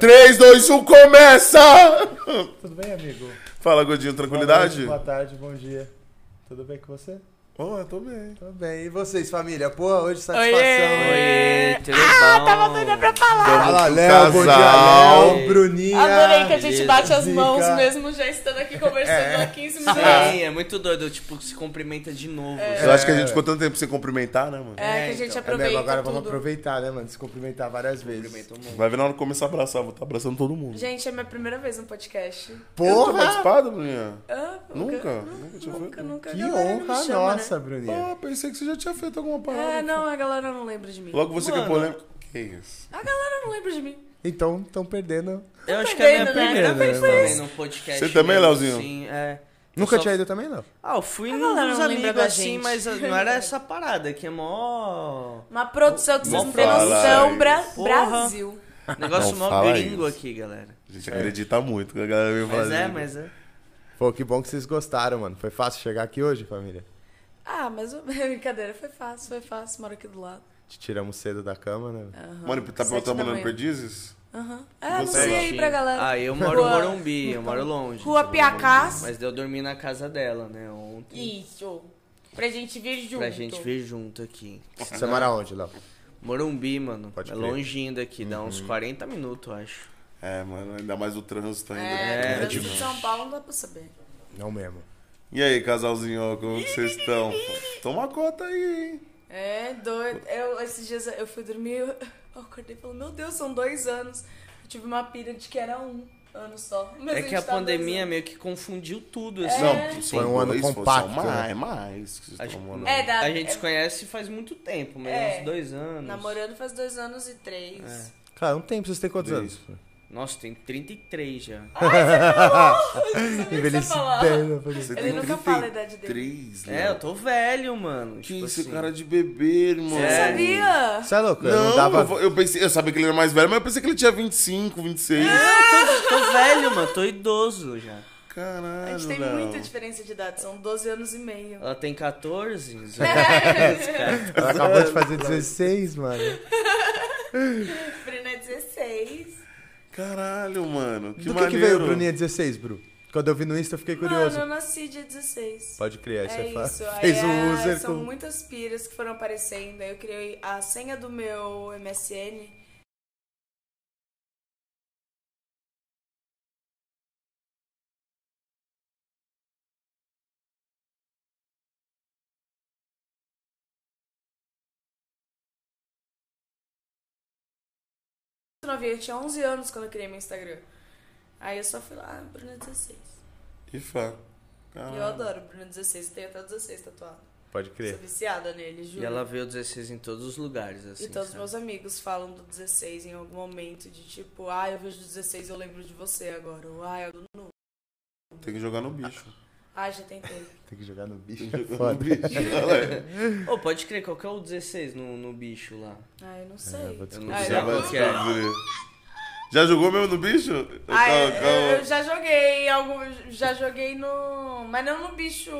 3, 2, 1, começa! Tudo bem, amigo? Fala, Godinho, tranquilidade? Boa noite, boa tarde, bom dia. Tudo bem com você? Ô, eu tô bem. Tudo bem. E vocês, família? Pô, hoje satisfação, hein? Oiê! Oi, tudo Ah, bom? tava doida pra falar. Fala, Do Léo, bom dia, casal. Léo, Bruninha. Adorei que a gente beleza. bate as Zica. mãos mesmo já estando aqui conversando há 15 minutos. Sim, é muito doido, tipo, se cumprimenta de novo. Eu acho que a gente ficou tanto tempo sem cumprimentar, né, mano? É, que a gente então. É mesmo, aproveita agora vamos tudo. aproveitar, né, mano? Se cumprimentar várias vezes. Cumprimenta um o mundo. Vai ver na hora que começar a abraçar, vou estar abraçando todo mundo. Gente, é minha primeira vez no podcast. Nunca Porra! participado, Bruninha? Ah, Nunca? nu- Nunca tinha Nunca, feito? nunca. Que A galera né? não me honra chama, nossa, Né? Bruninha. Ah, pensei que você já tinha feito alguma parada. É, não, a galera não lembra de mim. Logo você que é Mano. polêmico. Que isso? A galera não lembra de mim. Então, estão perdendo. Eu acho que é a minha perdendo, né? primeira Tá vez perdendo. também no podcast. Você também, mesmo, Leozinho? Sim, é. Nunca Eu só- tinha ido também, não. Ah, eu fui A nos galera não lembra amigos da assim, gente. mas não era essa parada, que é mó... Uma produção que vocês não Vamos têm falar noção, isso. Bra Porra. Brasil. Negócio Não mó fala gringo isso. aqui, galera. A gente acredita muito que a galera veio Mas fazer. é, mas é. Pô, que bom que vocês gostaram, mano. Foi fácil chegar aqui hoje, família? Ah, mas o- brincadeira, foi fácil, foi fácil, moro aqui do lado. Te tiramos cedo da cama, né? Ah, Mano, tá Sete da trabalhando manhã. perdizes? Aham. É, não Você- sei aí pra galera. Ah, eu moro em Rua- Morumbi, eu moro longe. Rua entendeu? Piacás. Mas eu dormi na casa dela, né, ontem. Isso. Pra gente vir junto. Pra gente ver junto aqui. Você mora onde, Léo? Morumbi, mano. Pode é crer. longinho daqui, dá Uhum. uns 40 minutos, eu acho. É, mano, ainda mais o trânsito ainda. É, É, é tipo- de São Paulo não dá pra saber. Não mesmo. E aí, casalzinho, como que vocês estão? Toma conta aí, hein? É, doido. Eu, esses dias eu fui dormir, eu, eu acordei e falei, meu Deus, são dois anos. Eu tive uma pira de que era um ano só. Mas é gente que a tá É. dois pandemia anos. meio que confundiu tudo, assim. Não, Foi um ano dois, só compacto, Mais, né? mais. que vocês Acho que estão morando. É, da- a gente se conhece faz muito tempo, mas É. uns dois anos. Namorando faz dois anos e É. três. Cara, não tem, vocês têm quantos anos? Isso. Nossa, tem 33 já. Ah. é Envelhecendo. família. Você Ele tem nunca fala a 33, idade dele. né? é, eu tô velho, mano. Que tipo isso, assim. cara de beber, mano. Você sabia? Você é louco? Não, eu não dava. eu, vou- eu pensei, eu sabia que ele era mais velho, mas eu pensei que ele tinha 25, 26. Ah, É, tô, tô velho, mano. Tô idoso já. Caralho. A gente tem Léo. muita diferença de idade, são 12 anos e meio. Ela tem 14. Zé. Ela acabou de fazer 16, mano. Bruna é 16. Caralho, mano. Que Do que, maneiro. que veio o Bruninha 16, Bru? Quando eu vi no Insta, eu fiquei curioso. Mano, eu nasci dia 16. Pode criar, você É fa- isso, fez aí um ah, user são com. muitas piras que foram aparecendo. Aí eu criei a senha do meu MSN. Eu tinha 11 anos quando eu criei meu Instagram. Aí eu só fui lá, ah, Bruna 16. Que fã. E Ah. eu adoro Bruna 16, tenho até o 16 tatuado. Pode Sou crer. viciada nele, juro. E ela veio 16 em todos os lugares, assim. E todos os sabe? meus amigos falam do 16 em algum momento, de tipo, ah, eu vejo 16 eu lembro de você agora. Ou, ah, eu não. Tem que jogar no bicho. Ah, já tentei. Tem que jogar no bicho. Tem é que jogar no Foda. bicho. Olha aí. Ô, pode crer, qual que é o 16 no, no bicho lá? Ah, eu não sei. vou É, Eu descobrir. não Ah, sei já qual que é. Já jogou mesmo no bicho? Ah, Calma, eu, eu- eu calma. já joguei em algum. Já joguei no. Mas não no bicho.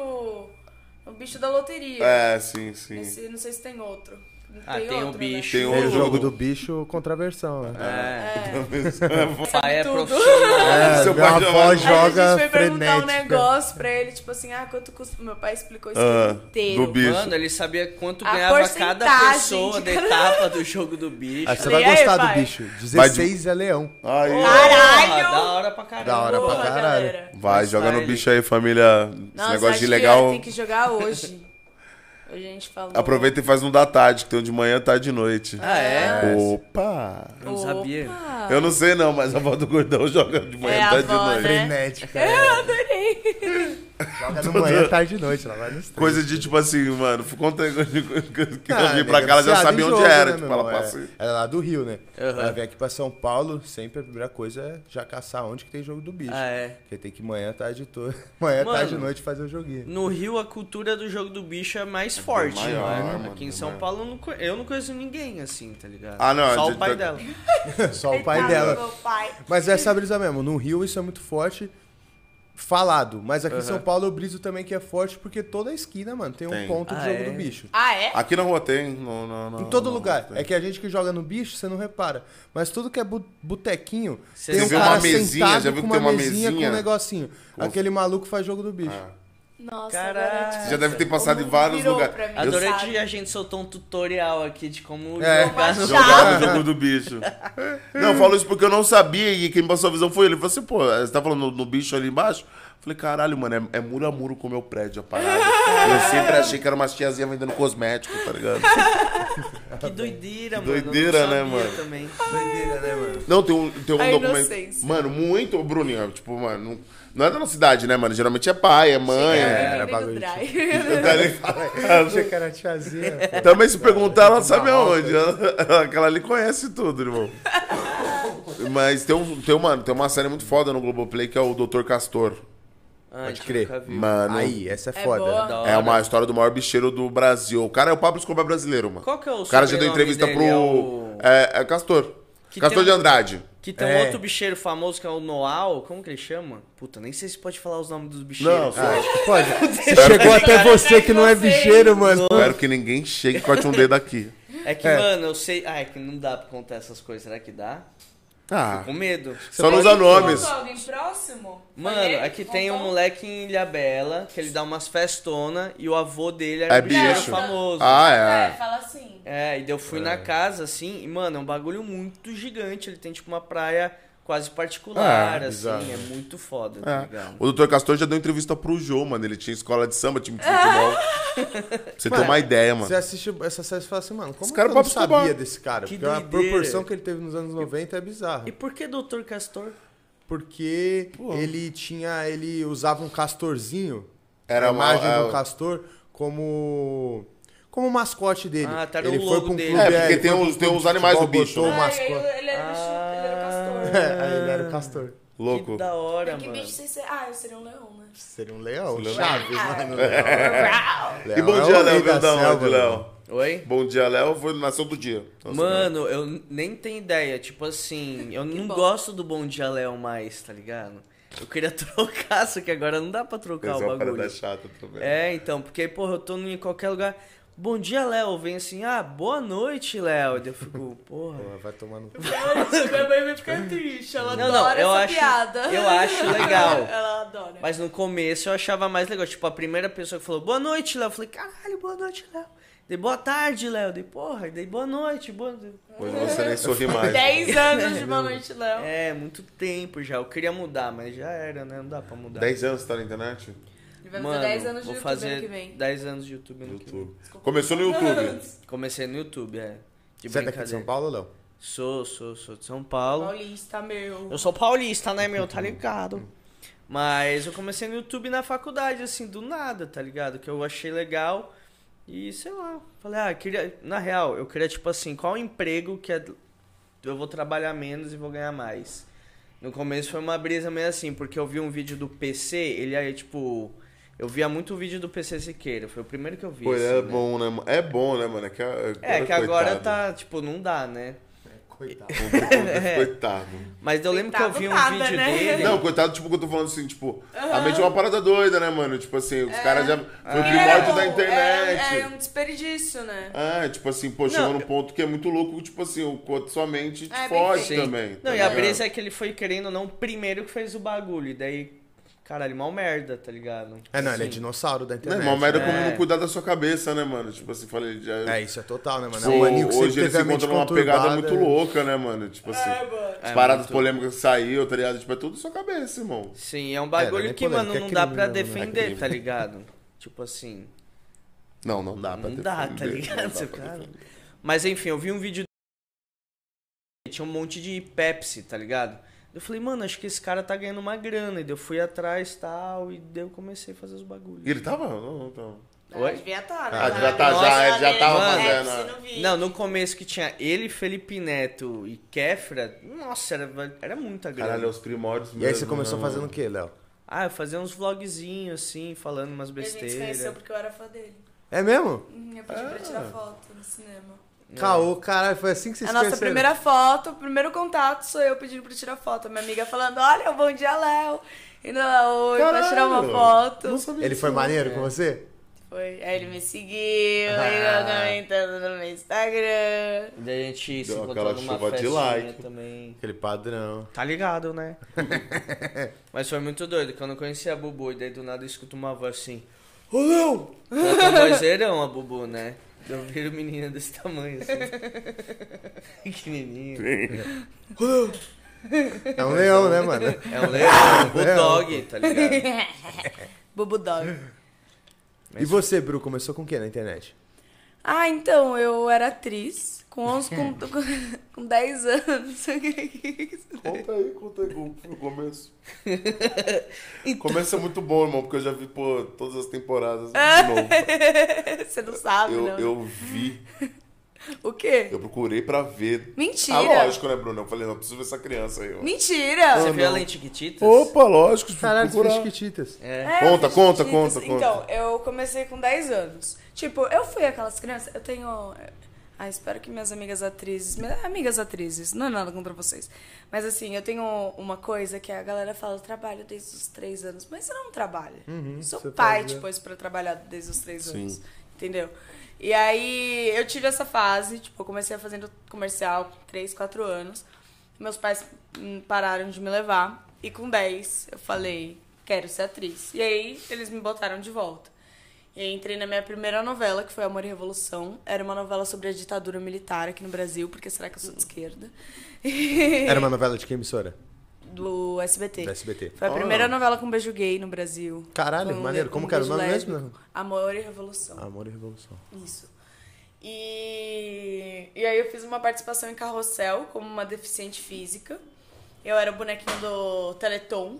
No bicho da loteria. É, sim, sim. Esse, não sei se tem outro. Ah, tem o outro, né? bicho. Tem Tem um o jogo do bicho contraversão, né? É. Né? O pai é Tudo. profissional. É, Seu meu pai avó joga- Aí a joga né? gente foi perguntar um frenética. negócio pra ele, tipo assim, ah, quanto custa. Meu pai explicou isso Ah, inteiro. do bicho. Mano, ele sabia quanto A ganhava cada porcentagem pessoa de da cada- etapa do jogo do bicho. Acho que você E vai aí, gostar do pai? bicho. 16 é leão. Aí, ó. Caralho! Porra, Da hora pra caralho. Da hora pra Porra, caralho. galera. Vai, Mas joga vai, no ele- bicho aí, família. Esse Nossa, negócio acho de que é, legal. tem que jogar hoje. Hoje a gente falou. Aproveita e faz um da tarde, que tem um de manhã, tarde e noite. Ah, é? Opa! Eu não sabia. Opa! Eu não sei não, mas a avó do gordão joga de manhã, É a tarde e avó, noite. né? Frenética. Eu adorei. Joga no manhã, tarde e noite. Ela vai nos três. Coisa de tipo assim, mano, conta aí que que eu Ah, vim nega, pra cá, ela já viciada sabia em onde jogo, era. né, tipo, meu ela irmão? É, passa. aí. Ela é lá do Rio, né? Aham. Ela vem aqui pra São Paulo, sempre a primeira coisa é já caçar onde que tem jogo do bicho. Ah, é. Porque tem que ir manhã, tarde, to... manhã Mano. tarde e noite fazer o joguinho. No Rio, a cultura do jogo do bicho é mais forte, maior, né? mano, Aqui bem em São maior. Paulo, eu não, co- eu não conheço ninguém, assim, tá ligado? Ah, não, Só de- o pai de- dela. Só o pai Coitado do dela. Meu pai. Mas é essa brisa mesmo. No Rio isso é muito forte. falado. Mas aqui em Aham. São Paulo eu briso também que é forte, porque toda esquina, mano, tem, Tem. um ponto de Ah, jogo é? do bicho. Ah, é? Aqui na rua tem. No, no, no- Em todo na lugar. rua tem. É que a gente que joga no bicho, você não repara. Mas tudo que é bu- botequinho, Você tem um vê uma cara mesinha, sentado já viu com que tem uma com mesinha? um negocinho. Com- Aquele maluco faz jogo do bicho. Ah. Nossa, Caralho. agora, tipo, Você já deve ter passado em mundo vários virou lugares. pra mim, Eu- sabe? Adorei que a gente soltou um tutorial aqui de como É. jogar no Jogar. Jogar no jogo do bicho. Não, eu falo isso porque eu não sabia e quem passou a visão foi ele. Ele falou assim, pô, você tá falando no, no bicho ali embaixo? Eu falei, caralho, mano, é, é muro a muro com o meu prédio, a parada. Eu sempre achei que era uma tiazinha vendendo cosmético, tá ligado? Que doideira, Que mano. eu não doideira, né, sabia mano? Também. Doideira, né, mano? Não, tem um, tem um A documento. inocência. Mano, muito, Bruninho. Tipo, mano, não, não é da nossa cidade, né, mano? Geralmente é pai, é mãe. Chega, É. era vem do bagulho. drive. Tá ligado? Achei que era tiazinha. Também se perguntar, ela sabe Marrocos. aonde. Ela- Aquela ali conhece tudo, irmão. Mas tem, um, tem, uma, tem uma série muito foda no Globoplay que é o Dr. Castor. Ah, Pode eu crer. nunca vi. Mano, Aí, essa é É foda. boa. Da é hora. uma história do maior bicheiro do Brasil. O cara é o Pablo Escobar brasileiro, mano. Qual que é o O cara já deu sobrenome entrevista dele? pro... É o- É, é Castor. Que Castor tem de um- Andrade. Que tem um É. outro bicheiro famoso que é o Noal. Como que ele chama? Puta, nem sei se pode falar os nomes dos Não, bicheiros. só- né? Pode. Se chegou até você que não é bicheiro, mano. espero que ninguém chegue e corte um dedo aqui. É que, É. mano, eu sei. Ah, é que não dá pra contar essas coisas. Será que dá? Ah, Com medo. só não usa nomes. Contou alguém próximo? Mano, Alguém? é que tem um Contou? moleque em Ilhabela que ele dá umas festona e o avô dele era É um bicheiro bicho. famoso. Ah, É, é. fala assim. É, e daí eu fui na casa, assim, e, mano, é um bagulho muito gigante. Ele tem, tipo, uma praia quase particular, É, assim, bizarro. é muito foda, tá É. ligado? O Dr. Castor já deu entrevista pro Jô, mano. Ele tinha escola de samba, time de futebol. Pra você ter Mano, uma ideia, mano. Você é assiste essa série e fala assim, mano, como Esse cara que é eu Pablo não sabia Escobar. desse cara? Que Porque a doideira. proporção que ele teve nos anos 90 é bizarra. E por que Dr. Castor? Porque ele tinha. Ele usava um castorzinho. Era a imagem uma- de um é- castor como. Como mascote dele. Ah, tá, era ele o foi logo pra um dele. clube, É, porque ele tem foi pra um os- clube tem os de animais do futebol, bicho, botou né? um Ah, ele, mascote. ele era bicho, ele Ah. era castor. É, aí ele era o castor. Louco. Que da hora, É que mano. bicho sem ser. Ah, eu seria um leão, né? Seria um leão. Leão. Chaves, mano. É. Leão E bom é o dia, rei Léo. da Veio da onde, selva, Léo? mano. Oi? Bom dia, Léo. Foi nação do dia. Nossa, Mano, eu nem tenho ideia, tipo assim, eu não bom. gosto do Bom Dia Léo mais, tá ligado? Eu queria trocar, só que agora não dá pra trocar Essa é o uma bagulho. parada chata também. É, então, porque, porra, eu tô em qualquer lugar. Bom dia, Léo. Vem assim, ah, boa noite, Léo. E daí eu fico, porra. Pô, Vai tomar no. Minha mãe vai ficar triste, ela Não, não, adora eu essa acho- piada. eu acho legal. ela adora. Mas no começo eu achava mais legal. Tipo, a primeira pessoa que falou, boa noite, Léo. Eu falei, caralho, boa noite, Léo. Dei boa tarde, Léo. Dei, porra, dei boa noite, boa Hoje você nem sorri mais. 10 anos de uma noite leão. É, muito tempo já. Eu queria mudar, mas já era, né? Não dá pra mudar. 10 anos você tá na internet? Ele vai Mano, fazer 10 anos de vou YouTube fazer ano que vem. 10 anos de YouTube ano que vem. YouTube. Começou no YouTube. Comecei no YouTube, é. De Você é daqui brincadeira. de São Paulo, Léo? Sou, sou, sou de São Paulo. Paulista, meu. Eu sou paulista, né, meu? Tá ligado? Mas eu comecei no YouTube na faculdade, assim, do nada, tá ligado? Que eu achei legal. E sei lá, falei, ah, queria. Na real, eu queria, tipo assim, qual emprego que é- eu vou trabalhar menos e vou ganhar mais? No começo foi uma brisa meio assim, porque eu vi um vídeo do PC, ele aí, tipo. Eu via muito vídeo do PC Siqueira, foi o primeiro que eu vi. Pô, assim, é né? bom, né, mano? É bom, né, mano? É que, agora, É, que agora coitado. tá, tipo, não dá, né? Coitado. É. Coitado. Mas eu lembro que eu Coitado vi um nada, vídeo né? dele. Não, coitado, tipo, que eu tô falando assim, tipo, a mente é uma parada doida, né, mano? Tipo assim, os caras já. Foi o primórdio da internet. É, é um desperdício, né? Ah, tipo assim, pô, chegou num ponto que é muito louco, tipo assim, o quanto sua mente te É, bem foge Sim. também. Não, tá e a ligado? brisa é que ele foi querendo ou não o primeiro que fez o bagulho. E daí, caralho, mal merda, tá ligado? É, não, ele é Assim, dinossauro da Não, internet. né? irmão, merda é como É. não cuidar da sua cabeça, né, mano? Tipo assim, falei, já. É, isso é total, né, mano? Tipo, é um maninho que sempre hoje ele teve se a mente encontra numa pegada conturbada. muito louca, né, mano? Tipo assim, É, mano. as paradas polêmicas que saiu, tá ligado? Tipo, é tudo sua cabeça, irmão. Sim, é um É, bagulho não é que, mano, polêmica, não é dá crime, pra né, mano? É defender, crime. tá ligado? Tipo assim, Não, não dá pra não dá, tá defender, não dá ligado? Você pra cara? defender. Mas enfim, eu vi um vídeo dele, tinha um monte de Pepsi, tá ligado? Eu falei, mano, acho que esse cara tá ganhando uma grana. E daí eu fui atrás e tal, e daí eu comecei a fazer os bagulhos. E ele tava? Não, não tava. Oi? Devia tá, né? Ah, devia tá já, Nossa, ele já tava mano. fazendo, Pepsi né? no vídeo. Não, no começo que tinha ele, Felipe Neto e Kefra, nossa, era, era muita grana. Caralho, é os primórdios mesmo. E aí você começou né, fazendo o mano? quê, Léo? Ah, eu fazia uns vlogzinhos assim, falando umas A gente se conheceu besteiras. porque eu era fã dele. É mesmo? Hum, Eu pedi pra Ah. tirar foto no cinema. É. Caô, caralho, foi assim que vocês a nossa conheceram? primeira foto, o primeiro contato sou eu pedindo pra tirar foto. Minha amiga falando, olha, o bom dia, Léo. Indo lá, oi, pra tirar uma Caralho. foto. Não sabia Ele disso, foi não. né? maneiro com você? Foi. Aí ele me seguiu, Ah. aí eu comentando no meu Instagram. E daí a gente se Deu encontrou aquela numa chuva de festinha like. também. Aquele padrão. Tá ligado, né? Mas foi muito doido, quando eu conheci a Bubu, e daí do nada eu escuto uma voz assim... Ô, Léo! Ela tem um vozeirão, a Bubu, né? Eu viro menina desse tamanho, assim. Pequenininha. É um leão, né, mano? É um leão, é um bulldog, tá ligado? Bobo Dog. E você, Bru, começou com o que na internet? Ah, então, eu era atriz com 11, com, com, com 10 anos. Conta aí, conta aí como foi o começo. O Então. Começo é muito bom, irmão, porque eu já vi, pô, todas as temporadas de novo. Você não sabe, Eu, É. não. eu vi, O quê? eu procurei pra ver. Mentira. Ah, lógico, né, Bruno? Eu falei, não, preciso ver essa criança aí. ó. Mentira! Você Não, viu ela não. em Tiquititas? Opa, lógico, fui Caralho, você procurar. fez chiquititas. É. É, Conta, fiz conta, jiu-jitsu. conta, conta. Então, eu comecei com 10 anos. Tipo, eu fui aquelas crianças. Eu tenho. Ah, espero que minhas amigas atrizes. Minhas amigas atrizes, não é nada contra vocês. Mas assim, eu tenho uma coisa que a galera fala: eu trabalho desde os 3 anos. Mas você não trabalha. Uhum, Eu sou você pai né? fazia. te pôs pra trabalhar desde os 3 Sim. anos. Entendeu? E aí eu tive essa fase. Tipo, eu comecei fazendo comercial com 3, 4 anos. Meus pais hum, pararam de me levar. E com 10 eu falei, quero ser atriz. E aí eles me botaram de volta. E aí entrei na minha primeira novela, que foi Amor e Revolução. Era uma novela sobre a ditadura militar aqui no Brasil, porque será que eu sou de esquerda? Era uma novela de que emissora? Do SBT. Do SBT. Foi a Ah. primeira novela com beijo gay no Brasil. Oh. Caralho, Foi um maneiro. le- Como um que era o beijo nome lésbico. mesmo? Amor e Revolução. Amor e Revolução. Isso. E, e aí eu fiz uma participação em Carrossel como uma deficiente física. Eu era o bonequinho do Teleton.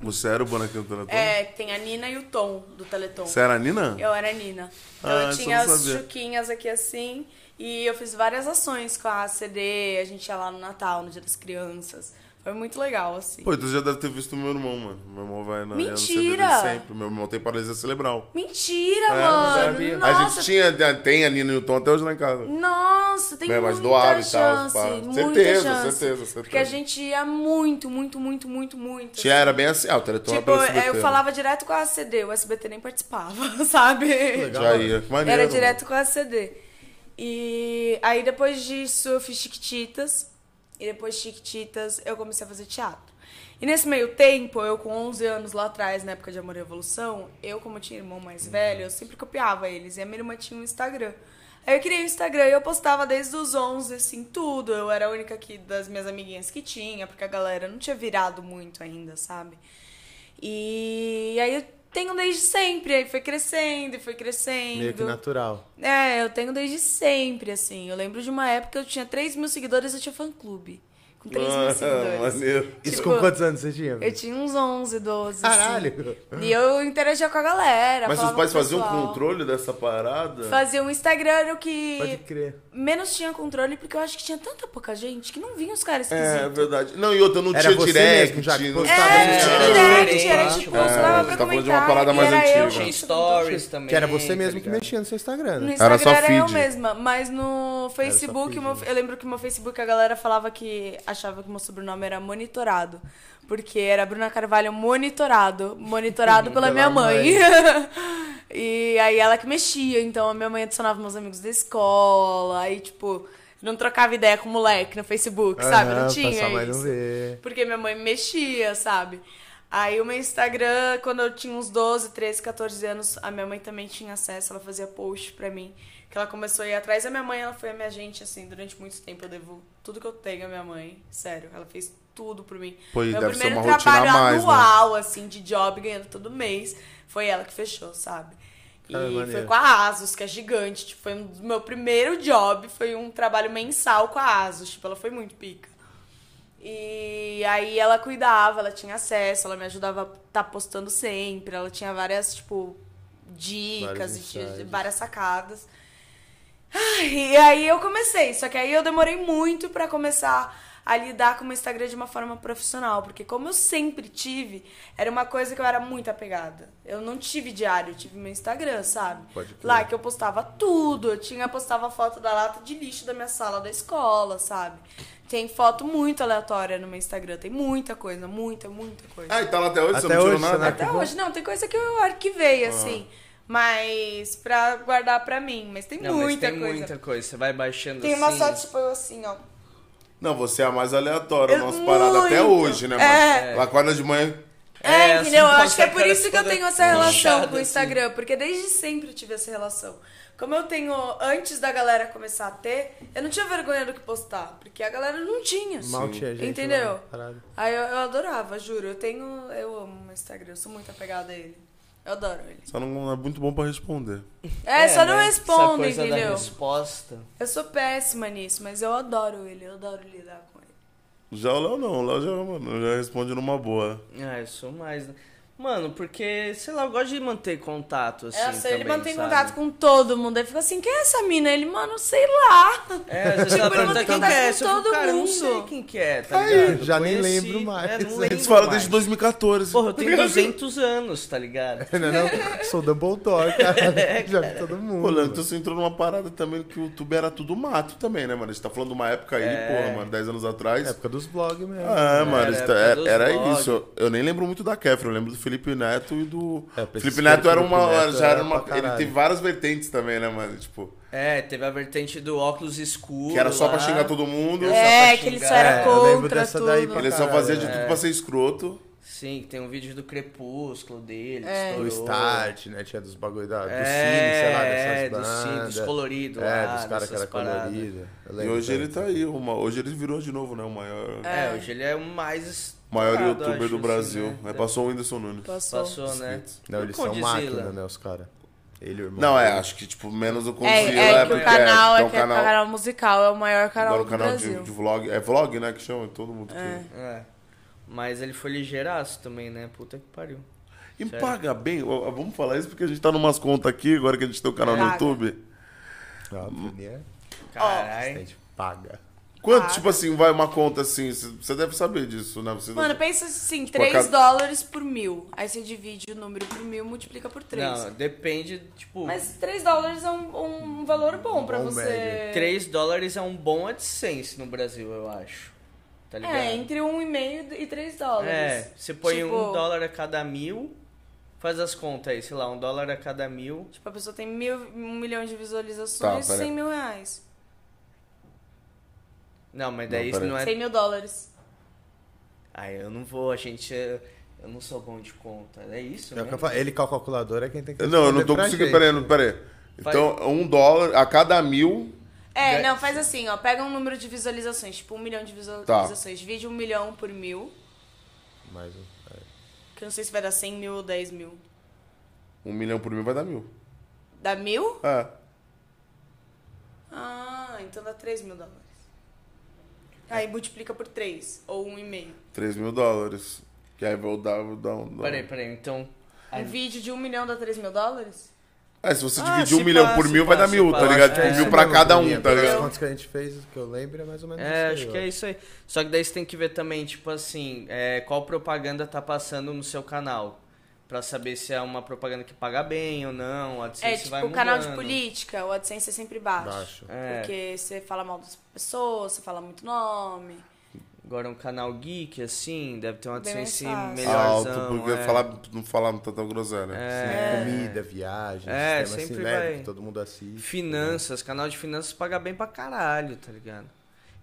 Você era o bonequinho do Teleton? É, tem a Nina e o Tom do Teleton. Você era a Nina? Eu era a Nina. Então Ah, eu isso eu tinha não as sabia. chuquinhas aqui assim. E eu fiz várias ações com a CD. A gente ia lá no Natal, no Dia das Crianças. Foi muito legal, assim. Pô, então você já deve ter visto o meu irmão, mano. Meu irmão vai na é Mentira! na CBD sempre. Meu irmão tem paralisia cerebral. Mentira, É, mano! sabia. A Nossa, gente tinha, né, tem a Nina e o Tom até hoje lá em casa. Nossa, tem Né, mas muita doaram e tal, chance. pá. Muita Certeza, chance. certeza, certeza. Porque a gente ia muito, muito, muito, muito, muito. Tinha, era bem assim. Ah, o Teleton tipo, era pelo SBT, eu né? falava direto com a ACD, o SBT nem participava, sabe? Já ia. Que Maneiro, Era mano. direto com a CD. E aí depois disso eu fiz Chiquititas. E depois de Chiquititas eu comecei a fazer teatro. E nesse meio tempo, eu com 11 anos lá atrás, na época de Amor e Evolução, eu, como tinha irmão mais Uhum. velho, eu sempre copiava eles. E a minha irmã tinha um Instagram. Aí eu criei o Instagram e eu postava desde os 11, assim, tudo. Eu era a única aqui das minhas amiguinhas que tinha, porque a galera não tinha virado muito ainda, sabe? E aí eu tenho desde sempre, aí foi crescendo e foi crescendo. Meio que natural. É, eu tenho desde sempre, assim. Eu lembro de uma época que eu tinha 3 mil seguidores e eu tinha fã-clube. Com 3 mil Ah, seguidores. Maneiro. Isso Tipo, com quantos anos você tinha? Eu tinha uns 11, 12, Caralho! assim. E eu interagia com a galera. Mas seus falava pais com o faziam pessoal. controle dessa parada? Faziam o Instagram, era o Pode que crer. menos tinha controle, porque eu acho que tinha tanta pouca gente que não vinha os caras É, é esquisitos. verdade. Não, e outra, não Era tinha você direct. mesmo, já que não- postava. É, não Era tinha direct, diferente, era né? tipo, você É, dava você tá pra falando comentar. de uma parada e mais era eu antiga. Tinha que- stories também. Que era você mesmo que tá ligado? mexia no seu Instagram, No né? Era Instagram só era eu feed. mesma, mas no Facebook, feed, o meu- né? eu lembro que no meu Facebook a galera falava que achava que meu sobrenome era monitorado. Porque era Bruna Carvalho monitorado. Monitorado pela, Pela minha mãe. mãe. e aí ela que mexia, então a minha mãe adicionava meus amigos da escola. Aí, tipo, não trocava ideia com moleque no Facebook, Aham, um sabe? Não Ah, pra tinha. sua mãe não isso. É. ver. Porque minha mãe mexia, sabe? Aí o meu Instagram, quando eu tinha uns 12, 13, 14 anos, a minha mãe também tinha acesso, ela fazia post pra mim. Que ela começou a ir atrás da minha mãe, ela foi a minha gente, assim, durante muito tempo. Eu devo tudo que eu tenho à minha mãe, sério. Ela fez tudo por mim. Pô, e meu deve ser primeiro uma rotina trabalho a mais, né? anual, assim, de job, ganhando todo mês, foi ela que fechou, sabe? E Cara, maneiro. foi com a Asus, que é gigante. Tipo, foi um do meu primeiro job, foi um trabalho mensal com a Asus. Tipo, ela foi muito pica. E aí ela cuidava, ela tinha acesso, ela me ajudava a tá postando sempre, ela tinha várias, tipo, dicas, Vários e tinha insights. várias sacadas. Ai, E aí eu comecei, só que aí eu demorei muito pra começar a lidar com o Instagram de uma forma profissional, porque como eu sempre tive, era uma coisa que eu era muito apegada. Eu não tive diário, eu tive meu Instagram, sabe? Pode crer. Lá que eu postava tudo, eu tinha postava foto da lata de lixo da minha sala da escola, sabe? Tem foto muito aleatória no meu Instagram, tem muita coisa, muita, muita coisa. Ah, e tá lá até hoje, você Até não tirou hoje, né? você nada? não Até Arquivou? hoje, não, tem coisa que eu arquivei, assim. Mas pra guardar pra mim, mas tem Não, muita mas tem coisa. muita coisa. Você vai baixando Tem assim. uma foto, tipo, eu assim, ó. Não, você é a mais aleatória, Eu- nossa parada até muito. hoje, né? É. Mas ela acorda de manhã. É, assim, entendeu? Eu com acho que é essa por cara isso que eu toda tenho essa relação inchada, com o assim. Instagram, porque desde sempre eu tive essa relação. Como eu tenho, antes da galera começar a ter, eu não tinha vergonha do que postar, porque a galera não tinha. Mal Sim. tinha gente. Entendeu? lá, parada. Aí eu, eu adorava, juro. Eu tenho. Eu amo o Instagram, eu sou muito apegada a ele. Eu adoro ele. Só não é muito bom pra responder. É, só não né? Essa respondo, coisa da entendeu? resposta. Eu sou péssima nisso, mas eu adoro ele, eu adoro lidar com ele. Já o Léo não, o Léo já, mano, já responde numa boa. Ah, eu sou mais. né? Mano, porque, sei lá, eu gosto de manter contato, assim. Nossa, É, ele também, mantém sabe? contato com todo mundo. Ele fica assim, quem é essa mina? Ele, mano, sei lá. É, às vezes ela Tipo, ele pergunta mantém quem que contato é. com Eu falo, todo cara, eu não mundo. sei quem que é, tá Aí, ligado? já Eu nem conheci, lembro mais. É, não Eles lembro Eles falam mais. desde 2014. Porra, eu tenho 200 anos, tá ligado? Não, não, sou Dumbledore, cara. Já vi todo mundo. Pô, Léo, mano. então você entrou numa parada também que o YouTube era tudo mato também, né, mano? A gente tá falando de uma época aí, É. porra, mano, 10 anos atrás. É Época dos blogs mesmo. Ah, é, mano, Era isso época é- dos era, blogs. isso. Eu nem lembro muito da Kefra, eu lembro do Felipe Neto e do. É, eu pensei Felipe que Neto era Felipe uma. Neto já era era uma pra ele caralho. teve várias vertentes também, né, mano? Tipo, É, teve a vertente do óculos escuro. que era só pra lá. xingar todo mundo. É, pra que ele só xingar. era É, eu lembro contra dessa daí tudo. pra Ele só fazia de caralho, é. tudo pra ser escroto. Sim, tem um vídeo do crepúsculo dele. Do que É. estourou. start, né? Tinha dos bagulho da, do cine, É, sei lá, é, dessas do bandas. cine, dos colorido É, lá, dos caras que dessas era paradas. colorido. Eu E lembro hoje ele também. tá aí, uma, hoje ele virou de novo, né? O maior, É, hoje ele é o mais. maior estourado, youtuber acho, do assim, Brasil. né? Aí passou o Whindersson Nunes. Passou. Passou, né? Não, E o eles são Condizila? máquina, né, os caras. Ele e o irmão. Não, é, dele. acho que, tipo, menos o É, Condzilla, é, que porque o canal é, tem um que é o canal musical, é o maior canal Agora o do canal de, Brasil. de vlog. É vlog, né? Que chama todo mundo. Que... É. Mas ele foi ligeiraço também, né? Puta que pariu. E paga bem. ó, ó, Vamos falar isso porque a gente tá numas contas aqui, agora que a gente tem o canal no Paga. YouTube. Não, hum, né? A Caralho. gente paga. Quanto, Paga. tipo assim, vai uma conta assim? Você deve saber disso, né? Você Mano, não... pensa assim, a 3 cada- dólares por mil. Aí você divide o número por mil, multiplica por 3. Não, depende, tipo. Mas 3 dólares é um, um valor bom pra Bom você. médio. 3 dólares é um bom AdSense no Brasil, eu acho. Tá ligado? É, entre 1,5 e 3 É, dólares. você põe Tipo, um dólar a cada mil, faz as contas aí, sei lá, um dólar a cada mil. Tipo, a pessoa tem mil, um milhão de visualizações, Tá, pera. 100 mil reais. Não, mas daí isso peraí. não 100 é. mil dólares. Ai, eu não vou, a gente. é- Eu não sou bom de conta. É É isso? o que eu mesmo? falo, Ele com a calculadora é quem tem Não, que eu não responder tô pra conseguindo. gente. Peraí, não- peraí. Então, um dólar a cada mil. É, Ganha- não, faz assim, ó. Pega um número de visualizações, tipo, um milhão de Tá. visualizações. Divide um milhão por mil, Mas, é. que eu não sei se vai dar 100 mil ou 10 mil. Um milhão por mil vai dar mil. Dá mil? É. Ah, então dá 3 mil dólares. É. Aí multiplica por 3, ou 1,5. 3 mil dólares. Que aí vou dar, vou dar um dólar. Peraí, peraí, então. Um vídeo de 1 milhão dá 3 mil dólares? É, se você Ah, dividir se um milhão pá, por se mil, pá, vai dar se mil, pá. tá Eu ligado? acho Tipo, que é mil isso pra mesmo, cada Bruninha, um, tá pelas ligado? contas que a gente fez, que eu lembro, é mais ou menos É, isso acho que aí, é isso aí. Só que daí você tem que ver também, tipo assim, é, qual propaganda tá passando no seu canal. Pra saber se é uma propaganda que paga bem ou não, o AdSense É, vai tipo, o mudando. canal de política, o AdSense é sempre baixo. Baixo. É. Porque você fala mal das pessoas, você fala muito nome. Agora um canal geek, assim, deve ter um Bem AdSense mais fácil. Alto, melhorzão. porque é. falar, não falar tanta groselha. ó. É. Tipo, Comida, viagem, É, sistema sempre simétrico, vai. que todo mundo assiste. Finanças, canal de finanças paga bem pra caralho, tá ligado?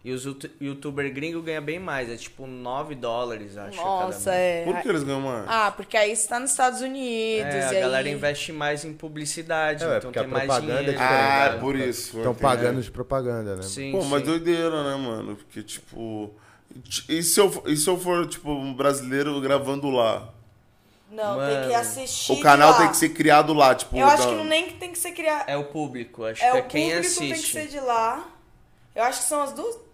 E os yout- youtuber gringo ganha bem mais, é tipo 9 dólares, acho. a cada Nossa, mês. é. Por que eles ganham mais? Ah, porque aí você tá nos Estados Unidos. É, a e aí... galera investe mais em publicidade, É, então porque a tem mais propaganda é dinheiro. diferente, Ah, né? é por isso. Estão entendi. pagando de propaganda, né? Sim, Pô, mas sim. doideira, né, mano? Porque, tipo. E se, eu, e se eu for, tipo, um brasileiro gravando lá? Não, tem Mano. que assistir. O canal lá. tem que ser criado lá, tipo. Eu acho que da- não nem que tem que ser criado. É o público, acho É, que o é quem público assiste. tem que ser de lá. Eu acho que são as duas.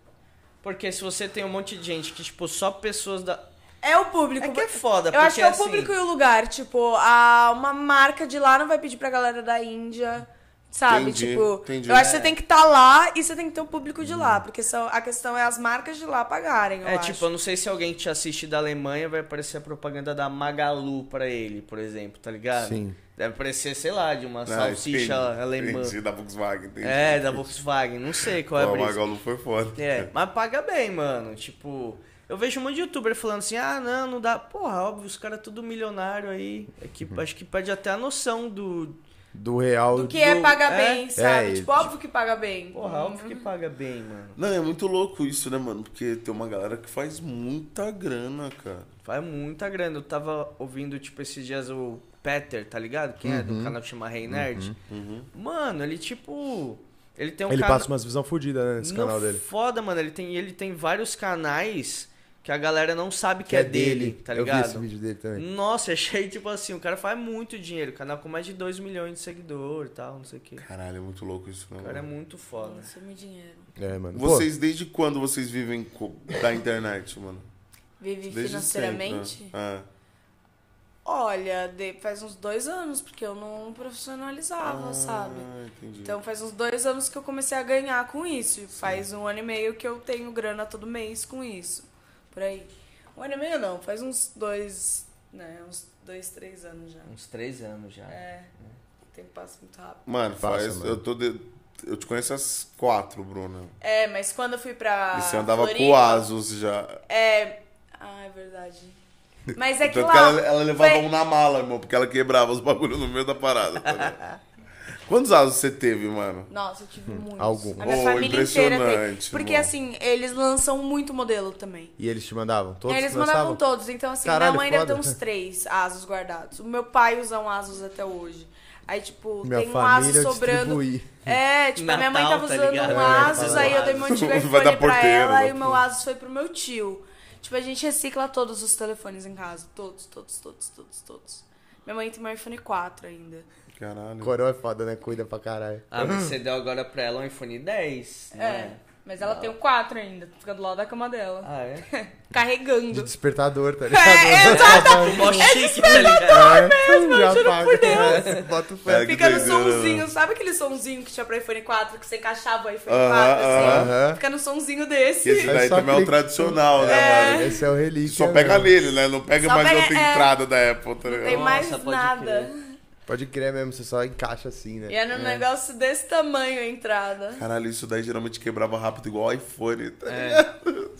Porque se você tem um monte de gente que, tipo, só pessoas da. É o público. É que é foda, Eu porque acho que é o assim, público e o lugar. Tipo, a, uma marca de lá não vai pedir pra galera da Índia, de Sabe? Entendi, tipo, entendi. eu acho que É. você tem que estar lá e você tem que ter o público de lá. Porque são, a questão é as marcas de lá pagarem. Eu Hum. É, acho. tipo, eu não sei se alguém que te assiste da Alemanha vai aparecer a propaganda da Magalu pra ele, por exemplo, tá ligado? Sim. Deve aparecer, sei lá, de uma Ah, entendi, salsicha alemã. entendi, da Volkswagen. Entendi. É, da Volkswagen, não sei qual é a Pô, brisa. Magalu foi foda. É, mas paga bem, mano. Tipo, eu vejo um monte de youtuber falando assim, ah, não, não dá. Porra, óbvio, os caras tudo milionário aí. É que, Uhum. Acho que perde até a noção do. Do real. Do que é pagar é, bem, sabe? é, tipo, óbvio que paga bem. Hum, Porra, óbvio que paga bem, mano. Não, é muito louco isso, né, mano? Porque tem uma galera que faz muita grana, cara. Vai muita grana. Eu tava ouvindo, tipo, esses dias o Peter, tá ligado? Quem é Uhum. do canal que chama Rei Nerd. Uhum. Mano, ele, tipo. Ele tem um Ele cana- passa umas visão fodidas né, nesse Não, canal dele. Foda, mano. Ele tem, ele tem vários canais que a galera não sabe que, é, dele, tá Eu vi ligado? Hum. esse vídeo dele também. Nossa, achei tipo assim, o cara faz muito dinheiro, canal com mais de 2 milhões de seguidores e tal, não sei o que. O Caralho, é muito louco isso, né? cara é mano? muito foda. Nossa, meu dinheiro. É, mano. Pô, Vocês, desde quando vocês vivem co- da internet, mano? Vive Desde financeiramente? Sempre, né? Olha, de- faz uns dois anos, porque eu não É. profissionalizava, sabe? Ah, entendi. Então faz uns dois anos que eu comecei a ganhar com isso. E Faz um ano e meio que eu tenho grana todo mês com isso. Por aí. Um ano e meio não, faz uns dois. né? Uns dois, três anos já. Uns 3 anos já. É. O tempo passa muito rápido. Mano, Passa, faz, mano. eu tô de- eu te conheço às quatro, Bruno. É, mas quando eu fui pra. E você andava com o Ah, Floripa, Asus já. É. Ah, é verdade. Mas é que Tanto lá. que ela, ela levava foi- um na mala, irmão, porque ela quebrava os bagulhos no meio da parada. tá ligado? Quantos Asus você teve, mano? Nossa, eu tive muitos. algum. A minha Oh, família inteira tem. impressionante, Porque irmão. assim, eles lançam muito modelo também. E eles te mandavam? Todos É, eles que mandavam lançavam? todos. Então, assim, Caralho, minha mãe ainda foda. tem uns três asos guardados. O meu pai usa um asos até hoje. Aí, tipo, Minha tem um família aso eu sobrando. distribuí. É, tipo, a minha mãe Natal, tava tá usando ligado? um É, asos, tá aí eu dei ligado. meu antigo Vai iPhone dar pra porteiro, ela né, vai e o meu tudo. asos foi pro meu tio. Tipo, a gente recicla todos os telefones em casa. Todos, todos, todos, todos, todos. Minha mãe tem um iPhone 4 ainda. Caralho. Corel é foda, né? Cuida pra caralho. Ah, mas você deu agora pra ela um iPhone 10, É. né? Mas ela tem o 4 ainda, fica do lado da cama dela. Ah, é? De Carregando. despertador, tá ligado? É, exato. Mó chique, tá ligado? É, já paga. né? Bota o É fé. que Fica no doideira, somzinho, mano. sabe aquele somzinho que tinha pra iPhone 4, que você encaixava o iPhone Aham, 4, assim? aham. Fica no somzinho Ah, Que desse. Esse É daí só também é o clicar. tradicional, né, mano? Esse é o relíquio. Só pega nele, né? Não pega Só mais pega- outra é. entrada da Apple, tá Não tem ligado? mais Nossa, pode nada. Pode crer mesmo, você só encaixa assim, né? E É. era um negócio desse tamanho a entrada. Caralho, isso daí geralmente quebrava rápido igual iPhone, É. tá ligado?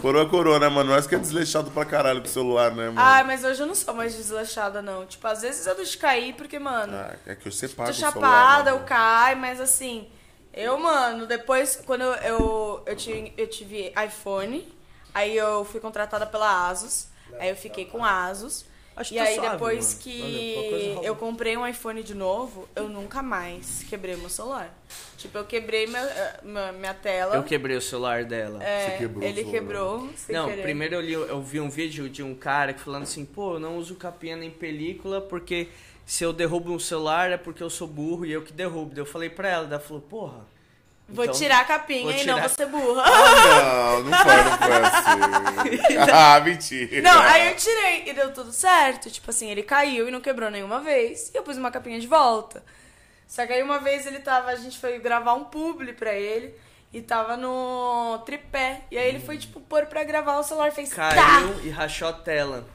Coroa é coroa, né, mano? Nós que é desleixado pra caralho com o celular, né, mano? Ai, mas hoje eu não sou mais desleixada, não. Tipo, às vezes eu deixo cair, porque, mano, Ah, é que eu separo tô o celular. chapada, né, eu mano? caio, mas assim, eu, mano, depois, quando eu, eu, eu tive, eu tive iPhone, aí eu fui contratada pela Asus, aí eu fiquei com Asus. Acho que e tá aí suave, depois mano. Olha, uma coisa que rola. eu comprei um iPhone de novo, eu nunca mais quebrei meu celular. Tipo, eu quebrei meu- eh, minha, minha tela. Eu quebrei o celular dela. é, Você quebrou o ele celular. quebrou. Sem Não, querer. primeiro eu, li, eu vi um vídeo de um cara que falando assim, pô, eu não uso capinha nem película porque se eu derrubo um celular é porque eu sou burro e eu que derrubo. Daí eu falei pra ela, daí ela falou, porra. Vou então- tirar a capinha vou e não tirar. você burra. Não, não foi, não foi assim. ah, mentira. Não, aí eu tirei e deu tudo certo. Tipo assim, ele caiu e não quebrou nenhuma vez. E eu pus uma capinha de volta. Só que aí uma vez ele tava, a gente foi gravar um publi pra ele e tava no tripé. E aí ele foi, tipo, pôr pra gravar, o celular fez tá! Hum. Caiu e rachou a tela.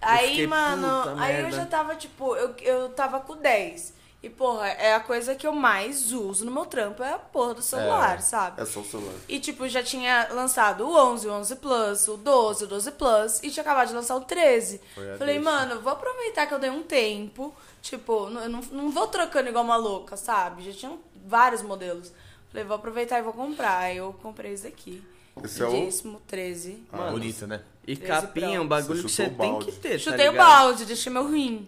Aí, fiquei, mano, "Puta aí eu merda." já tava, tipo, eu, eu tava com 10. E, porra, é a coisa que eu mais uso no meu trampo, é a porra do celular, sabe? É só o celular. E, tipo, já tinha lançado o 11, o 11 Plus, o 12, o 12 Plus, e tinha acabado de lançar o 13. Foi a Falei, deixa. mano, vou aproveitar que eu dei um tempo. Tipo, n- eu não, não vou trocando igual uma louca, sabe? Já tinham vários modelos. Falei, vou aproveitar e vou comprar. Aí eu comprei esse daqui. Esse é o- Lindíssimo, 13. Mano, Bonito, né? E Treze capinha é um bagulho Você que você chutou o tem balde. que ter, tá Chutei o ligado? balde, deixei meu rim.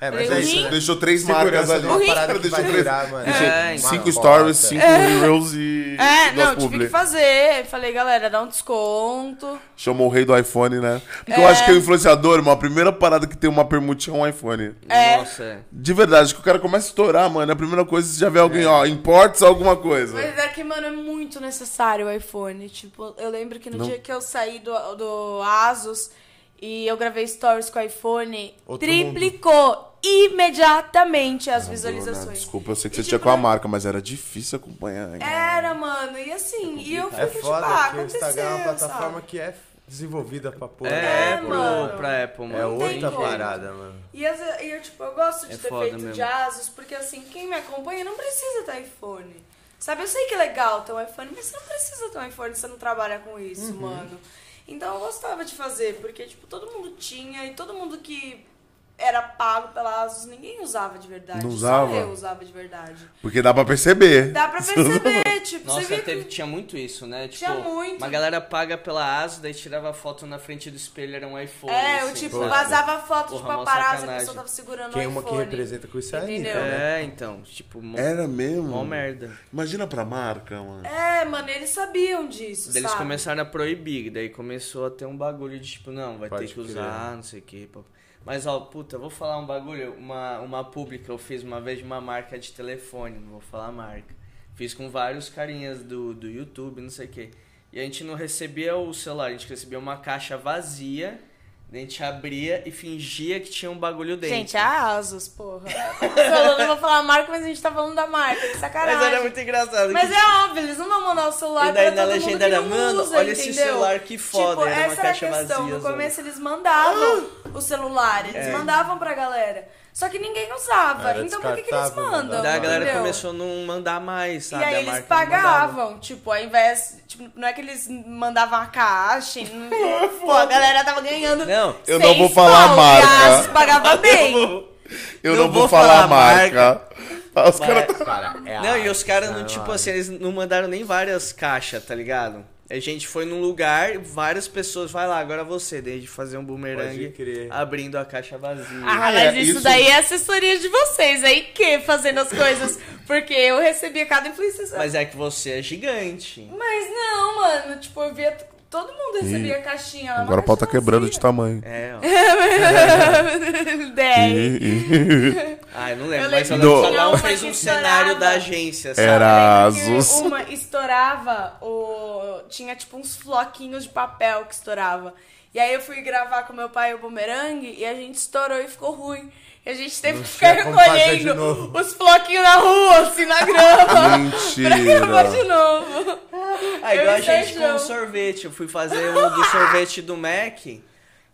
É, Falei, mas o é isso, rim- né? Deixou três marcas Segurança ali. de uma O rim- parada Cara, que deixou vai três. durar, mano. Deixou É, então. cinco Uma stories, bosta. cinco reels e. É, duas não, tive publi. que fazer. Falei, galera, dá um desconto. Chamou o rei do iPhone, né? Porque É. eu acho que o influenciador, irmão, a primeira parada que tem uma permutinha é um iPhone. É. Nossa, é. De verdade, que o cara começa a estourar, mano. A primeira coisa, você já vê É. alguém, ó, importes alguma coisa. Mas é que, mano, é muito necessário o iPhone. Tipo, eu lembro que no dia que eu saí do, do Asus e eu gravei stories com o iPhone, Outro triplicou. imediatamente as Dona, visualizações. Desculpa, eu sei que E, você tinha tipo, com a marca, mas era difícil acompanhar. hein? Era, mano, e assim, e eu fico É tipo, foda ah, que o aconteceu, Instagram é uma plataforma sabe? que é desenvolvida pra porra. É, É, pro, mano. pra Apple, mano. É Não tem outra como. parada, mano. E às ve- e eu, tipo, eu gosto de É ter foda feito mesmo. de Asus, porque assim, quem me acompanha não precisa ter iPhone. Sabe, eu sei que é legal ter um iPhone, mas você não precisa ter um iPhone, você não trabalha com isso, Uhum. mano. Então eu gostava de fazer, porque, tipo, todo mundo tinha e todo mundo que era pago pela Asus, ninguém usava de verdade. Não usava? Só eu usava de verdade. Porque dá pra perceber. Dá pra perceber, tipo, você Nossa, via teve, que... tinha muito isso, né? Tipo, Tinha muito. Uma galera paga pela ASUS, daí tirava a foto na frente do espelho, era um iPhone. É, eu, assim, tipo, sabe? vazava foto de Porra, mó paparazzi, a sacanagem. pessoa tava segurando Quem é o uma iPhone. que representa com isso é a Anitta, Entendeu? né? É, então, tipo, mó, Era mesmo? Hum. mó merda. Imagina pra marca, mano. É, mano, eles sabiam disso, Daí eles sabe? começaram a proibir, daí começou a ter um bagulho de tipo, não, vai Pode ter que crer. usar, não sei o que. pá. Mas ó, puta, eu vou falar um bagulho, uma, uma pública eu fiz uma vez de uma marca de telefone, não vou falar a marca. Fiz com vários carinhas do, do YouTube, não sei o que. E a gente não recebia o celular, a gente recebia uma caixa vazia, a gente abria e fingia que tinha um bagulho dentro. Gente, é a Asus, porra. Eu não vou falar a marca, mas a gente tá falando da marca, que sacanagem. Mas era muito engraçado. Mas que, é óbvio, eles não vão mandar o celular E daí pra na todo mundo legenda que era, não "Mano, usa, olha esse entendeu? celular, que foda, Tipo, era uma essa caixa era a questão, vazia, no zona. Ah! É. começo eles mandavam o celular, eles mandavam pra galera. Só que ninguém usava, Era então por que, que eles né? descartável, mandam? mandava. daí a galera entendeu? começou a não mandar mais, E sabe? aí a eles marca não mandava. pagavam, tipo, ao invés. Tipo, não é que eles mandavam a caixa. e Não... Pô, a galera tava ganhando. Não, eu não seis vou falar a pau, e marca. Asus pagava bem. Eu não, vou, falar a marca. Ah, Os caras É, Mas- É. não, e os caras, não, tipo assim, eles não mandaram nem várias caixas, tá ligado? A gente foi num lugar, várias pessoas, vai lá, agora você, desde fazer um Pode bumerangue crer. abrindo a caixa vazia. Ah, É, mas isso, isso- daí é assessoria de vocês, aí que fazendo as coisas. Porque eu recebia cada influenciador. Mas... Mas é que você é gigante. não, mano, tipo, eu via. t- Todo mundo recebia a caixinha. era uma Agora o pau tá caixinha assim. quebrando de É. vazia. tamanho. É, ó. Dez. Ah, eu não lembro, Eu mas lembro eu que lembro que tinha cada um uma fez que um cenário estourava. da agência, sabe? Era Lembra que Asus. Uma estourava o. Tinha tipo uns floquinhos de papel que estourava. E aí eu fui gravar com meu pai o bumerangue e a gente estourou e ficou ruim. E a gente teve que ficar tinha como fazer de recolhendo novo. os floquinhos na rua, assim, na grama. pra gravar de Mentira. novo. Ah, Eu igual a e gente com Sérgio. um sorvete. Eu fui fazer o do sorvete do Mac, e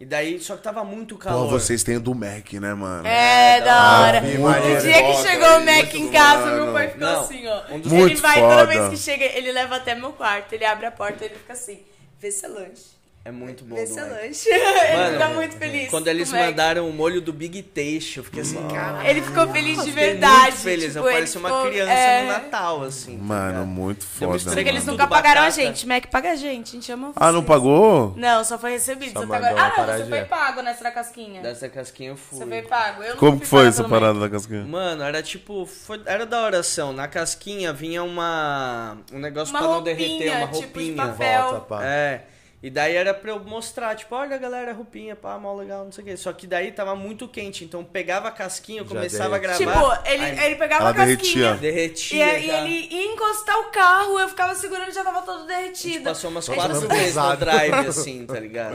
daí, só que tava muito calor. Pô, vocês têm o do Mac, né, mano? É, da hora. vi, o maneiro. dia que Foda, chegou o hein? Mac em Muito casa, mano. meu pai ficou Não, assim, ó. um dos- ele Muito vai, foda. toda vez que chega, ele leva até meu quarto, ele abre a porta, ele fica assim, vê se é lanche. É muito bom Vê do se é Mac. lanche. Ele Mano, fica muito feliz. Quando eles com o Mac. mandaram o molho do Big Taste, eu fiquei assim, caralho. Ele ficou feliz de fiquei verdade. Muito feliz, tipo, eu ele parecia uma ficou- criança é. no Natal, assim. tá Mano, ligado? muito foda. misturei Só que eles mano. Tudo nunca pagaram a batata. gente. Mac paga a gente, a gente ama vocês. Ah, não pagou? Não, só foi recebido. Só Só mandou pagou. uma Ah, não, você paradinha. é. foi pago nessa casquinha. Dessa casquinha eu fui. Você foi pago. Eu não Como que fui foi paga essa pelo Mac. parada da casquinha? Mano, era tipo, foi- era da oração. Na casquinha vinha uma um negócio Uma pra não roupinha, derreter, uma tipo de roupinha. papel. papel. Volta, pá. É. E daí era pra eu mostrar, tipo, olha galera, roupinha, pá, mal legal, não sei o quê. Só que daí tava muito quente, então eu pegava a casquinha, eu Já começava a derretia. gravar. Tipo, ele, aí ele pegava Ela a casquinha. derretia. E, derretia. e tá? ele ia encostar o carro, eu ficava segurando e já tava todo A gente derretido. Tipo, passou umas Ele- quatro Todo vezes no abusado. drive, assim, tá ligado?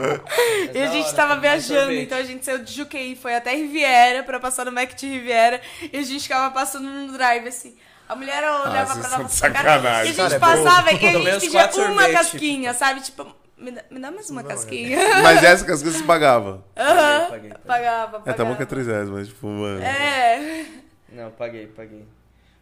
Mas E a da gente hora, tava foi mais viajando, sorvete. então a gente saiu de Juqueí, foi até Riviera pra passar no Mac de Riviera e a gente ficava passando no drive assim. A mulher olhava Ah, vocês pra são nossa de cara e sacanagem. a gente Cara, é passava bom. e a Tomei gente uns pedia uma quatro sorvete. é casquinha, sabe? Tipo, me dá, me dá mais uma casquinha. Mas essa casquinha se pagava. Aham. Paguei, paguei. Pagava, pagava. É, tá bom que é 3 reais, mas tipo, mano. É. Não, paguei, paguei.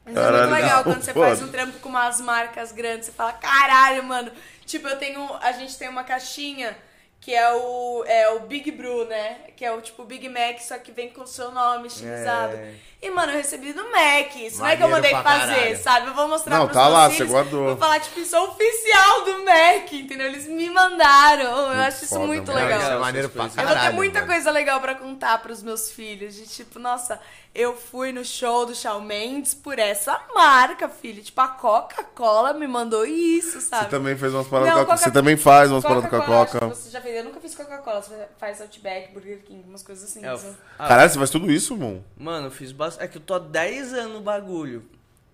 Mas é Caralho, muito legal não, quando você foda. faz um trampo com umas marcas grandes, você fala, caralho, mano. Tipo, eu tenho. A gente tem uma caixinha que é o, é o Big Brew, né? Que é o tipo Big Mac, só que vem com o seu nome estilizado. É. E, mano, eu recebi do Mac. Isso não é que eu Maneiro mandei pra fazer, caralho. sabe? Eu vou mostrar Não, pros tá meus lá, filhos, você guardou. Vou falar, tipo, isso é oficial do Mac, entendeu? Eles me mandaram. Eu Muito acho isso foda, muito mano. Não, isso é legal. maneiro pra Eu Eu caralho. vou ter muita mano. coisa legal pra contar pros meus filhos. De tipo, nossa, eu fui no show do Shawn Mendes por essa marca, filho. Tipo, a Coca-Cola me mandou isso, sabe? Você também fez umas paradas Não, com a Coca. Coca- Você também faz umas paradas com a Coca-Cola, Coca. acho que Você já fez? Eu nunca fiz Coca-Cola. Você faz Outback, Burger King, umas coisas assim. É, eu- sabe? ah, Caralho, você faz tudo isso, irmão? mano, eu fiz bastante. É que eu tô há 10 anos no bagulho.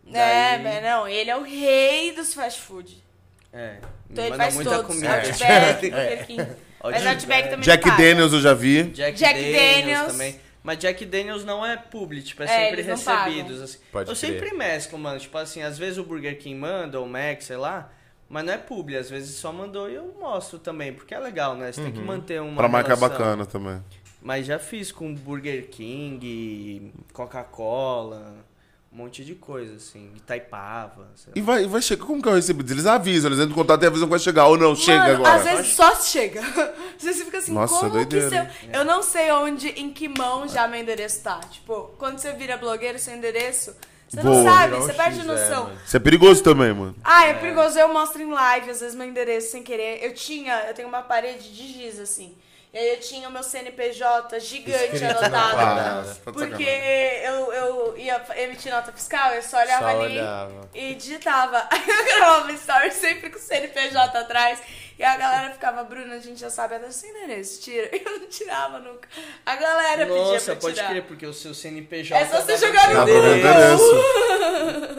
É, Daí- mas não, ele é o rei dos fast food. É. Então me ele manda faz muita todos. comida. É. Outback, Burger King. Mas Outback. Outback também Jack paga. Daniels eu já vi. Jack, Jack Daniels, Daniels. também. Mas Jack Daniels não é publi, tipo, é, É, sempre eles não pagam. recebidos. Assim. Pode eu crer. sempre mesclo, mano. Tipo assim, às vezes o Burger King manda, ou o Mac, sei lá. Mas não é publi, às vezes só mandou e eu mostro também, porque é legal, né? Você tem que manter uma. Uhum. Pra marcar relação. bacana também. Mas já fiz com Burger King, Coca-Cola, um monte de coisa, assim. Itaipava, sei lá. E vai, e vai chegar. Como que é o recebido? Eles avisam, eles entram em contato e avisam que vai chegar. Ou não, chega Mano, agora. Às vezes só chega. Você fica assim, Nossa, como doideira, que seu. Eu não sei onde, em que mão já meu endereço tá. Tipo, quando você vira blogueiro sem endereço, você Boa. não sabe, Virar um você perde X, é, noção. mano. Isso é perigoso também, mano. Ah, é, perigoso, eu mostro em live, às vezes meu endereço sem querer. Eu tinha, eu tenho uma parede de giz, assim. E aí eu tinha o meu CNPJ gigante Escrito na anotado. parada. Tá de Porque sacanagem. eu, eu ia emitir nota fiscal, eu só olhava Só ali olhava. e digitava. Aí eu gravava story sempre com o CNPJ atrás. E a galera ficava, Bruna, a gente já sabe até o seu endereço, tira. Eu não tirava nunca. A galera pedia Nossa, pra pode tirar. crer, porque o seu CNPJ. É só você dá pra jogar no Tá entender. bom, endereço.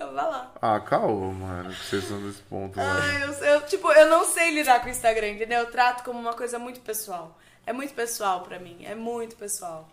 Eu Vai lá. Ah, calma, mano. que Vocês são desse ponto, mano. Ai, eu, eu, tipo, eu não sei lidar com o Instagram, entendeu? Eu trato como uma coisa muito pessoal. É muito pessoal pra mim, é muito pessoal.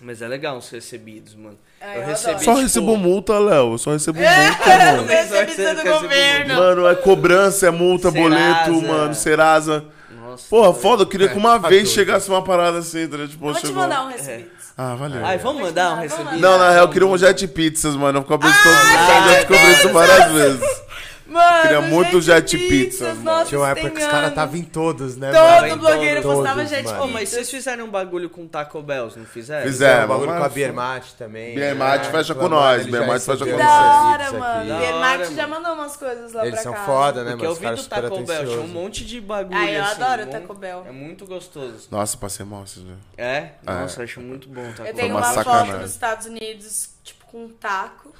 Mas é legal os recebidos, mano. Ah, eu eu recebi. adoro. Só tipo, recebo multa, Léo. Eu Só recebo É, multa, Eu mano. recebi Vai do ser- vai ser governo. Mano, é cobrança, é multa, Serasa. boleto, mano, Serasa. Nossa. Porra, doido. foda, eu queria que uma tá vez doido. chegasse uma parada assim, tá ligado? Tipo, Eu vou te chegou- mandar um recebido. É. Ah, valeu. Ai, vamos mandar um Vamos lá. recebido? Não, na real, eu queria um Jet Pizzas, mano. Eu ficava pensando, Ah, eu já te cobrei isso várias vezes. Mano, Queria muito jet pizza, mano. nossa, Tinha uma isso época que tem os caras anos. estavam em todas, né? Todo mano? blogueiro Todos, postava jet mano. Pô, pizza. mas vocês fizeram um bagulho com Taco Bells, não fizeram? Fizemos. É, É, o bagulho mas- com a Biermate também. Biermate né? fecha com Reclamando, nós, eles Biermate já fecha com Que receberam nós. da essas hora, pizzas mano. Da aqui. hora, Bernat já mano. mandou umas coisas lá Eles pra são cá. foda, né, Porque mano? eu Os vi caras do super Taco Bell, tinha um atenciosos. monte de bagulho Ah, eu assim, adoro o um Taco monte- Bell. É muito gostoso. Nossa, passei mal esses dias. É? Nossa, eu acho muito bom o Taco Eu Foi tenho Tá uma uma sacanagem. foto dos Estados Unidos, tipo, com um taco.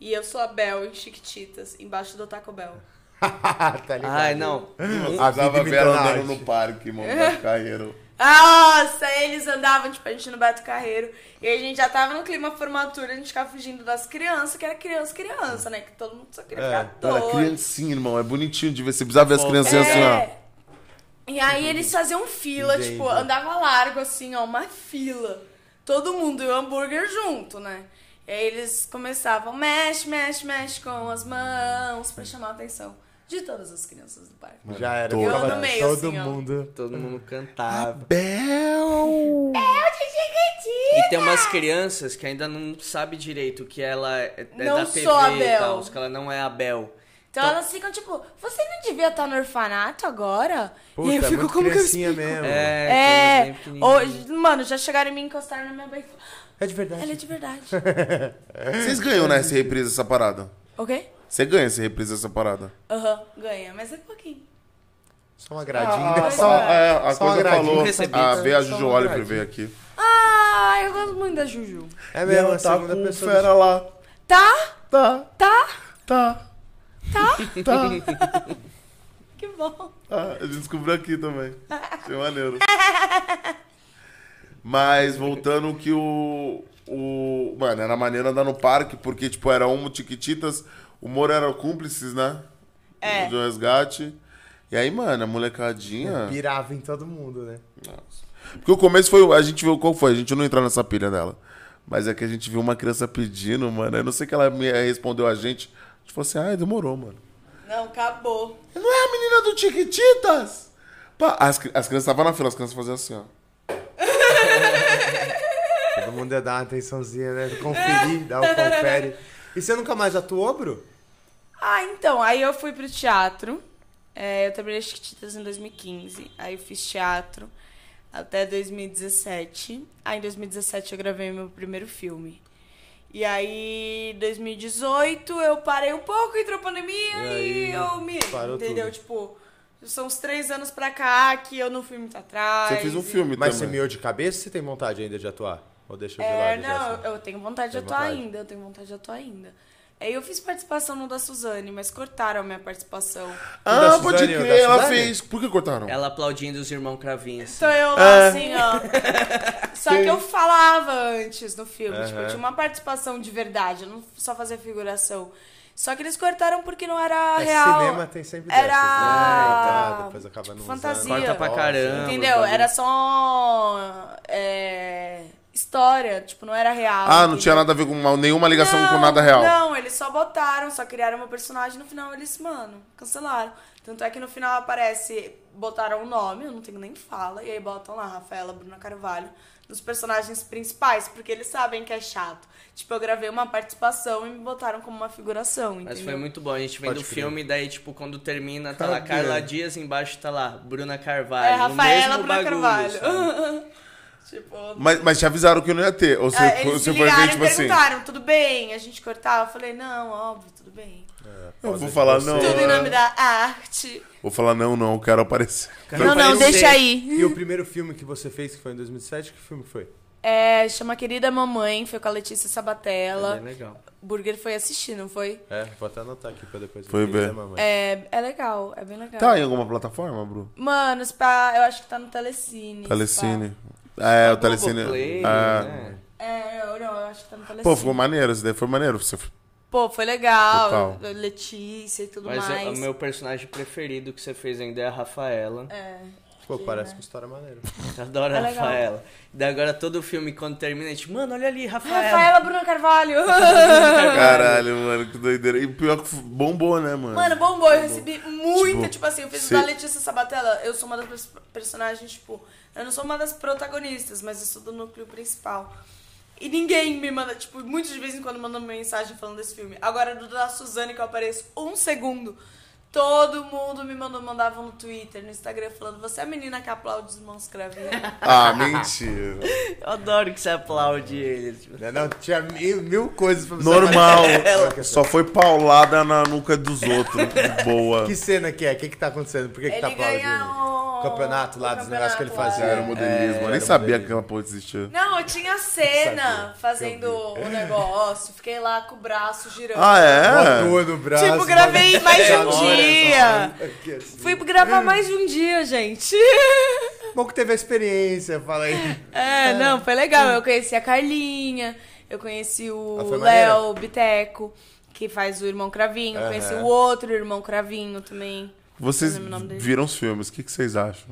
E eu sou a Bel em Chiquititas, embaixo do Taco Bell. tá ligado? Ai, não. Hum. A vida imitando a arte. parque, mano, É. no carreiro. Nossa, eles andavam, tipo, a gente no Beto Carreiro. E a gente já tava no clima formatura, a gente ficava fugindo das crianças, que era criança, criança, né? Que todo mundo só queria ficar Cara, doido. criancinha, irmão, é bonitinho de ver. Você precisava ver as criancinhas assim, ó. É. E aí eles faziam fila, Entendi. tipo, andava largo, assim, ó, uma fila. Todo mundo e o hambúrguer junto, né? E aí eles começavam, mexe, mexe, mexe com as mãos, pra chamar a atenção de todas as crianças do parque. Já era. Todo. ficava Eu no meio, todo assim, ó. mundo. Todo mundo cantava. Bel! E tem umas crianças que ainda não sabe direito que ela é, é Não da sou TV a e Bel. tal, que ela não é a Bel. Então elas ficam, tipo, você não devia estar no orfanato agora? Ah, Puta, é e eu fico, muito como que eu criancinha explico? Hum. mesmo. É... É, É, tem umas bem pequenininhas. hoje, mano, já chegaram em mim encostaram na minha banca e falaram, de verdade. ela é de verdade. Vocês ganham, né, se reprisa essa parada? ok? Você ganha se reprisa essa parada. Aham, ganha, mas é pouquinho. Só uma gradinha. Ah, só... só, é, a só coisa uma gradinha. falou. Ah, Recebi. A Bea Só Juju uma Oliver gradinha. veio aqui. Ah, eu gosto muito da Juju. É E mesmo, ela a tá segunda com o pessoa. fera lá. Tá? Tá, Tá? tá, Tá? tá. Que bom. Ah, a gente descobriu aqui também. Que maneiro. Mas voltando que o. o mano, era maneiro andar no parque, porque, tipo, era um Tiquititas, o Moro era cúmplices, né? É. Do resgate. E aí, mano, a molecadinha. Pirava em todo mundo, né? Porque o começo foi. A gente viu qual foi, a gente não entrou nessa pilha dela. Mas é que a gente viu uma criança pedindo, mano. Eu não sei que ela me respondeu a gente. A gente falou assim, ai, demorou, mano. Não, acabou. Não é a menina do Tiquititas? Pá, as, cri- as crianças estavam na fila, as crianças faziam assim, ó. Todo mundo ia dar uma atençãozinha, né? Conferir, dar o confere. E você nunca mais atuou, Bru? Ah, então, aí eu fui pro teatro. É, eu trabalhei Chiquititas em 2015. Aí eu fiz teatro até 2017. Aí em 2017 eu gravei meu primeiro filme. E aí, 2018, eu parei um pouco, entrou a pandemia E aí, e, eu me. parou Entendeu? tudo. Tipo, são uns três anos pra cá que eu não fui muito atrás. Você fez um e- filme Mas você também. miou de cabeça ou você tem vontade ainda de atuar? Ou deixa de É, lado? já, não, assim? eu tenho vontade de Tem atuar vontade. ainda, eu tenho vontade de atuar ainda. Aí eu fiz participação no da Suzane, mas cortaram a minha participação. da Ah, Suzane, pode o da crer, ela Suzane? fez. Por que cortaram? Ela aplaudindo os irmãos Cravins. Então eu lá, É. assim, ó. Só que eu falava antes no filme, tipo, eu tinha uma participação de verdade, eu não só fazia figuração. Só que eles cortaram porque não era É, real. cinema tem sempre né? Era- dessas, né? Então, depois acaba Tipo, não fantasia. usando. Corta pra caramba. Entendeu? bagulho. Era só. É, história, tipo, não era real. Ah, não entendeu? tinha nada a ver com mal- nenhuma ligação com nada Não, real. Não, eles só botaram, só criaram uma personagem no final eles, mano, cancelaram. Tanto é que no final aparece, botaram o nome, eu não tenho nem fala, e aí botam lá Rafaela, Bruna Carvalho, dos personagens principais, porque eles sabem que é chato. Tipo, eu gravei uma participação e me botaram como uma figuração, entendeu? Mas foi muito bom. A gente vem Pode do crer. filme, daí, tipo, quando termina, tá lá Cadê? Carla Dias, embaixo tá lá Bruna Carvalho. É, no Rafaela, mesmo Bruna bagulho, sabe? Carvalho. tipo... Mas, mas te avisaram que não ia ter. Ou você, ah, eles você me foi ver, ligaram tipo e assim. perguntaram, tudo bem? A gente cortava? Eu falei, não, óbvio, tudo bem. Eu vou falar, não. Tudo em é. nome da arte. Vou falar, não, não, eu quero aparecer. Cara, eu falei, sei. aí. E o primeiro filme que você fez, que foi em 2007, que filme foi? É, chama Querida Mamãe, foi com a Letícia Sabatella. É legal. Burger foi assistir, não foi? É, vou até anotar aqui pra depois. Foi ver. É, é legal, é bem legal. Tá em alguma plataforma, Bruno? Mano, se pá, eu acho que tá no Telecine. se Telecine. É, o Tá assim, Telecine. Globoplay, Ah. é. né? pá. É, eu não, eu acho que tá no Telecine. Pô, ficou maneiro, isso daí foi maneiro. Você... Pô, foi legal. Total. Letícia e tudo Mas é- mais. o meu personagem preferido que você fez ainda é a Rafaela. É. Pô, parece uma história maneira. Eu adoro É a legal. Rafaela. Daí agora todo filme, quando termina, a gente, mano, olha ali, Rafaela. Rafaela Bruno Carvalho. Caralho, mano, que doideira. E pior que bombou, né, mano? Mano, bombou, eu recebi Tipo, muita, tipo, assim, eu fiz cê- o da Letícia Sabatella, eu sou uma das pers- personagens, tipo, eu não sou uma das protagonistas, mas eu sou do núcleo principal. E ninguém me manda, tipo, muitos de vez em quando mandam mensagem falando desse filme. Agora, do da Suzane, que eu apareço um segundo, todo mundo me mandou, mandava no Twitter, no Instagram, falando, você é a menina que aplaude os mãos cravinhos. Ah, mentira. Eu adoro que você aplaude ele. Tipo, Né, Não, não, tinha mil, mil coisas pra você Normal. É, fazer. Só foi paulada na nuca dos outros. Boa. Que cena que é? O que que tá acontecendo? Por que que tá ele ganha um aplaudindo? o... Campeonato lá, o dos negócios que ele campeonato lá. fazia. Era o modelismo. Eu É, nem era sabia modelismo. que aquela porra existia. Não, eu tinha a cena Sabia, fazendo o negócio, fiquei lá com o braço girando. Ah, é? Botou no braço. Tipo, gravei mais de um Olha, dia. dia. Fui gravar mais de um dia, gente. Bom que teve a experiência, fala aí. É, não, foi legal. Eu conheci a Carlinha, eu conheci o Ah, foi Léo Biteco, que faz o Irmão Cravinho. Aham. Eu conheci o outro Irmão Cravinho também. Vocês Não lembro o nome dele. viram os filmes, o que, que vocês acham?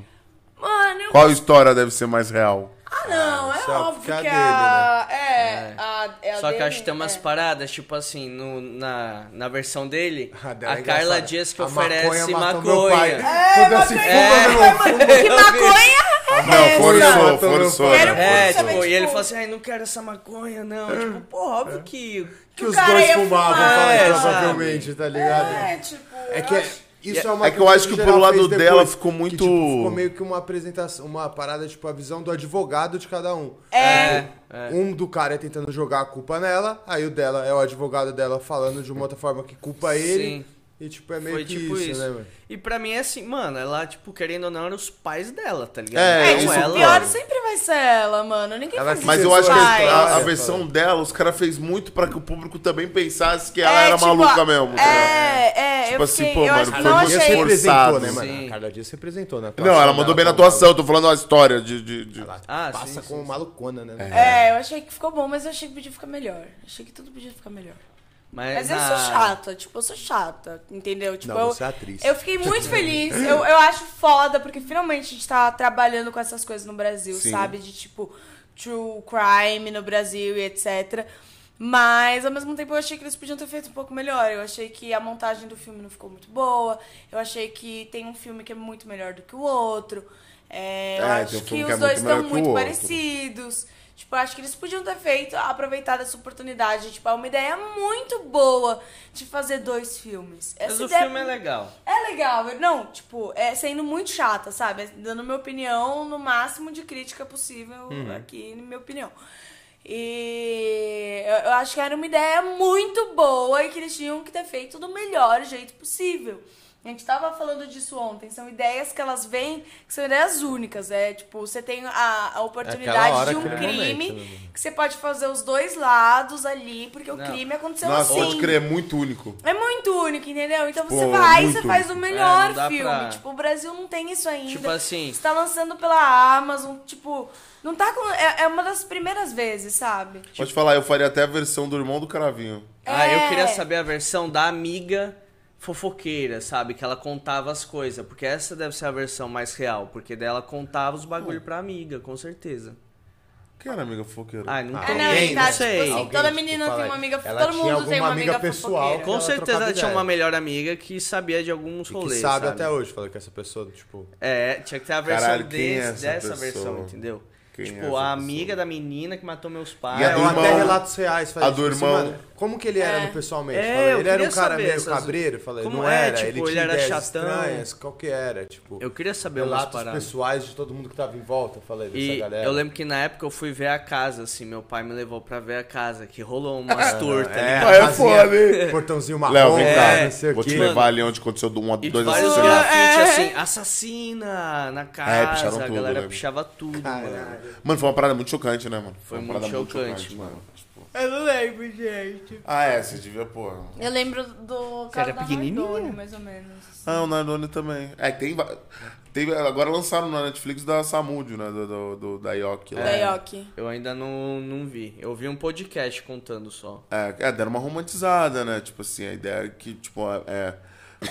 Mano, eu... Qual história deve ser mais real? Ah, não, Ah, é só óbvio que porque a... é a É, a, é a Só que eu dele, acho que tem umas é. paradas, tipo assim, no- na, na versão dele, Ah, a dela é Carla engraçada. Dias que A oferece maconha maconha. matou meu pai. É, Quando eu maconha, se É. fuga, meu que maconha é Não, essa? forçou, Exato, meu forçou. pai. né? É, Sabe, tipo, e ele tipo- fala assim, ai, não quero essa maconha, não. Tipo, pô, óbvio que... que os cara dois ia fumavam, fumar. fala aí, É, provavelmente, tá ligado? É, tipo... É eu que é- acho- isso É- é uma é que eu acho que coisa pro o geral lado fez dela ficou muito- Que, tipo, ficou meio que uma apresentação, uma parada, tipo, a visão do advogado de cada um. É. Um do cara é tentando jogar a culpa nela, aí o dela é o advogado dela falando de uma outra forma que culpa ele. Sim. E, tipo, é meio Foi que tipo isso, isso. né, mano? E pra mim é assim, mano, ela, tipo, querendo ou não, eram os pais dela, tá ligado? É, Não isso o ela- tipo, pior sempre vai ser ela, mano. Ninguém Ela faz Mas eu Sim, acho que vai. a, a Vai. versão dela, os caras fez muito pra que o público também pensasse que É, ela era tipo, maluca a- mesmo. entendeu? É, é, Tipo eu assim, fiquei, pô, eu mano, acho que foi não muito achei. esforçado. forçado, né, mano? sim. A Carla Dias se apresentou na Não, ela atuação mandou bem na dela, atuação, eu tô falando uma história de. de- de- Ela Ah, sim, passa sim, como sim. malucona, né? É, eu achei que ficou bom, mas eu achei que podia ficar melhor. Achei que tudo podia ficar melhor. né? Mas eu na- sou chata, tipo, eu sou chata, entendeu? Tipo, Não, eu, você é atriz. eu fiquei muito feliz, eu, eu acho foda, porque finalmente a gente tá trabalhando com essas coisas no Brasil, Sim. sabe? De tipo, true crime no Brasil e etc. Mas ao mesmo tempo eu achei que eles podiam ter feito um pouco melhor. Eu achei que a montagem do filme não ficou muito boa. Eu achei que tem um filme que é muito melhor do que o outro. É, eu É, tem acho um que filme os que é muito dois melhor estão que o muito outro. parecidos parecidos. Tipo, eu acho que eles podiam ter feito, aproveitado essa oportunidade. Tipo, é uma ideia muito boa de fazer dois filmes. Essa Mas o ideia filme é legal. É legal. eu- Não, tipo, é sendo muito chata, sabe? É Dando minha opinião, no máximo de crítica possível Uhum. aqui, na minha opinião. E eu eu acho que era uma ideia muito boa e que eles tinham que ter feito do melhor jeito possível. A gente tava falando disso ontem. São ideias que elas vêm, que são ideias únicas. É tipo, você tem a, a Aquela oportunidade hora, de um aquele crime momento, né? que você pode fazer os dois lados ali, porque o Não. crime aconteceu Nossa, assim. pode crer, é muito único. É muito único, entendeu? Então Tipo, você vai e muito você faz o único. melhor É, não dá filme. pra- Tipo, o Brasil não tem isso ainda. Tipo assim- Você tá lançando pela Amazon, tipo, não tá com. É, é uma das primeiras vezes, sabe? Pode falar, eu faria até a versão do irmão do Cravinho. Ah, eu É. queria saber a versão da amiga fofoqueira, sabe? Que ela contava as coisas. Porque essa deve ser a versão mais real. Porque dela contava os bagulho pra amiga, com certeza. Quem era amiga fofoqueira? Ah, não Ah, É, tem. não, ele tá, não tipo sei. assim, toda menina tipo, tem fala, uma amiga, ela todo tinha mundo tem alguma uma amiga amiga pessoal. fofoqueira. Com ela certeza trocava ela tinha ideia. uma né? melhor amiga que sabia de alguns E que rolês. sabe até hoje, falando que essa pessoa, tipo. É, tinha que ter a versão Caralho, quem é desse- essa dessa pessoa? versão, entendeu? Quem é tipo, essa a pessoa? amiga da menina que matou meus E a pais. do ou até irmão? relatos reais. Falei, A do tipo assim, irmão? mano, como que ele era no pessoalmente? É, falei, eu ele era um queria cara saber meio essas- cabreiro? Falei, Como não é, era, tipo, ele ele tinha era ideias chatão. estranhas, qual que era? Tipo, Eu queria saber umas relatos paradas. pessoais de todo mundo que tava em volta, falei, dessa E galera. eu lembro que na época eu fui ver a casa, assim, meu pai me levou pra ver a casa, que rolou umas tortas. é, ligado? Ah, é rapazinha, foda, hein? Portãozinho marrom, Léo, vem cá. é, não sei o Vou te quê. levar ali onde aconteceu do um a E dois vários assassinatos. grafites, É. assim, assassina na casa, picharam a tudo, galera né? pichava tudo, mano. Mano, foi uma parada muito chocante, né, mano? Foi uma muito parada chocante, Tipo, Eu não lembro, gente. Ah, é, você devia, porra. Eu lembro do Você cara era da pequenininha? Nardone, mais ou menos. Ah, o Nardone também. É, tem, va- tem. Agora lançaram na Netflix da Samúdio, né? Do, do- do- da Yoki É. lá. Da Yoki. Eu ainda não, não vi. Eu vi um podcast contando só. É, é, deram uma romantizada, né? Tipo assim, a ideia é que, tipo, é.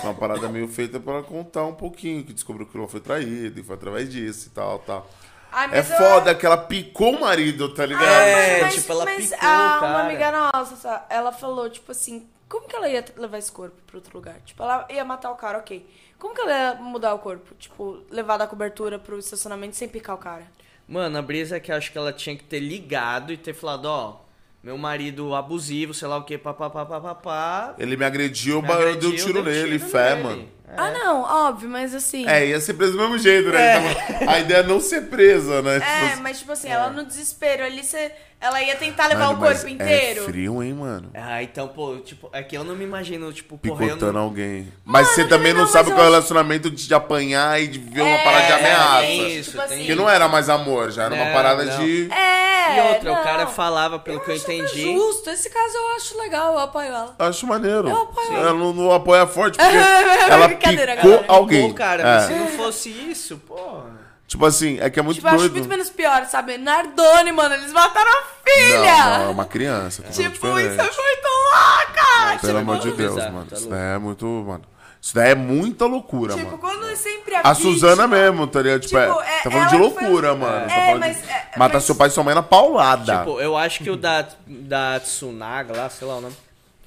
é Uma parada meio feita pra contar um pouquinho, que descobriu que ela foi traída e foi através disso e tal, tal. Ai, É mas eu- foda que ela picou o marido, tá ligado? É, tipo, ela picou o ah, cara. Uma amiga nossa, ela falou, tipo assim, como que ela ia levar esse corpo pra outro lugar? Tipo, ela ia matar o cara, ok. Como que ela ia mudar o corpo? Tipo, levar da cobertura pro estacionamento sem picar o cara. Mano, a brisa é que eu acho que ela tinha que ter ligado e ter falado, ó, meu marido abusivo, sei lá o que, papapá, papapá. Ele me agrediu, me ba- eu dei agrediu, um tiro dei um nele, tiro fé, nele. mano. Ah, não, óbvio, mas assim. É, ia ser preso do mesmo jeito, né? Então, a ideia é não ser presa, né? É, Tipo, mas tipo assim, ela no desespero ali, cê, ela ia tentar levar mano, o mas corpo inteiro. É frio, hein, mano? Ah, então, pô, tipo, é que eu não me imagino, tipo, Picotando correndo. alguém. Mas você também não, não, mas sabe eu qual é o acho- relacionamento de apanhar e de ver uma É, parada de é, ameaça. tem isso, Tipo tem assim. Que não é era mais amor, já era uma Não, parada não. de. É. E outra, não. o cara falava, pelo que eu acho até entendi. Justo, esse caso eu acho legal, eu apoio ela. Acho maneiro. Eu apoio. É Ela não, não apoia forte porque ela Brincadeira, picou galera. Tipo, alguém. Pô, cara, É. mas se não fosse isso, pô. Tipo assim, é que é muito Tipo, eu acho doido. muito menos pior, sabe? Nardone, mano, eles mataram a não, filha! não, é uma criança. totalmente Tipo, diferente. isso é muito louca! Pelo Você amor não de pode Deus, avisar, mano. tá isso louco. daí é muito, mano. Isso daí é muita loucura, Tipo, mano. quando sempre a É. A vítima- Suzana mesmo, tá ligado? Tipo, Tipo, é, é- tá falando de ela foi- loucura, mano. É, tá falando mas- de- é, Matar mas- seu pai e sua mãe na paulada. Tipo, eu acho que o da, da Tsunaga lá, sei lá o nome,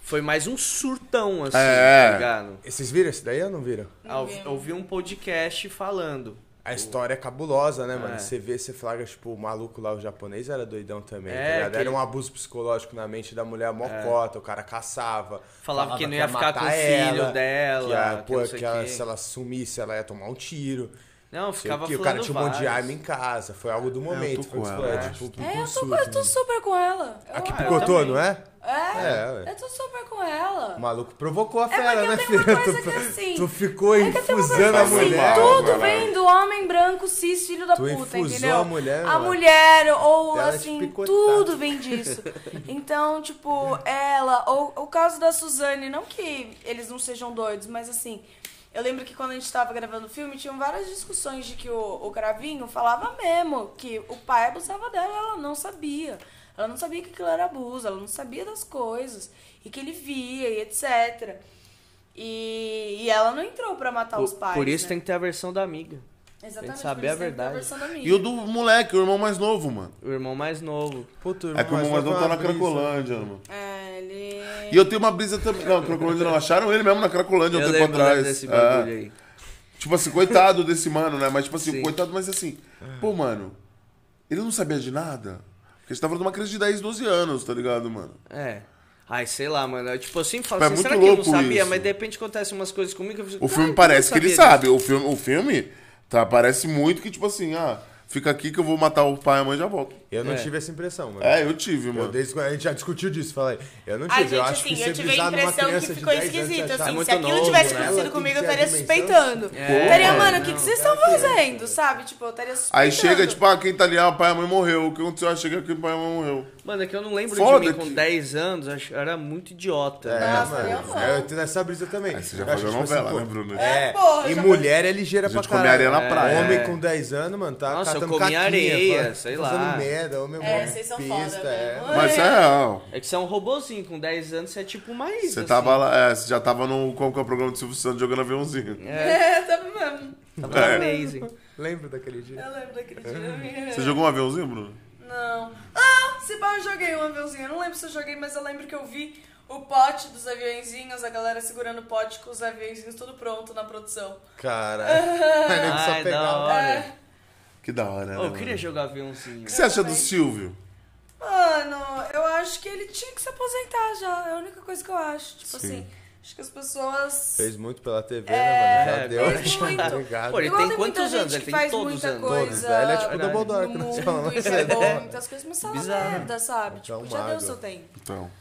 foi mais um surtão, assim, É. tá ligado? E Vocês viram isso daí ou não viram? Ah, eu- Uhum. eu ouvi um podcast falando. A história é cabulosa, né, mano? É. Você vê, você flagra, tipo, o maluco lá, o japonês era doidão também, tá É, ligado? aquele- Era um abuso psicológico na mente da mulher mocota, o cara caçava. Falava que não ia ficar matar com o filho dela, Que, a, que pô, não sei que ela- o quê. se ela sumisse, ela ia tomar um tiro. Não, Sei ficava o que, falando o cara tinha um monte de vários. arma em casa, foi algo do momento. tô foi com um ela, explode, acho. tipo, É, um eu surto, tô, eu tô super com ela. Eu, Aqui acho. picotou, também. não é? É, É, ué. eu tô super com ela. O maluco provocou a É fera, né, porque eu tenho filha? uma coisa tu, que é assim. tu ficou É que eu tenho uma coisa infusando a assim, mulher. tudo mano. vem do homem branco cis, filho da Tu puta, infusou entendeu? a mulher, A mano. mulher, ou Ela te assim, picotar. tudo vem disso. Então, tipo, ela, ou o caso da Suzane, não que eles não sejam doidos, mas assim. Eu lembro que quando a gente tava gravando o filme, tinham várias discussões de que o, o Cravinho falava mesmo que o pai abusava dela e ela não sabia. Ela não sabia que aquilo era abuso, ela não sabia das coisas, e que ele via, e etc. E, e ela não entrou pra matar os Por, pais. por isso né? tem que ter a versão da amiga. Exatamente, Tem que saber por isso tem que a ter verdade. versão da mídia. E o do moleque, o irmão mais novo, mano. O irmão mais novo. Pô, tu, É que o irmão mais novo tá na brisa. Cracolândia, mano. É, ele... E eu tenho uma brisa também. Não, Cracolândia não. Acharam ele mesmo na Cracolândia um Eu tempo lembro né, atrás. desse É. bagulho aí. Tipo assim, coitado desse mano, né? Mas, tipo assim, Sim. coitado, mas assim, pô, mano, ele não sabia de nada. Porque a gente tava numa crise de 10, 12 anos, tá ligado, mano? É. Ai, sei lá, mano. Eu, tipo, eu sempre falo É assim, muito será que eu não louco sabia? isso. Mas de repente acontecem umas coisas comigo. que eu fico, O filme "Cara, parece eu que não ele sabia sabe. O filme, o filme tá, parece muito que, tipo assim, ah, fica aqui que eu vou matar o pai e a mãe e já volto. Eu não É. tive essa impressão, mano. É, eu tive, Eu mano. desde quando a gente já discutiu disso, falei. Eu não tive, Ai, gente, eu acho assim, que eu você tive a brisar numa impressão que criança de ficou 10 anos, esquisito, você achar É assim, muito se aquilo novo, tivesse né? acontecido Ela tem comigo, eu que ter estaria a dimensão, suspeitando. É. Estaria, Pô, então, assim, mano, o não, assim. que, que não, vocês não, estão fazendo, sabe? Tipo, eu estaria suspeitando. Aí chega, tipo, ah, quem tá ali, ah, pai e a mãe morreu. O que aconteceu? Ah, chega aqui, pai e a mãe morreu. Mano, é que eu não lembro Foda de mim com que- 10 anos, acho- eu era muito idiota. É, né? Nossa, eu mano. não. É, eu tenho essa brisa também. Aí você já Eu acho fazia que, tipo novela, assim, pô, né, Bruno? É, É, porra, e já mulher é ligeira A pra gente caralho. come areia na praia. Homem com 10 anos, mano, tá Nossa, eu catando comi caquinha, areia, pô, sei tá lá. Fazendo merda, homem É, mó vocês são besta, foda, é. velho. Mas é, ó, É que você é um robozinho, com 10 anos você é tipo uma Isa. você assim. tava lá, é, você já tava no qual que é o programa do Silvio Santos jogando aviãozinho. É, tá mesmo. É. Tava na Amazing. Lembra daquele dia? Eu lembro daquele dia. Você jogou um aviãozinho, Bruno? Não. Ah, se pá, eu joguei um aviãozinho. Eu não lembro se eu joguei, mas eu lembro que eu vi o pote dos aviãozinhos, a galera segurando o pote com os aviãozinhos tudo pronto na produção. É, Caralho. Aí nego só Ai, da pegava. hora. Que da hora, né? Ô, eu mano? queria jogar O aviãozinho. que você acha do Silvio? Mano, eu acho que ele tinha que se aposentar já. É a única coisa que eu acho. Tipo Sim. assim, acho que as pessoas. Fez muito pela TV, né, mano? Já É, deu. fez muito. tá Obrigado. Pô, ele Igual tem tem quantos muita gente anos? Ele que tem faz todos os muitar anos. coisa. Todos, né? Ele é tipo o Verdade. Dumbledore, no que nós mundo, falamos. isso é bom, muitas coisas, mas só Bizarro. merda, sabe? Então, Tipo, já deu mago. seu tempo. Então.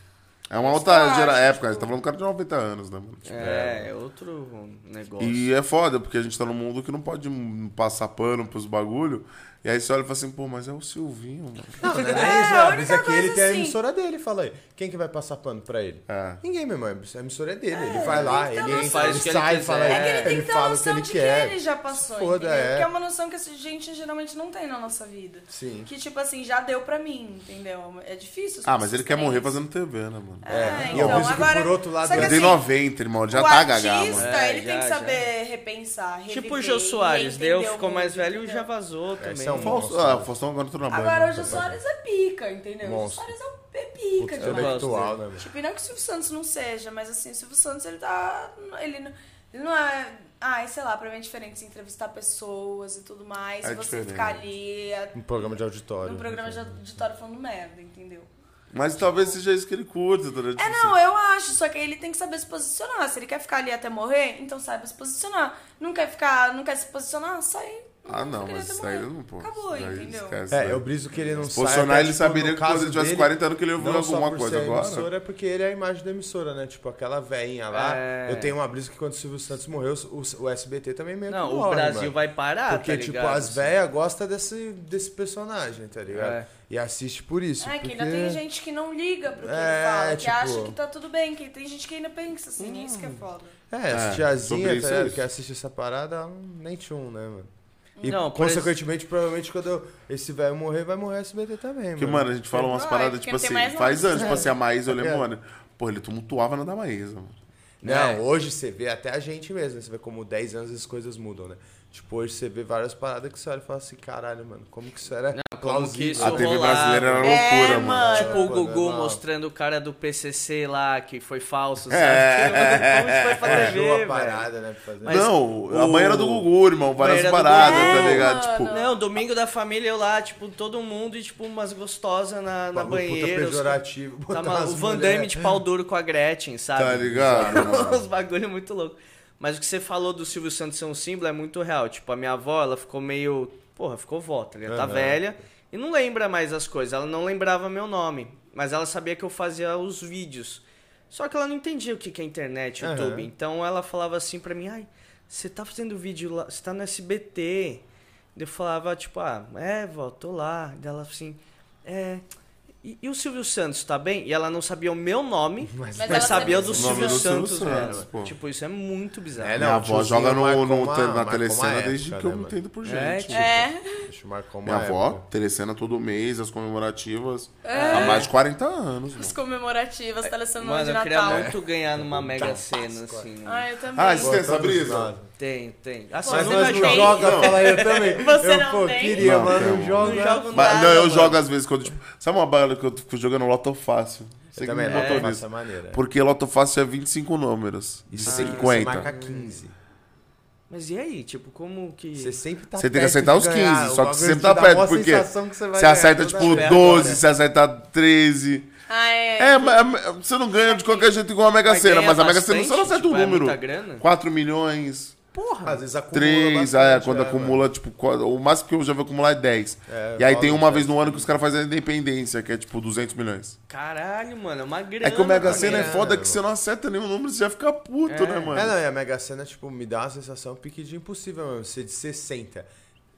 É uma outra acho, gera... tipo- época, a gente tá falando de um cara de 90 anos, né, mano? Tipo, É, é outro negócio. E é foda, porque a gente tá num mundo que não pode hum, passar pano pros bagulho. E aí você olha e fala assim, pô, mas é o Silvinho, mano. Não, não é É, nem isso, a ó, única Mas é que ele coisa tem a assim- emissora dele, fala aí. Quem que vai passar pano pra ele? É. Ninguém, meu irmão. A emissora é dele. Ele vai lá, ele tem que ter ele entra, noção. Faz ele o que ele sai, quiser. fala. É É que ele tem que ter a noção de que ele já passou, Foda, entendeu? é. Porque é uma noção que a gente geralmente não tem na nossa vida. Sim. Que, tipo assim, já deu pra mim, entendeu? É difícil. as Ah, mas pessoas ele quer terem morrer isso. fazendo TV, né, mano? É, e então, eu vejo que agora, por outro lado só que Ele é- tem assim, 90, irmão, ele já o tá artista, gagá, mano. mano. ele tem É, que já, saber repensar, reviver, Tipo o Jô Soares, deu, reentender o ficou mais mundo, velho e entendeu? já vazou também. esse é um monstro. Faustão- Ah, o Faustão agora entrou na banha. Agora né? o Jô Soares é pica, entendeu? O Jô Monstro. Soares é um- é pica, Puta, eu demais. intelectual, gosto né, mano? Tipo, e não que o Silvio Santos não seja, mas assim, o Silvio Santos, ele tá. Ele não, ele não é. Ai, sei lá, pra mim é diferente se entrevistar pessoas e tudo mais. É e você diferente. ficar ali é, Um programa de auditório. num programa de auditório falando merda, entendeu? Mas talvez seja isso que ele curta, tá ligado? É, Tipo assim, não, eu acho, só que ele tem que saber se posicionar. Se ele quer ficar ali até morrer, então saiba se posicionar. Não quer ficar, não quer se posicionar, sai. Ah, não, Fica ali mas até isso daí morrer. não pô. Acabou, isso daí entendeu? esquece, É, né? eu briso que ele não Se sai. posicionar, até, ele tipo, saberia que no quando caso ele tivesse dele, 40 anos que ele ia ouvir não só alguma por coisa ser agora. emissora é porque ele é a imagem da emissora, né? Tipo, aquela veinha lá. É. Eu tenho uma brisa que quando o Silvio Santos morreu, o, o SBT também meio que Não, o morre, Brasil mano. vai parar, Porque, tá tipo, ligado? as velhas gostam desse, desse personagem, tá ligado? É. E assiste por isso. É, que porque... ainda tem gente que não liga pro É, que ele fala, que tipo- acha que tá tudo bem, que tem gente que ainda pensa assim, é isso que é foda. É, É, as sobre tiazinhas, isso tá é ligado? isso. Que assiste essa parada, ela não- nem tinha um, né, mano? E, Não, por consequentemente, provavelmente, quando eu- esse velho morrer, vai morrer SBT também, Porque, mano. mano, a gente fala umas Vai, paradas, porque tipo tem assim, mais faz nada. anos, tipo assim, a Maísa, eu lembro, É. mano. Pô, ele tumultuava na da Maísa, mano. Não, É. Né, hoje você vê até a gente mesmo, né? Você vê como 10 anos as coisas mudam, né? Tipo, hoje você vê várias paradas que você olha e fala assim, caralho, mano, como que isso era como que plausível? isso A TV rolava. brasileira era loucura, É, mano. mano. Tipo o Pô, Gugu não. mostrando o cara do PCC lá, que foi falso, sabe? Tipo, É. Como isso foi pra Planejou TV, a velho? parada, né? pra fazer. Mas- não, a o- banheira do Gugu, irmão, várias Banheira do paradas, Gugu. tá É, ligado? mano. Tipo, Não, domingo da família eu lá, tipo, todo mundo e, tipo, umas gostosas na, na Bagulho banheira. Puta os- pejorativo. Tá botar maluco? umas o Van mulher- Damme de pau duro com a Gretchen, sabe? Tá ligado, mano? Uns bagulho muito louco. Mas o que você falou do Silvio Santos ser um símbolo é muito real. Tipo, a minha avó, ela ficou meio. Porra, ficou vó, tá ligado? Tá Aham. velha e não lembra mais as coisas. Ela não lembrava meu nome, mas ela sabia que eu fazia os vídeos. Só que ela não entendia o que que é internet, Aham. YouTube. Então ela falava assim pra mim: ai, você tá fazendo vídeo lá, você tá no SBT. Eu falava, tipo, ah, é, vó, tô lá. Daí ela assim, é. E, e o Silvio Santos tá bem? E ela não sabia o meu nome, mas, Mas ela sabia sabia o do o nome Silvio do Silvio Santos, velho. Santos, pô. Tipo, isso é muito bizarro. É, minha não, avó tiozinho joga no, marcou no- uma- te- na marcou telecena uma desde época, que eu né, me mano? entendo por gente. É, tipo, É. Deixa eu marcar uma Minha avó, época. telecena todo mês, as comemorativas, É. há mais de 40 anos, mano. As comemorativas, telecenômica Mano, é de eu queria Natal. muito ganhar numa Mega Sena, assim. mano. Ah, eu também. Ah, isso tem essa Todos brisa? nós. Tem, tem. Assim, Mas você nós não não joga. joga, Não. fala aí, eu também. Você eu, não pô, tem? queria, Não, mano, tem, não joga. Não jogo Mas, nada, não, eu mano. jogo às vezes quando. Tipo, sabe uma bala que eu fico jogando Loto Fácil? Você Eu que também, me é, botou faço nisso. a maneira. Porque Loto Fácil é 25 números. De Isso é tem que Ah, você 50. marca 15. Mas e aí? Tipo, como que. Você sempre tá Você tem que perto acertar de os 15, ganhar. O só que bagulho você te sempre tá dá perto, mó porque sensação que você vai você acerta ganhar toda tipo vez. 12, você acerta 13. Ah, é. É, mas mas você não ganha de qualquer jeito igual a Mega Mas Sena, ganha mas a Mega Sena bastante, você não acerta um tipo, é número. muita grana? 4 milhões, Porra! Às vezes acumula 3, bastante, é, quando é, acumula, tipo, qua- o máximo que eu já vi acumular é 10. É, e aí rola tem uns uma vez 10. no ano que os caras fazem a independência, que é tipo 200 milhões. Caralho, mano, é uma grana. É que o Mega também, Sena é né? foda né, que você não acerta nenhum número, você já fica puto, É. né, mano? É, não, e a Mega Sena, tipo, me dá uma sensação pique de impossível mesmo. Você de 60,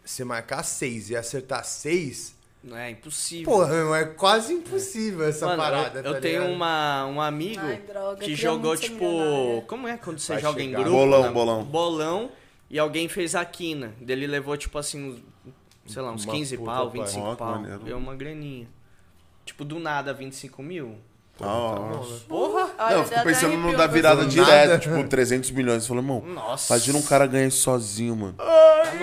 você marcar 6 e acertar 6, Não é impossível. porra, meu, irmão, é quase impossível essa Mano, eu- parada, eu, tá tenho ligado? uma, um amigo Ai, droga, eu que queria jogou, muito ser tipo. milionária. Como é quando você Vai joga em chegar. grupo? Bolão, né? bolão. Bolão. E alguém fez a quina. Ele levou, tipo assim, uns, sei lá, uns Uma 15 puta pau, pai. 25 Ó, que pau. maneiro. Deu uma graninha. Tipo, do nada, 25 mil. Tá Nossa. Porra! Não, eu fico pensando no da virada Do direta, nada. tipo, 300 milhões. Eu falo, irmão, Nossa. imagina um cara ganhar isso sozinho, mano.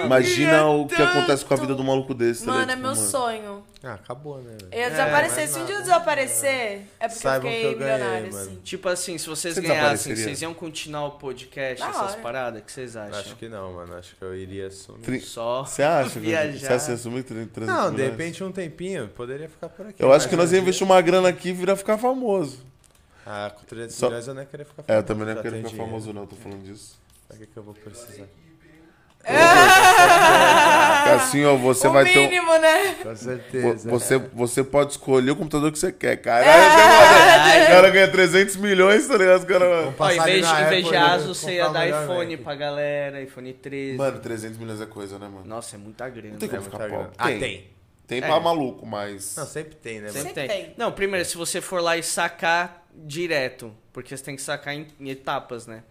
imagina o que acontece com a vida do maluco desse, tá Mano, é ligado? meu Tipo, mano. sonho. Ah, acabou, né? velho? Eu ia desaparecer. mas Se um nada. dia eu desaparecer, é porque Saibam eu que fiquei eu ganhei, milionário, mano. assim. Tipo assim, se vocês Você ganhassem, desapareceria? vocês iam continuar o podcast, Da essas hora. paradas? O que vocês acham? Acho que não, mano. Acho que eu iria sumir. Tri- Só Você acha? viajar. Viajar. Você acha que assumir 300 Não, de milhões? repente um tempinho, poderia ficar por aqui. Eu acho que mas nós um ia dia- investir uma grana aqui e virar ficar famoso. Ah, com 300 Só- milhões eu não ia querer ficar É, eu também não já quero tenho ficar dinheiro. famoso, não, tô falando disso. Pra que que eu vou precisar? Assim, ó, você o vai ter um. mínimo, né? Com Vo- certeza. Você, você pode escolher o computador que você quer, cara. Aí, o cara ganha 300 milhões, tá ligado? O cara... Ó, em Passar ali vez, na em vez de Apple, né? Asus, você ia Comprar dar o melhor iPhone Mac. pra galera, iPhone 13. Mano, 300 milhões é coisa, né, mano? Nossa, é muita grana. Não tem né? como muita ficar grana. pobre. Ah, tem. Tem É. pra maluco, mas... Não, sempre tem, né? Sempre mano? tem. Sempre tem. Não, primeiro, se você for lá e sacar direto, porque você tem que sacar em, em etapas, né?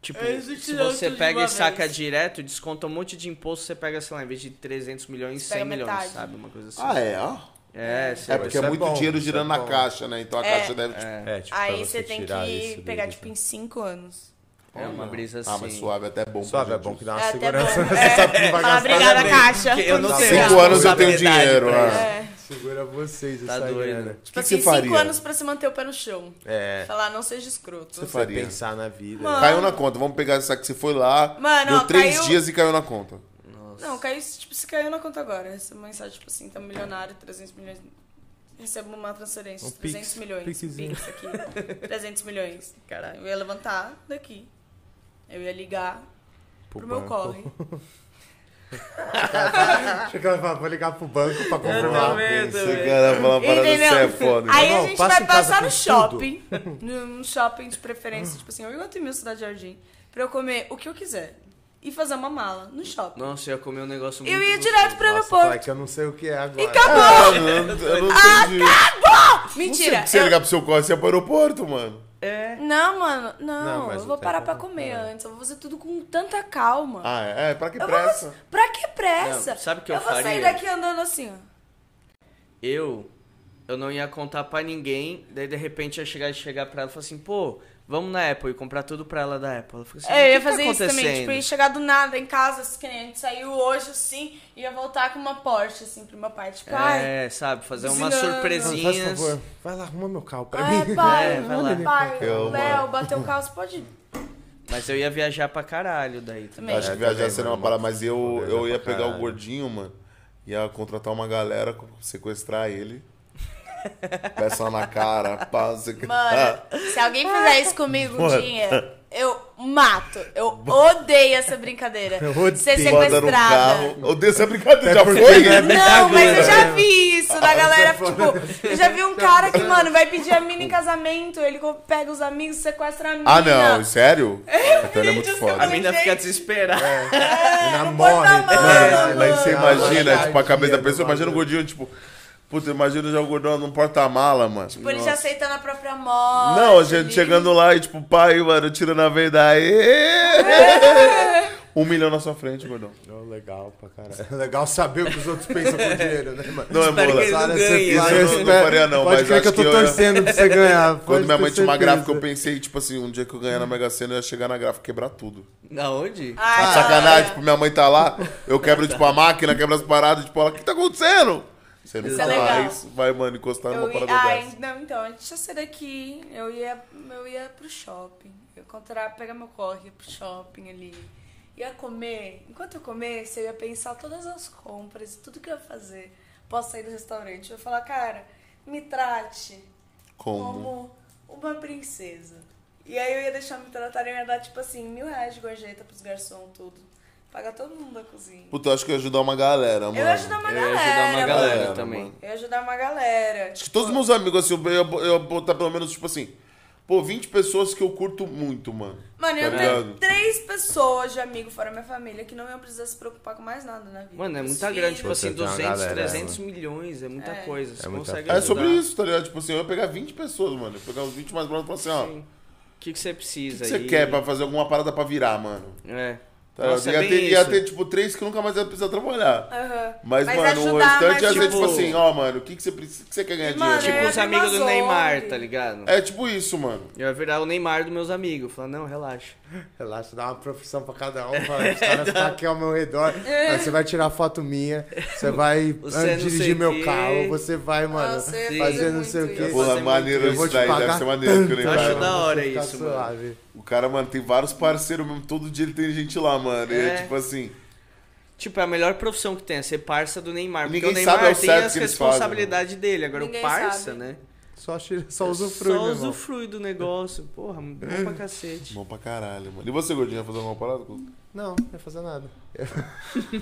Tipo, Eu exijo se tudo você de pega uma e saca vez. direto, desconta um monte de imposto, você pega, sei lá, em vez de 300 milhões, Você pega 100 milhões, metade. sabe? Uma coisa assim. Ah, é, ó. É, você É porque é isso é muito bom, dinheiro isso é girando na bom. caixa, né? Então a É. caixa deve... é, É, tipo, pra Aí você tem tirar isso que dele, pegar, né? tipo, em 5 anos. é uma brisa assim. Ah, mas suave é até bom. Suave, pra é gente. bom que dá É uma até bom. segurança. É. tá Você sabe que não vai Fala, gastar. obrigada, né? Caixa. Porque eu não Quando tenho chegar. Cinco anos eu tenho responsabilidade dinheiro, pra é. isso. É. Segura vocês Tá essa doido. grana. O Tipo que você assim, 5 faria? anos pra se manter o pé no chão. É. Falar, não seja escroto. Você Você faria? pensar na vida. Mano. Caiu na conta. Vamos pegar essa que você foi lá. Mano, deu ó, três caiu- dias e caiu na conta. Não, caiu, tipo, se caiu na conta agora. Essa mensagem, tipo assim, tá milionário, 300 milhões. Recebo uma transferência Um de 300 pix, milhões. pixzinho. Pix aqui. 300 milhões. Caralho, eu ia levantar daqui. Eu ia ligar pro, meu corre. Acho que ela fala, vou ligar pro banco pra Tá confirmar. também. vendo, Esse velho? cara fala uma parada, Entendeu? você é foda. Aí Não, a gente passa vai em casa passar com no tudo. shopping. Num shopping de preferência, tipo assim, eu gosto meu Cidade Jardim. Pra eu comer o que eu quiser. E fazer uma mala no shopping. Nossa, eu ia comer um negócio muito eu ia gostoso. direto Tá pro Nossa, fala aeroporto. que eu não sei o que é agora. E acabou! Ah, eu não- eu não entendi. Ah, tá, Mentira! Se você eu- ligar pro seu corre, você é pro aeroporto, mano. É. Não, mano, não. Não, mas eu vou não tem parar pra como. comer É. antes. Eu vou fazer tudo com tanta calma. Ah, é? é pra que eu pressa? Vou... Pra que pressa? Não, sabe o que eu eu vou sair faria? daqui andando assim, ó. Eu, eu não ia contar pra ninguém, daí de repente ia chegar, chegar pra ela e falar assim, pô, vamos na Apple e comprar tudo pra ela da Apple. Ela falou assim, É, eu ia "O que fazer tá isso também. Tipo, acontecendo?" ia chegar do nada em casa, assim, que nem a gente saiu hoje, assim, e ia voltar com uma Porsche, assim, pra uma parte. Tipo, ai, É, sabe, fazer umas Buzinando. Mano, faz surpresinhas. favor, vai lá, arruma meu carro pra ai, mim. pai, É, vai lá. pai, Eu, Léo, mano. bateu o carro, você pode ir Mas eu ia viajar pra caralho daí também. também. Acho que É, viajar também, seria mano, uma parada, mas eu, viajar eu ia pra pegar o caralho. gordinho, mano. Ia contratar uma galera, sequestrar ele. Peça na cara, pá, você... Mano, se alguém fizer isso comigo um Mano. dia, eu mato. Eu odeio essa brincadeira. Eu odeio. Ser Manda no sequestrada. carro. Odeio essa brincadeira, É já porque foi? não é Não, mas eu né? já brincadeira. vi isso da galera, tipo, eu já vi um cara que, mano, vai pedir a mina em casamento, ele co- pega os amigos, sequestra a mina. Ah, não, sério? Então ele é muito vídeos que foda. A mina Gente. fica desesperada. É. Ela não pode dar morre. mala, Mano, mas você Mano, imagina, mano. tipo, a cabeça da pessoa, Mano. imagina o gordinho, tipo... Puta, imagina já o gordão num porta-mala, mano. Tipo, ele já aceitando a própria morte. Não, a gente ele- chegando lá e tipo, pai, mano, tirando a venda aí. Um milhão na sua frente, gordão. Não, legal pra caralho. É legal saber o que os outros pensam com dinheiro, né, mano? Não é Espero que bola. ele não Cara, ganhe. você- Isso Claro, eu eu não faria, não, Pode mas crer acho que eu que tô eu ia- torcendo pra você ganhar. Quando pode minha ter mãe tinha uma certeza. gráfica, eu pensei, tipo assim, um dia que eu ganhar na Mega Sena, eu ia chegar na gráfica e quebrar tudo. Na onde? Ai, Sacanagem, cara. tipo, minha mãe tá lá, eu quebro, tipo, a máquina, quebro as paradas, tipo, ela, o que tá acontecendo? Você não Isso é faz. Vai, mano, encostar numa Eu ia, parada ai, dessa. não, então, deixa eu sair daqui. Eu ia, eu ia pro shopping. Eu encontrar, pegar meu corre, ia pro shopping ali. Ia comer. Enquanto eu comesse, eu ia pensar todas as compras, tudo que eu ia fazer. Posso sair do restaurante. Eu ia falar, cara, me trate Como? como uma princesa. E aí eu ia deixar me tratar e eu ia dar, tipo assim, mil reais de gorjeta pros garçons, tudo. Pagar todo mundo da cozinha. Puta, eu acho que eu ia ajudar uma galera, mano. Eu ia ajudar uma Eu ia galera. ajudar uma mano. galera também. mano. Eu ia ajudar uma galera. Tipo, Acho que todos os meus amigos, assim, eu ia, eu ia botar pelo menos, tipo assim, pô, 20 pessoas que eu curto muito, mano. Mano, eu Tá tenho ligado? três pessoas de amigo fora minha família que não iam precisar se preocupar com mais nada na vida. Mano, é Meus muita filhos. grana, tipo assim, Você tem uma 200, galera, 300 milhões, é muita É. coisa. Você É muita consegue É coisa. ajudar. sobre isso, tá ligado? Tipo assim, eu ia pegar 20 pessoas, mano. Eu ia pegar uns 20 mais bravos e falar assim, ó, Sim. O que, que você o que precisa você aí? quer pra fazer alguma parada pra virar, mano? É. Tá, Nossa, ia, é bem ter, ia isso. ter, tipo, três que nunca mais ia precisar trabalhar. assim. Aham. Mas, mano, o ajudar, restante ia mas, ser, tipo tipo, assim, ó, mano, o que, que, você, precisa, o que você quer ganhar Mano, dinheiro? Tipo, os é amigos do Amazon. Neymar, tá ligado? É tipo isso, mano. Eu ia virar o Neymar é dos meus amigos. Falar, não, relaxa. Relaxa, dá uma profissão pra cada um. Fala, os caras ficam aqui ao meu redor. Aí você vai tirar foto minha, você vai Você ah, não sei dirigir meu quê. carro, você vai, mano, Nossa, eu ia fazer, fazer não sei o Ah, muito quê. isso. Porra, fazer maneiro muito- Eu vou isso te daí, deve pagar ser maneiro que eu tanto, nem Eu acho vai. mano, da pra hora você ficar isso, mano. suave. O cara, mano, tem vários parceiros mesmo, todo dia ele tem gente lá, mano. E é É. tipo assim, Tipo, é a melhor profissão que tem, é ser parça do Neymar. Porque Ninguém o Neymar sabe ao tem certo as que eles fazem, né? responsabilidades dele. Agora Ninguém o parça, sabe. né? Só, tira- só usufrui, Só meu irmão. usufrui do negócio. Porra, bom pra cacete. Uhum. bom pra caralho, mano. E você, Gordinho, ia fazer alguma parada? Não, não ia fazer nada.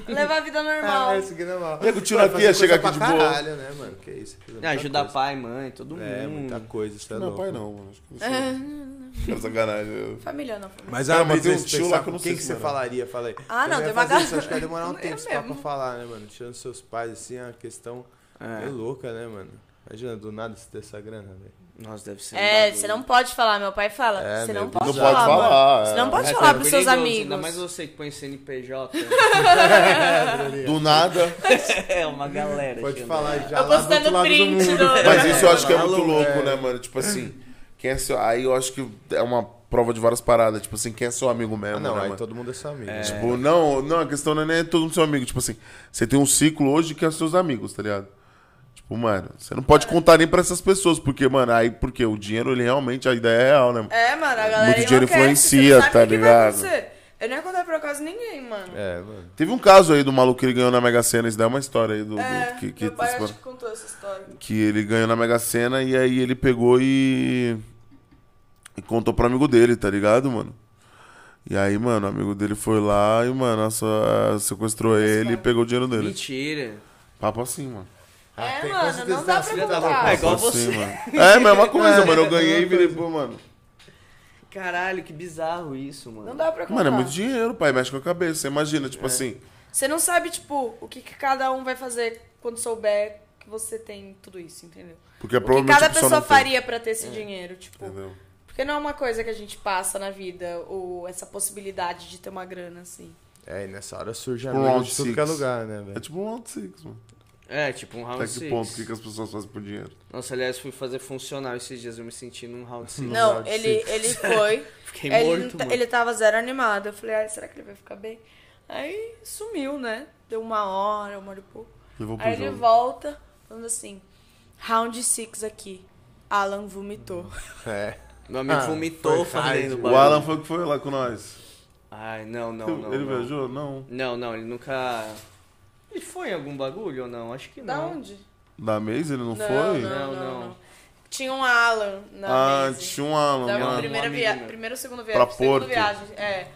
Levar a vida normal. Ah, isso aqui não é mal. Nego tira aqui, ia chegar chegar aqui de boa. caralho, né, mano? Que isso. fazer muita Ah, Ajudar coisa. pai, mãe, todo mundo. É, muita coisa, isso é Não, louco. pai não, mano. Acho que você... É. é Cara, sacanagem. eu- Família não. família. Mas, Cara, ah, mas mas tem tem uns tio um lá lá que eu não sei quem que se você mora. falaria, falei. Ah, não, Eu ia tem uma fazer isso, galera. Acho que vai demorar um É tempo esse papo pra mesmo. falar, né, mano? Tirando seus pais, assim, é uma questão é. louca, né, mano? Imagina, do nada você ter essa grana, velho. Nossa, deve ser. um É, bagulho. você não pode falar, meu pai fala. É, você meu, não pode não falar. pode mano. falar, Você é. não pode É, falar É pros seus perigoso, amigos. Ainda mais você que põe CNPJ. Do nada. é uma galera. Pode né? Xandão. falar já. Eu lá do outro postando lado do print mundo. no- Mas isso eu acho que é Alô, muito louco, é. né, mano? Tipo assim, quem é seu... aí eu acho que é uma prova de várias paradas. Tipo assim, quem é seu amigo mesmo, Ah, não, né, aí mano? todo mundo é seu amigo. né? Tipo, não, não, a questão não é nem todo mundo seu amigo. Tipo assim, você tem um ciclo hoje que é seus amigos, tá ligado? Tipo, mano, você não É. pode contar nem pra essas pessoas, porque, mano, aí, porque o dinheiro, ele realmente, a ideia é real, né? mano? É, mano, a galera Muito dinheiro enlouquece, influencia, você não sabe tá o que vai ligado? acontecer. Eu não ia contar pra casa ninguém, mano. É, mano. Teve um caso aí do maluco que ele ganhou na Mega Sena, isso daí é uma história aí do, do- É, que, que, meu pai acho que contou essa história. que ele ganhou na Mega Sena e aí ele pegou e. e contou pro amigo dele, tá ligado, mano? E aí, mano, o amigo dele foi lá e, mano, só- sequestrou ele e pegou o dinheiro dele. Mentira. Papo assim, mano. Ah, é, tem mano, coisa não desse dá das pra filhas da contar. louca. É igual Papo assim, você. mano. É, mesma coisa, mano. Eu ganhei e virei, pô, mano. Caralho, que bizarro isso, mano. Não dá pra contar. Mano, é muito dinheiro, pai. Mexe com a cabeça. Você imagina, É. tipo assim. Você não sabe, tipo, o que, que cada um vai fazer quando souber que você tem tudo isso, entendeu? Porque é O que provavelmente cada a pessoa pessoa não tem, É, faria pra ter esse dinheiro, tipo. Entendeu? Porque não é uma coisa que a gente passa na vida, ou essa possibilidade de ter uma grana, assim. É, e nessa hora surge Pro amigo round de tudo six. que é lugar, né, É velho? tipo um round six, mano. É, tipo um round Até que six. ponto? O que, que as pessoas fazem por dinheiro? Nossa, aliás, fui fazer funcional esses dias, eu me senti num round six. Não, round ele, six. ele foi. Fiquei ele, morto, não mano. tá- ele tava zero animado. Eu falei, ai, será que ele vai ficar bem? Aí sumiu, né? Deu uma hora, uma hora e pouco. Levou pro Aí ele jogo. volta, falando assim: round six aqui. Alan vomitou. É. Meu amigo Ah, vomitou foi fazendo hard. O barulho. Alan foi o que foi lá com nós. Ai, não, não, não. ele não. viajou? Não. Não, não, ele nunca. Ele foi em algum bagulho ou não? Acho que Da não. onde? Da mesa ele não, foi? Não, Não, não, não. não, Tinha um Alan na ah, mesa. tinha um Alan, Da mano. um primeira amigo viagem. meu. Primeira ou segunda Pra viagem. segunda Porto. viagem. É.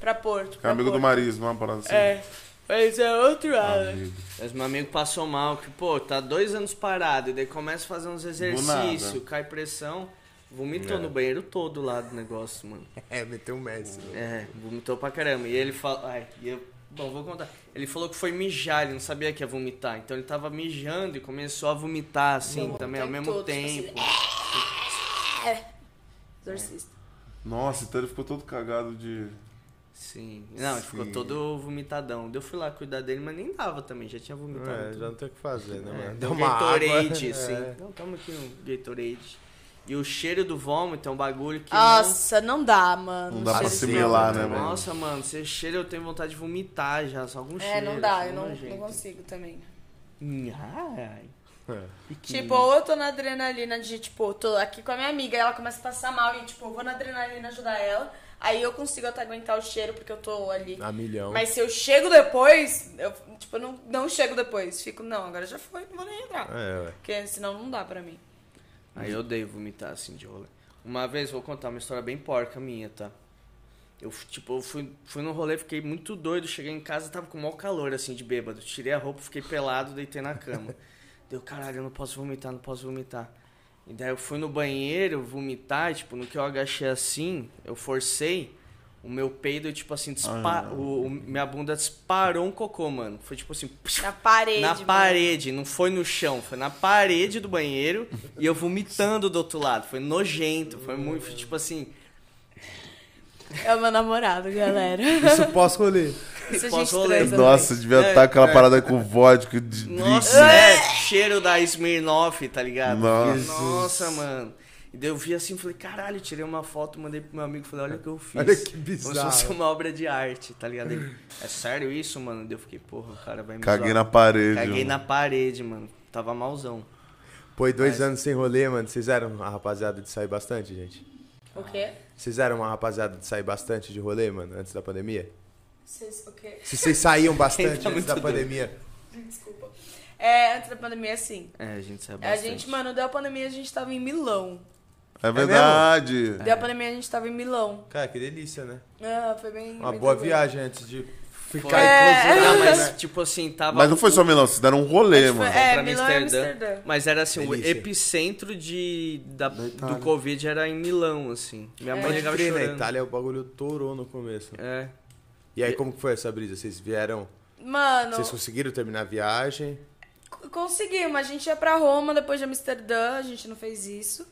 Pra Porto. Que é pra amigo do Tá Porto. Maris, não é uma parada assim? É. Mas é outro Alan. Amigo. Mas meu amigo passou mal, que, pô, tá dois anos parado, e daí começa a fazer uns Do exercícios, cai pressão, vomitou É. no banheiro todo lá do negócio, mano. É, meteu o Messi, velho. É, vomitou pra caramba. E ele fala. Ai, e eu. Bom, vou contar. Ele falou que foi mijar, ele não sabia que ia vomitar. Então ele tava mijando e começou a vomitar, assim, Vomitou também ao em mesmo tudo, tempo. tipo Exorcista. Nossa, então ele ficou todo cagado de. Sim. Não, ele ficou Sim. todo vomitadão. Daí eu fui lá cuidar dele, mas nem dava também, já tinha vomitado. É, tudo. já não tem o que fazer, né, É, mano? deu Dá um uma Gatorade, água, sim. é. Não, toma aqui um Gatorade. E o cheiro do vômito é um bagulho que. Nossa, não dá, mano. Não dá pra Cheiro de assimilar, vômito. né, não... velho? Nossa, mano, você cheira, eu tenho vontade de vomitar já, só algum cheiro. É, não dá, assim, eu não, nojento. não consigo também. Hum, Ai. É. Tipo, ou eu tô na adrenalina de, tipo, tô aqui com a minha amiga, ela começa a passar mal e, tipo, eu vou na adrenalina ajudar ela. Aí eu consigo até aguentar o cheiro porque eu tô ali. A milhão. Mas se eu chego depois, eu, tipo, eu não, não chego depois. Fico, não, agora já foi, não vou nem entrar. É, ué. Porque senão não dá pra mim. Aí eu odeio vomitar assim de rolê. Uma vez, vou contar uma história bem porca minha, tá? Eu, fu- tipo, eu fui, fui no rolê, fiquei muito doido, cheguei em casa, tava com o maior calor, assim, de bêbado. Tirei a roupa, fiquei pelado, deitei na cama. Deu, caralho, eu não posso vomitar, não posso vomitar. E daí eu fui no banheiro vomitar, e, tipo, no que eu agachei assim, eu forcei, o meu peido, tipo assim, dispar... o, o- minha bunda disparou um cocô, mano. Foi tipo assim... Na parede. Na mano. parede, não foi no chão, foi na parede do banheiro e eu vomitando do outro lado. Foi nojento, foi muito, tipo assim. É o meu namorado, galera. Isso pós-rolê. Isso a gente Pós-rolê. transa. né? Nossa, devia É, estar aquela é. parada com vodka de Nossa, drink. é, cheiro da Smirnoff, tá ligado? Nossa. Nossa, mano. E daí eu vi assim, falei, caralho, tirei uma foto, mandei pro meu amigo, falei, olha o que eu fiz. Olha que Como bizarro. se fosse uma obra de arte, tá ligado? Ele, é sério isso, mano? Daí eu fiquei, porra, o cara vai me Caguei na zoar. parede. É. mano. Caguei na parede, mano. Tava malzão. Pô, e dois anos sem rolê, mano. Vocês eram a rapaziada de sair bastante, gente? O quê? Vocês eram uma rapaziada de sair bastante de rolê, mano, antes da pandemia? Vocês, o quê? Se vocês saíam Ele bastante tá antes muito da doido. pandemia. Desculpa. É, antes da pandemia, sim. É, a gente A saiu bastante. gente, mano, deu a pandemia, a gente tava em Milão. É É É. verdade. Deu a pandemia, a gente tava em Milão. Cara, que delícia, né? Ah, foi bem. Uma bem boa tranquilo. viagem antes de Foi, ficar É. inclusive, inclusive, não, né? mas tipo assim, tava... Mas não foi só Milão, vocês deram um rolê, Acho que foi- mano. É, pra Milão e Amsterdã, Amsterdã. Mas era assim, Delícia. o epicentro de, da- do Itália. né, Covid era em Milão, assim. É. Minha mãe Pode ligava crer, né? na chorando. Itália o bagulho torou no começo. É. E aí, como que foi essa brisa? Vocês vieram... Mano, Vocês conseguiram terminar a viagem? c- conseguimos. A gente ia pra Roma depois de Amsterdã, a gente não fez isso.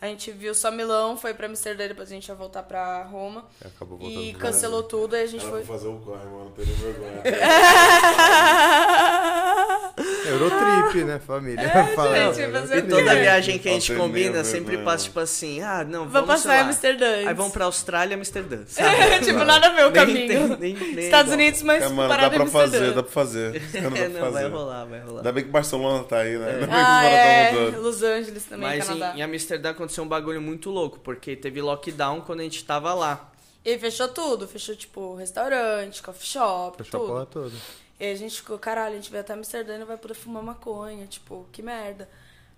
A gente viu só Milão, foi pra Amsterdã, depois a gente ia voltar pra Roma. Acabou voltando E pro cancelou tudo, aí a gente foi. fazer o corre, mano, não tenho vergonha. Brasil. Eurotrip, né, família? Fala, É, né? gente, mano, fazer E o Eurotrip. quê? toda viagem que a gente Nossa, é combina mesmo, sempre né? passa, tipo assim, ah, não, Vou vamos passar lá. em Amsterdã. Aí vamos pra Austrália e Amsterdã, sabe? tipo, nada a ver o Nem caminho. tem- nem- nem Estados dá. Unidos, mas É, mano, dá parada em pra fazer, Amsterdã. dá pra fazer. Os caras É, dá pra não, vai fazer. rolar, vai rolar. Ainda bem que Barcelona tá aí, né? Ainda bem que Ah, o é. Maradona tá- Los Angeles também, Mas em, Canadá. em Amsterdã aconteceu um bagulho muito louco, porque teve lockdown quando a gente tava lá. E fechou tudo. Fechou, tipo, restaurante, coffee shop, Fechou a tudo. porra toda. E a gente ficou, caralho, a gente veio até Amsterdã e não vai poder fumar maconha, tipo, que merda.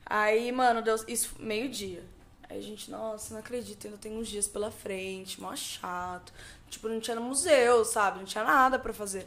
Aí, mano, deu isso meio-dia. Aí a gente, nossa, não acredito, ainda tem uns dias pela frente, mó chato. Tipo, não tinha no museu, sabe? Não tinha nada pra fazer.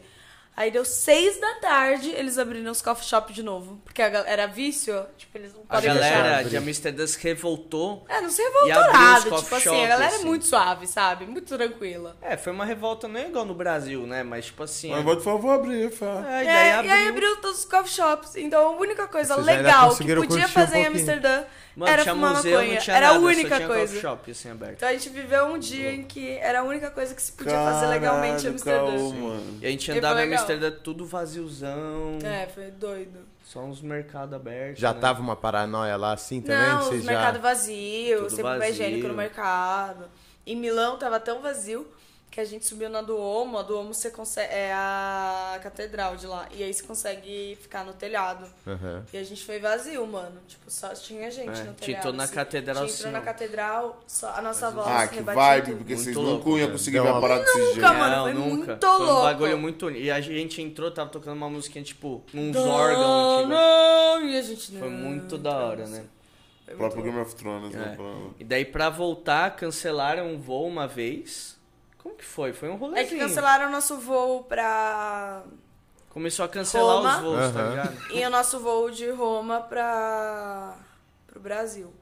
Aí deu seis da tarde, eles abriram os coffee shop de novo. Porque a gal- era vício, tipo, eles não A podem galera fechar. de Amsterdã se revoltou. É, não se E abriu os revoltou coffee Tipo assim, shop, a galera assim. é muito suave, sabe? Muito tranquila. É, foi uma revolta não é igual no Brasil, né? Mas tipo assim. Mas vou te falar, vou abrir, fala. É, É, e daí e aí abriu. abriu todos os coffee shops. Então a única coisa Vocês ainda legal que conseguiram podia curtir um fazer em pouquinho. Amsterdã Mano, era tinha fumar museu, maconha. não tinha era nada, a só única tinha coisa. coffee shop assim aberto. Então a gente viveu um dia em que era a única coisa que se podia fazer legalmente em Caralho, Amsterdã. caô, mano. E a gente E foi andava em legal. Amsterdã tudo vaziozão, É, foi doido. só uns mercados abertos. Já né? tava uma paranoia lá assim Tá também? Não, Vocês os já... mercado vazio, Tudo sempre papel vazio. higiênico no mercado. Em Milão tava tão vazio que a gente subiu na Duomo. A Duomo você consegue. É a catedral de lá. E aí você consegue ficar no telhado. Aham. E a gente foi vazio, mano. Tipo, só tinha gente É, no telhado. tinha entrou na assim. catedral, Tinha entrou assim, na ó. catedral, só a nossa voz Ah, que rebatia vibe, tudo. porque Muito vocês louco, nunca iam cara. conseguir né? Deu ver a uma- parada desse Nunca, jeito. Ah, mano, foi muito Foi um louco. bagulho muito unido. E a gente entrou, tava tocando uma música, tipo, uns Não, órgãos. antigos. né? não, e a gente não. Foi muito da hora, né? Foi O muito próprio Game of Thrones, É. né? falando. E daí, pra voltar, cancelaram um voo uma vez. Como que foi? Foi um louco. rolezinho. É que cancelaram o nosso voo pra. Começou a cancelar Roma. os voos, tá Aham. ligado? E o nosso voo de Roma pra. pro Brasil.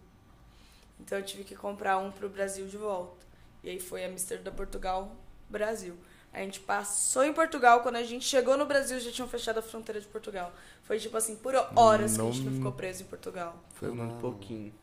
Então eu tive que comprar um pro Brasil de volta. E aí foi Amsterdã, Portugal, Brasil. A gente passou em Portugal, quando a gente chegou no Brasil já tinham fechado a fronteira de Portugal. Foi tipo assim, por horas que a gente não ficou preso em Portugal. Foi um pouquinho.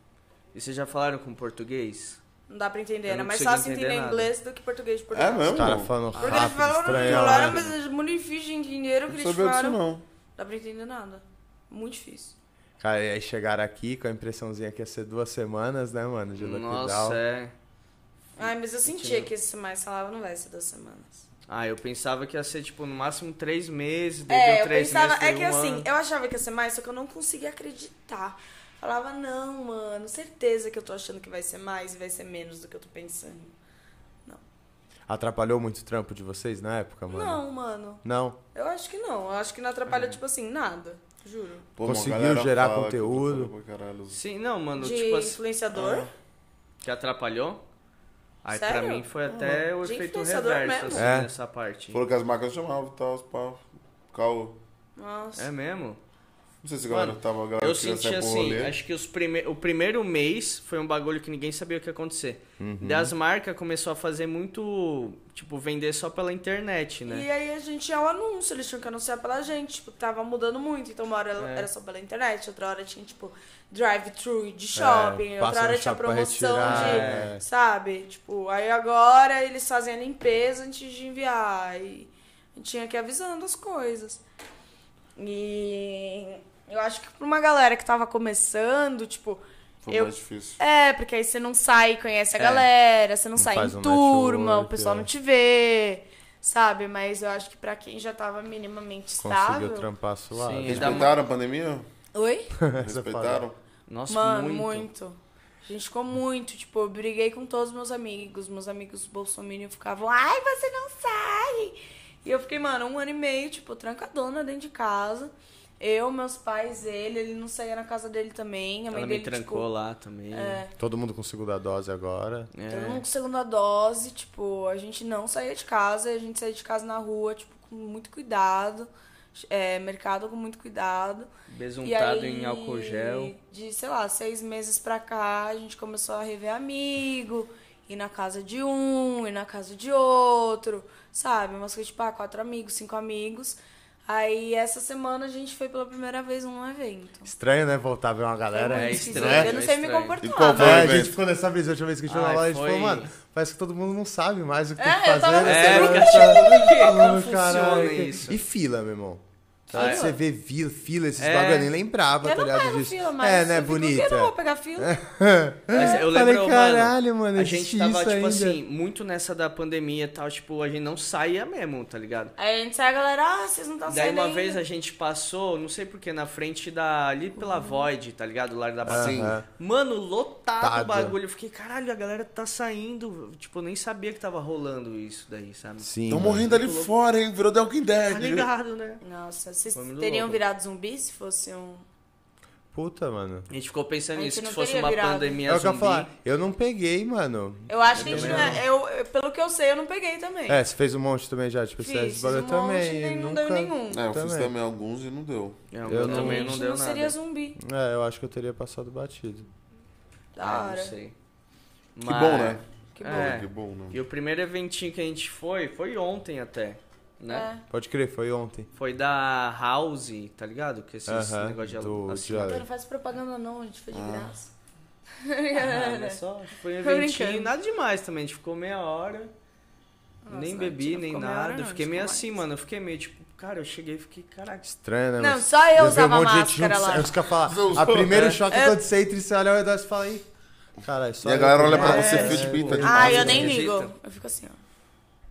E vocês já falaram com português? Não dá pra entender, Eu não era mais consigo fácil entender entender nada. inglês do que português de É Portugal. Os mesmo? caras falando Porque eles rápido, falaram no estranho. celular, né? mas é muito difícil de entender o que Não eles sabia disso, falaram. Não não. dá pra entender nada. Muito difícil. Cara, e aí chegaram aqui com a impressãozinha que ia ser duas semanas, né, mano, de lockdown. Nossa, é. Ai, mas eu sentia que esse mais falava não vai ser duas semanas. Ah, eu pensava que ia ser, tipo, no máximo três meses. daí É, deu eu três pensava, meses, é deu que um assim, ano. eu achava que ia ser mais, só que eu não conseguia acreditar. Falava, não, mano, certeza que eu tô achando que vai ser mais e vai ser menos do que eu tô pensando. Atrapalhou muito o trampo de vocês na época, mano? Não, mano, Não? eu acho que não. Eu acho que não atrapalha, É. tipo assim, nada. Juro. Pô, mano, a Conseguiu galera gerar fala que eu tô conteúdo. falando pra caralho. Sim, não, mano, De tipo assim. influenciador? Que atrapalhou? Aí Sério? pra mim foi até o de efeito influenciador reverso, mesmo. assim, É. nessa parte. Falou que as marcas chamavam e tal, os pau. Caô. Nossa. É mesmo? Não sei se a galera Mano, tava a galera eu queria sair senti pro assim, rolê. acho que os prime... o primeiro mês foi um bagulho que ninguém sabia o que ia acontecer. Uhum. Daí as marcas começou a fazer muito, tipo, vender só pela internet, né? E aí a gente ia ao anúncio, eles tinham que anunciar pela gente, tipo, tava mudando muito. Então uma hora É. era só pela internet, outra hora tinha, tipo, drive-thru de shopping, É, passa outra no hora tinha shopping pra promoção retirar, de. é. Sabe? Tipo, aí agora eles fazem a limpeza antes de enviar. E a gente tinha que ir avisando as coisas. E eu acho que pra uma galera que tava começando, tipo. Foi eu mais difícil. é, porque aí você não sai e conhece a É. galera, você não, sai faz em um turma, network, o pessoal é. não te vê, sabe? Mas eu acho que pra quem já tava minimamente Conseguiu estável. trampar suave. Sim. Ainda Respeitaram a pandemia? Oi? Respeitaram? Nossa, Mano, muito. muito. A gente ficou muito, tipo, eu briguei com todos meus amigos. Meus amigos bolsominion ficavam, ai, você não sai! E eu fiquei, mano, um ano e meio, tipo, trancadona dentro de casa. Eu, meus pais, ele, ele não saía na casa dele também. A mãe Ela me dele, trancou tipo, lá também. É. Todo mundo com segunda dose agora. Todo mundo com Então, segunda dose, tipo, a gente não saía de casa, a gente saía de casa na rua, tipo, com muito cuidado. É, mercado com muito cuidado. E Besuntado aí, em álcool gel. De, sei lá, seis meses pra cá, a gente começou a rever amigo, ir na casa de um, ir na casa de outro, sabe? Umas coisas, tipo, ah, quatro amigos, cinco amigos. Aí, essa semana, a gente foi pela primeira vez num evento. Estranho, né? Voltar a ver uma galera. né? É Muito estranho, esquisito, é Eu não sei me estranho. comportar. E qual né? foi o É, a evento. gente ficou nessa brisa. A última vez que a gente foi lá, Ai, a gente foi- falou, mano, parece que todo mundo não sabe mais o que É, tem que eu fazer. tava né? pensando, Tá fica achando todo que- mundo como falando, funciona caralho. isso. E fila, meu irmão. Fila? Aí Você vê fila, fila esses É. bagulho, eu nem lembrava, Eu tá não ligado? pego disso. fila mais. É, né? eu fico, Eu não vou Bonita. É. pegar fila. Mas eu Falei, lembro, mano, caralho, mano, a existe gente tava, isso é tipo ainda. assim, muito nessa da pandemia e tal, tipo, a gente não saía mesmo, tá ligado? Aí a gente sai, a galera, ah, vocês não estão Daí saindo uma ainda. vez a gente passou, não sei porquê, na frente da. ali Uhum. pela Void, tá ligado? Lá da Aham. Bacia. Mano, lotado Lotado. o bagulho. Eu fiquei, caralho, a galera tá saindo. Tipo, eu nem sabia que tava rolando isso daí, sabe? Sim. Estão mano. morrendo ali fora, hein? Virou The Walking Dead. Tá ligado, né? Nossa, vocês Foi muito teriam louco. virado zumbi se fosse um... Puta, mano. A gente ficou pensando A nisso, gente que não fosse teria uma virado. pandemia É o que eu zumbi. ia falar. Eu não peguei, mano. Eu acho que a gente não é... Eu, eu- pelo que eu sei, eu não peguei também. É, você fez um monte também já, tipo, Fiz, você fiz esse bagulho um monte também. e não nunca... deu nenhum. É, eu fiz Também. também alguns e não deu. É, o Eu meu não- também a gente não deu não nada. seria zumbi. É, eu acho que eu teria passado batido. Da Ah, hora. não sei. Que Mas- bom, né? Que É. bom. Que bom, né? E o primeiro eventinho que a gente foi, foi ontem até, né? É. Pode crer, foi ontem. Foi da House, tá ligado? Que esse Aham, negócio de do- alu- de assinar. alu- Pô, não faz propaganda não, a gente foi de graça. Ah, mas só, foi um Tô eventinho, brincando. nada demais também. A gente ficou meia hora, nem não, a gente bebi, não nem ficou meia nada. hora, não, a eu fiquei gente meio ficou assim, mais. mano. Eu fiquei meio tipo, cara, eu cheguei e fiquei, caraca. Estranho, né? Não, mano? só eu vi usava um monte de gente máscara junto, lá. Aí os caras falam, Usou, a primeiro é. choque É. quando você entra e você olha ao redor e fala, ih, caralho, só E a galera eu que olha pra não você, faço, fio de né? pinta tipo. de Ah, máscara. eu nem Acredita? ligo. Eu fico assim, ó.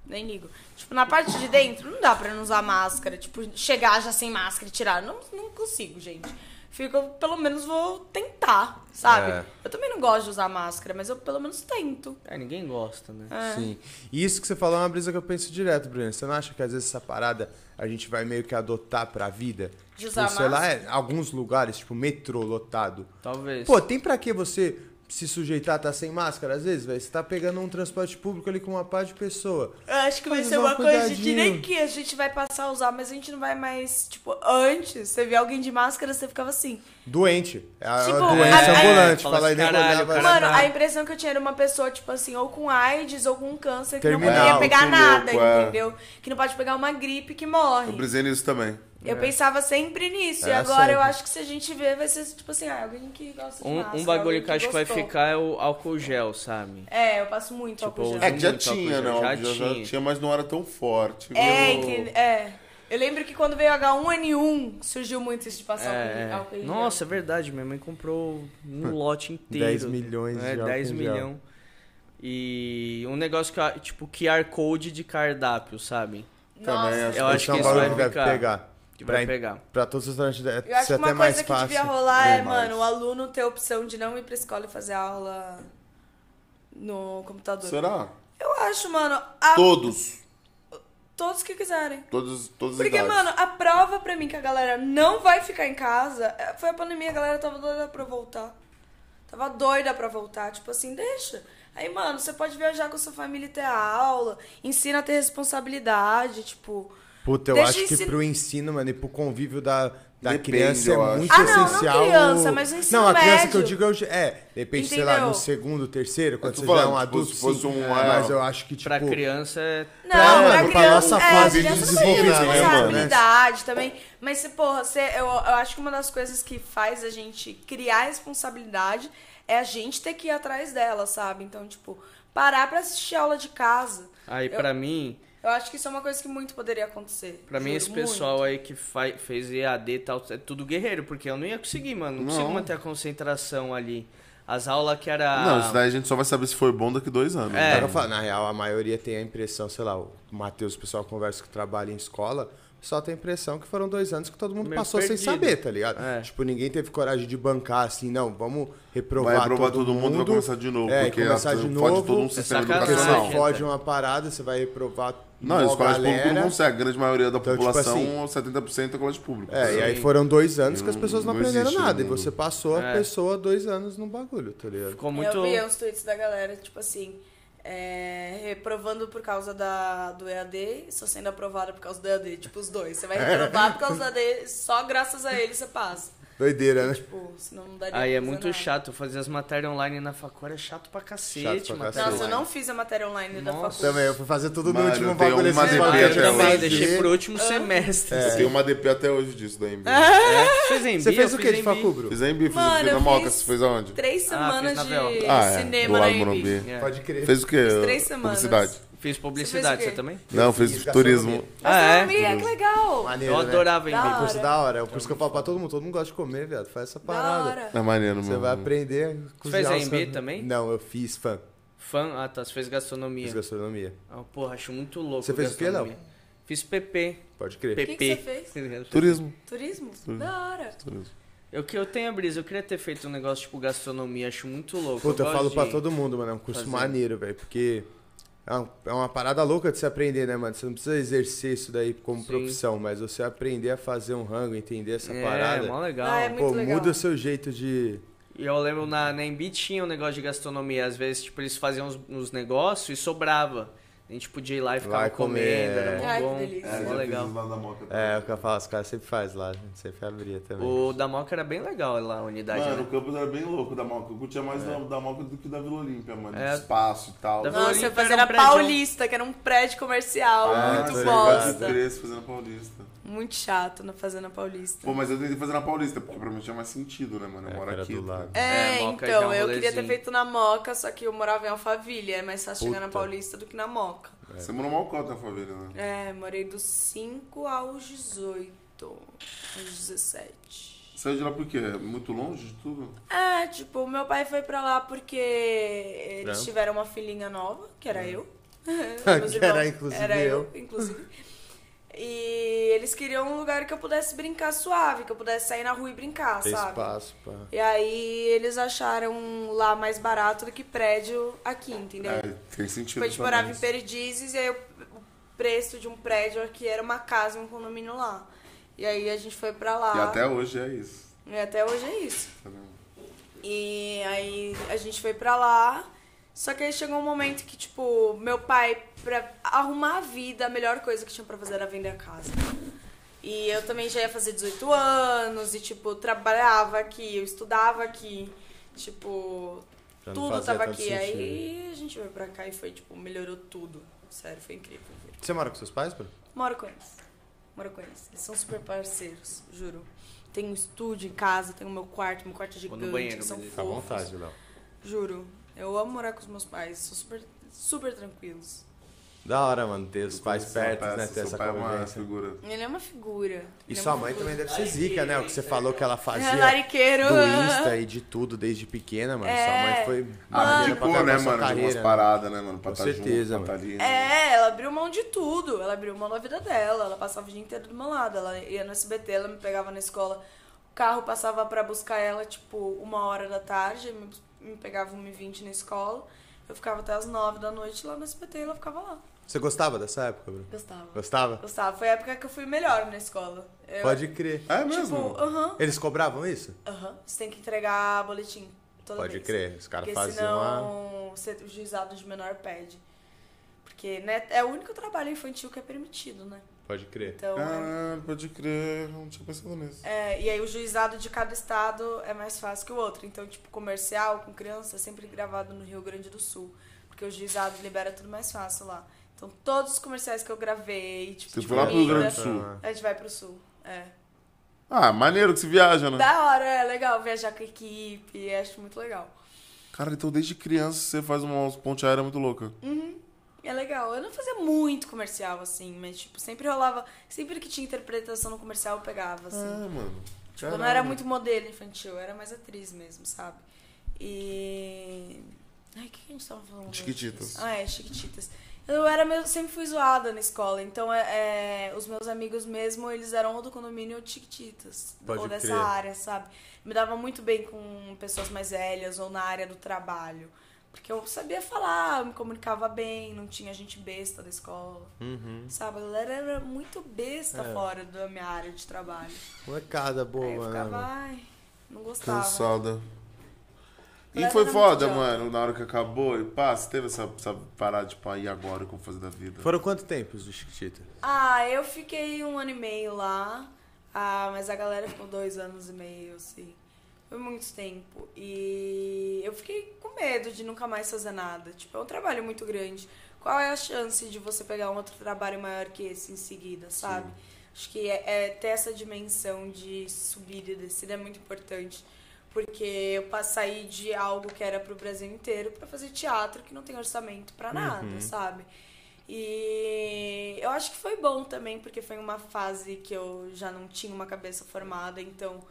Nem ligo. Tipo, na parte de dentro, não dá pra não usar máscara. Tipo, chegar já sem máscara e tirar. Não, não consigo, gente. Fico, eu pelo menos vou tentar, sabe? É. Eu também não gosto de usar máscara, mas eu pelo menos tento. É, ninguém gosta, né? É. Sim. E isso que você falou é uma brisa que eu penso direto, Bruno. Você não acha que às vezes essa parada a gente vai meio que adotar pra vida? De usar sei lá, é, alguns lugares, tipo metrô lotado. Talvez. Pô, tem pra que você se sujeitar a tá sem máscara às vezes, velho? Você tá pegando um transporte público ali com uma par de pessoa. Eu acho que vai Mas ser usar uma coisa de cuidadinho. nem que a gente vai passar a usar, mas a gente não vai mais, tipo, antes, você vê alguém de máscara, você ficava assim. Doente. É a Tipo, doença a- a- ambulante. Fala Fala aí, assim, nem "Caralho, olhava. cara, Mano, não. a impressão que eu tinha era uma pessoa, tipo assim, ou com AIDS ou com câncer, que não Terminal, poderia pegar que nada, louco, é. entendeu? Que não pode pegar uma gripe que morre. Eu brisei nisso também. Eu pensava sempre nisso. e É, agora eu sempre. acho que se a gente ver, vai ser tipo assim, ah, alguém que gosta de Um, máscara, um bagulho é alguém que, eu acho que vai gostou. ficar é o álcool gel, sabe? É, eu passo muito Tipo, álcool eu É gel. que já Muito tinha, álcool não. gel, Já, já já tinha. tinha, mas não era tão forte. É, viu? entende? É. Eu lembro que quando veio H1N1, surgiu muito isso de passar É, álcool é. em gel. Nossa, é verdade. Minha mãe comprou um lote inteiro. 10 Hum, milhões de é, álcool 10 em gel. milhões. E um negócio que, eu- tipo, QR Code de cardápio, sabe? Também Nossa, acho. Eu acho Esse é que um isso bagulho vai que deve ficar. pegar. Que Pra, vai pegar. pra todos os restaurantes deve Eu acho ser que é até uma mais coisa que fácil. devia rolar é, É, mais. mano, o aluno ter a opção de não ir pra escola e fazer aula no computador. Será? Eu acho, mano, a- Todos. todos que quiserem. Todos, todas as Porque, idades. mano, a prova pra mim que a galera não vai ficar em casa é, foi a pandemia, a galera tava doida pra voltar. Tava doida pra voltar, tipo assim, deixa. Aí, mano, você pode viajar com a sua família e ter aula, ensina a ter responsabilidade, tipo. Puta, eu Deixa acho eu que ensin- pro ensino, mano, e pro convívio da, da Depende, criança eu é acho. muito Ah, não, não essencial. criança, o- mas o ensino Não, a criança que eu médio. digo é, o- é depende, sei lá, Entendeu? no segundo, terceiro, quando tô você já é falando, um tipo, adulto, se fosse sim. um, É, mas é, eu acho que, tipo... Pra criança é. Não, Pra, pra, mano, pra criança, nossa é, fase criança de não tem desenvolvimento, né, mano? responsabilidade também. Mas, se, porra, você, eu, eu acho que uma das coisas que faz a gente criar responsabilidade é a gente ter que ir atrás dela, sabe? Então, tipo, parar pra assistir aula de casa. Aí, Eu- pra mim, Eu acho que isso é uma coisa que muito poderia acontecer. Pra mim, Juro, esse muito. pessoal aí que fa- fez EAD e tal, é tudo guerreiro, porque eu não ia conseguir, mano. Não, consigo Não. manter a concentração ali. As aulas que era. Não, isso daí a gente só vai saber se foi bom daqui dois anos. Ah. É. né? Cara, eu falo, na real, a maioria tem a impressão, sei lá, o Matheus, o pessoal que conversa que trabalha em escola, só tem a impressão que foram dois anos que todo mundo Meio passou perdido. sem saber, tá ligado? É. Tipo, ninguém teve coragem de bancar assim, não, vamos reprovar, Vai reprovar todo mundo, vai começar de novo, É, porque começar a- de fode novo, todo um sistema é sacanagem, né? porque você educacional. fode uma parada, você vai reprovar Não, mó as escolas galera. públicas não consegue. A grande maioria da Então, tipo população, assim, 70% é colégio público. É, e aí Sim. foram dois anos que as pessoas não, Não aprenderam existe no nada, e mundo. você passou a É. pessoa dois anos no bagulho, tá ligado? Ficou é muito. Eu via os tweets da galera, tipo assim, é, reprovando por causa da, do EAD e só sendo aprovada por causa do EAD. Tipo, os dois. Você vai reprovar por causa do EAD, só graças a ele você passa. Doideira, né? Tipo, senão não daria Aí é pra fazer muito nada. chato. Fazer as matérias online na faculdade é chato pra cacete, Chato pra matéria cacete. Nossa, eu online. não fiz a matéria online da Nossa. faculdade. Também, eu fui fazer tudo no Mano, último eu tenho bagulho. assim, uma esse DP bagulho Eu até de hoje. também fazer. deixei pro Ah. último semestre. Eu tenho uma DP até hoje disso da MB. Fez MBA, É. Você fez eu o que fiz de MBA. facubro? Fiz a MB, fiz Mano, a MB na eu Moca. fiz- Você fez aonde? Três Ah, fiz semanas na de VEL. Ah, é. cinema do na lado do Embi. Morumbi. É. Pode crer. Fez o quê? três semanas. Publicidade. Fiz publicidade, Você fez o você, quê? também? Não, fiz fez gastronomia. turismo. Ah, é? Gastronomia, que legal! Maneiro, Eu né? adorava Da MBA. hora. Curso da hora. É o curso que eu falo pra todo mundo. Todo mundo gosta de comer, viado. Faz essa Da parada. hora. É maneiro, Você mano. vai aprender a cozinhar. fez a o seu- MB também? Não, eu fiz fã. Fã? Ah, tá. Você fez gastronomia. Fiz gastronomia. Ah, porra, acho muito louco. Você fez o quê, gastronomia. Fiz PP. Pode crer. PP. que que você Turismo. Turismo? Da hora. Turismo. Eu que eu tenho a brisa, eu queria ter feito um negócio tipo gastronomia, acho muito louco. Puta, eu gosto falo pra de- todo mundo, mano. É um curso fazer. maneiro, velho. Porque é uma, é uma parada louca de se aprender, né, mano? Você não precisa exercer isso daí como Sim. profissão, mas você aprender a fazer um rango, entender essa é, parada. mó legal. Ah, é Pô, muito legal. muda o seu jeito de. E eu lembro na, na Embi tinha um negócio de gastronomia, às vezes tipo eles faziam uns, uns negócios e sobrava. A gente podia ir lá e ficava Lá e comendo, comer, era é. mó Ai, que bom, delícia. era mó legal. É, é o que eu falo, os caras sempre fazem lá, a gente sempre abria também. O da Moca era bem legal lá, a unidade. Mano, o né? campus era bem louco da Moca. Eu curtia É. mais da, da Moca do que da Vila Olímpia, mano. É. Espaço e tal. Da Vila Nossa, eu Floripa fazia era na um prédio. Paulista, que era um prédio comercial, Ah, muito tá Quase ligado. bosta. três fazendo Paulista. Muito chato na Fazenda Paulista. Pô, mas eu tentei fazer na Paulista, porque pra mim tinha mais sentido, né, mano? Eu É, moro era aqui. do tá lado. ligado? É, É, Moca já é um então, eu queria ter rolezinho. feito na Moca, só que eu morava em Alphaville, é mais fácil chegar na Puta. Paulista do que na Moca. é. Você morou mal cota na favela, né? É, morei dos 5 aos 18, aos 17. Saiu de lá por quê? É Muito longe de tudo? É, tipo, meu pai foi pra lá porque eles Não. Hum. tiveram uma filhinha nova, que era eu. Meus Que irmãos. era, inclusive, Era eu, eu. inclusive. E eles queriam um lugar que eu pudesse brincar suave, que eu pudesse sair na rua e brincar, Tem sabe? espaço, pá. E aí eles acharam um lá mais barato do que prédio aqui, entendeu? É, tem sentido. Tipo, a gente também. morava em Perdizes e aí o o preço de um prédio aqui era uma casa, um condomínio lá. E aí a gente foi pra lá. E até hoje é isso. E até hoje é isso. tá ligado? E aí a gente foi pra lá. Só que aí chegou um momento que, tipo, meu pai, pra arrumar a vida, a melhor coisa que tinha pra fazer era vender a casa. E eu também já ia fazer 18 anos e, tipo, trabalhava aqui, eu estudava aqui. Tipo, Já não tudo fazia tava tanto aqui. sentido. Aí a gente veio pra cá e foi, tipo, melhorou tudo. Sério, foi incrível. Foi Você mora com seus pais, Bruno? Moro com eles. Moro com eles. Eles são super parceiros, juro. Tem um estúdio em casa, tem o meu quarto, meu quarto é Vou gigante. no banheiro, eles são beleza. Fica Tá à fofos. vontade, Léo. Juro. Eu amo morar com os meus pais. São super, super tranquilos. Da hora, mano, ter os pais Seu perto, pai- né? Ter seu essa pai é uma convivência. figura. Ele é uma figura. E Ele é sua uma mãe figura. também deve ser zica, né? O que você falou que ela fazia É, do lariqueiro. Insta e de tudo desde pequena, mano. É. Sua mãe foi Ah, maneira pra abdicou, né, acabar mano? sua de umas carreira. né? paradas, né, mano? Pra Com tá certeza, junto, pra tá mano. ali, né? É, ela abriu mão de tudo. Ela abriu mão da vida dela. Ela passava o dia inteiro do meu lado. Ela ia no SBT, ela me pegava na escola. O carro passava pra buscar ela, tipo, uma hora da tarde. Me, me pegava 1h20 na escola. Eu ficava até as 9 da noite lá no SBT e ela ficava lá. Você gostava dessa época, Bruno? Gostava. Gostava? Gostava. Foi a época que eu fui melhor na escola. Eu, Pode crer. É Tipo, mesmo? aham. Eles cobravam isso? Aham. Você tem que entregar boletim toda Pode vez. crer. Os caras Porque faziam uma. senão você, o juizado de menor pede. Porque né, é o único trabalho infantil que é permitido, né? Pode crer. Então, é- Caralho, pode crer. Não tinha pensado nisso. é, e aí o juizado de cada estado é mais fácil que o outro. Então, tipo, comercial com criança é sempre gravado no Rio Grande do Sul. Porque o juizado libera tudo mais fácil lá. Então, todos os comerciais que eu gravei, tipo, Você de foi lá pro Rio comida, Grande do Sul. A gente vai pro sul. É. Ah, maneiro que você viaja, né? Da hora, é legal viajar com a equipe, acho muito legal. Cara, então desde criança você faz uma ponte aérea muito louca. É legal. Eu não fazia muito comercial, assim, mas, tipo, sempre rolava. Sempre que tinha interpretação no comercial, eu pegava, assim. Ah, mano. tipo, eu não era muito modelo infantil, eu era mais atriz mesmo, sabe? E. Ai, o que, que a gente tava falando? Chiquititas. Ah, é, chiquititas. Eu era meio, sempre fui zoada na escola, então é, é, os meus amigos mesmo, eles eram ou do condomínio ou de chiquititas. Pode ou dessa crer. área, sabe? Me dava muito bem com pessoas mais velhas ou na área do trabalho. Porque eu sabia falar, eu me comunicava bem, não tinha gente besta da escola. Sabe? A galera era muito besta Uhum. É. fora da minha área de trabalho. Molecada boa, né, Aí eu ficava, mano. ai, não gostava. Cansada. E Mas foi era muito foda, idiota. mano, na hora que acabou. E pá, você teve essa, essa parada de pá, e agora o que eu vou fazer da vida? Foram quanto tempo os Chiquititas? Ah, eu fiquei um ano e meio lá. Ah, mas a galera ficou dois anos e meio, assim. Foi muito tempo. E eu fiquei com medo de nunca mais fazer nada. Tipo, é um trabalho muito grande. Qual é a chance de você pegar um outro trabalho maior que esse em seguida, sabe? Acho que é, é ter essa dimensão de subida e descida é muito importante. Porque eu pa- saí de algo que era pro Brasil inteiro pra fazer teatro que não tem orçamento Uhum. pra nada, sabe? E eu acho que foi bom também, porque foi uma fase que eu já não tinha uma cabeça formada, então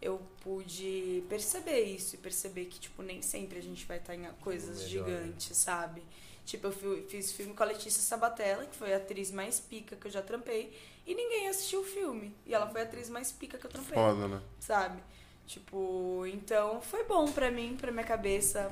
eu pude perceber isso e perceber que, tipo, nem sempre a gente vai estar em coisas melhor, né? gigantes, sabe? Tipo, eu fi- fiz filme com a Letícia Sabatella, que foi a atriz mais pica que eu já trampei, e ninguém assistiu o filme. E ela foi a atriz mais pica que eu trampei Foda, né? sabe? Tipo, então foi bom pra mim, pra minha cabeça,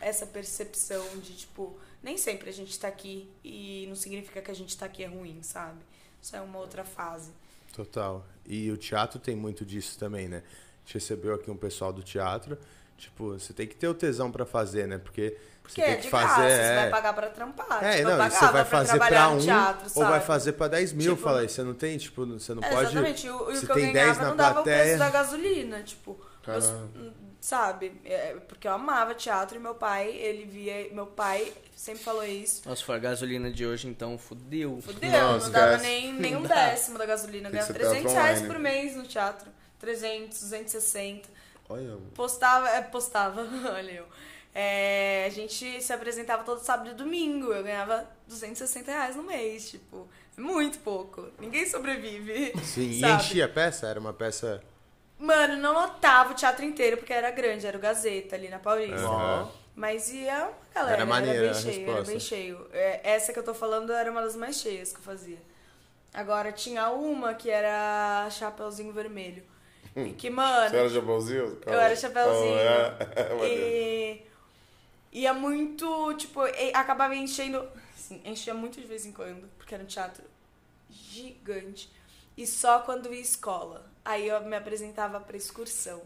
essa percepção de, tipo, nem sempre a gente tá aqui e não significa que a gente tá aqui é ruim, sabe? Isso é uma outra fase. Total. E o teatro tem muito disso também, né? A gente recebeu aqui um pessoal do teatro. Tipo, você tem que ter o tesão pra fazer, né? Porque, Porque você tem é que de fazer. graça, você é. vai pagar pra trampar. É, tipo, eu não, e pagava você vai fazer trabalhar pra no um teatro, ou vai sabe? fazer pra 10 mil, Tipo- fala aí. Você não tem, tipo, você não É, pode. Exatamente. E o, e o se que eu tem 10 ganhava na não dava o plateia- preço da gasolina, tipo. meus- Caralho. hum, sabe? É, porque eu amava teatro e meu pai, ele via. Meu pai sempre falou isso. Nossa, foi a gasolina de hoje, então fudeu. Fudeu, Não, não, esquece. dava nem, nem um Não dá. décimo da gasolina. Eu Tem que ganhava ser teatro 300 reais online. por mês no teatro. 300, 260. Olha, mano. Postava, é, postava, olha eu. É, a gente se apresentava todo sábado e domingo. Eu ganhava 260 reais no mês, tipo. é Muito pouco. Ninguém sobrevive. Sim, e sabe? enchia a peça? Era uma peça. Mano, não lotava o teatro inteiro, porque era grande, era o Gazeta ali na Paulista. Aham. Mas ia uma galera, Era era, maneira a bem cheio, era resposta. bem cheio. É, Essa que eu tô falando era uma das mais cheias que eu fazia. Agora tinha uma que era Chapeuzinho Vermelho. Hum. E que, mano, Você era chapeuzinho? eu era chapeuzinho. é. e ia muito, tipo, e- acabava enchendo. Assim, enchia muito de vez em quando, porque era um teatro gigante. E só quando ia escola. Aí eu me apresentava pra excursão.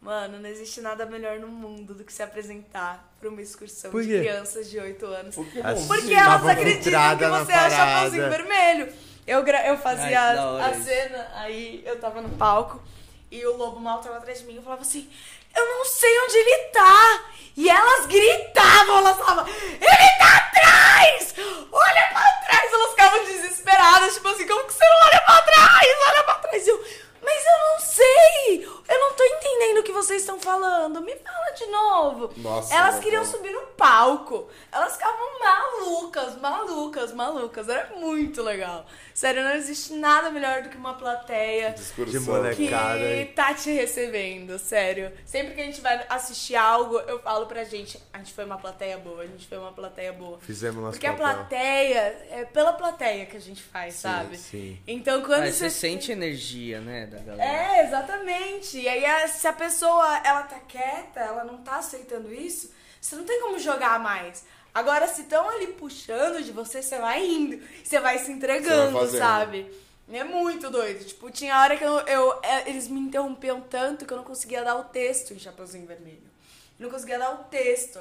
Mano, não existe nada melhor no mundo do que se apresentar pra uma excursão Por de quê? crianças de 8 anos. Assim, Porque elas dava acreditam que entrada na você é o Chapeuzinho parada. Vermelho. Eu, gra- eu Ai, fazia que da hora a isso. cena, aí eu tava no palco e o lobo mal tava atrás de mim e eu falava assim: Eu não sei onde ele tá! E elas gritavam, elas falavam: Ele tá atrás! Olha pra trás! Elas ficavam desesperadas, tipo assim: Como que você não olha pra trás? Olha pra trás! E eu, mas eu não sei! Eu não tô entendendo o que vocês estão falando. Me fala de novo. Nossa, Elas meu queriam Deus. subir no palco. Elas ficavam malucas, malucas, malucas. Era muito legal. Sério, não existe nada melhor do que uma plateia Discursão. De moleque. que Cara. tá te recebendo, sério. Sempre que a gente vai assistir algo, eu falo pra gente, a gente foi uma plateia boa, a gente foi uma plateia boa. Fizemos nosso Porque a papel. plateia, é pela plateia que a gente faz, sabe? sim. Então quando Mas Ah, você sente energia, né, da galera. é, exatamente. E aí, a- se a pessoa ela tá quieta, ela não tá aceitando isso, você não tem como jogar mais. Agora, se estão ali puxando de você, você vai indo, você vai se Você entregando, vai fazendo. sabe? É muito doido. Tipo, tinha hora que eu, eu- é, eles me interrompiam tanto que eu não conseguia dar o texto em Chapeuzinho Vermelho. Eu não conseguia dar o texto.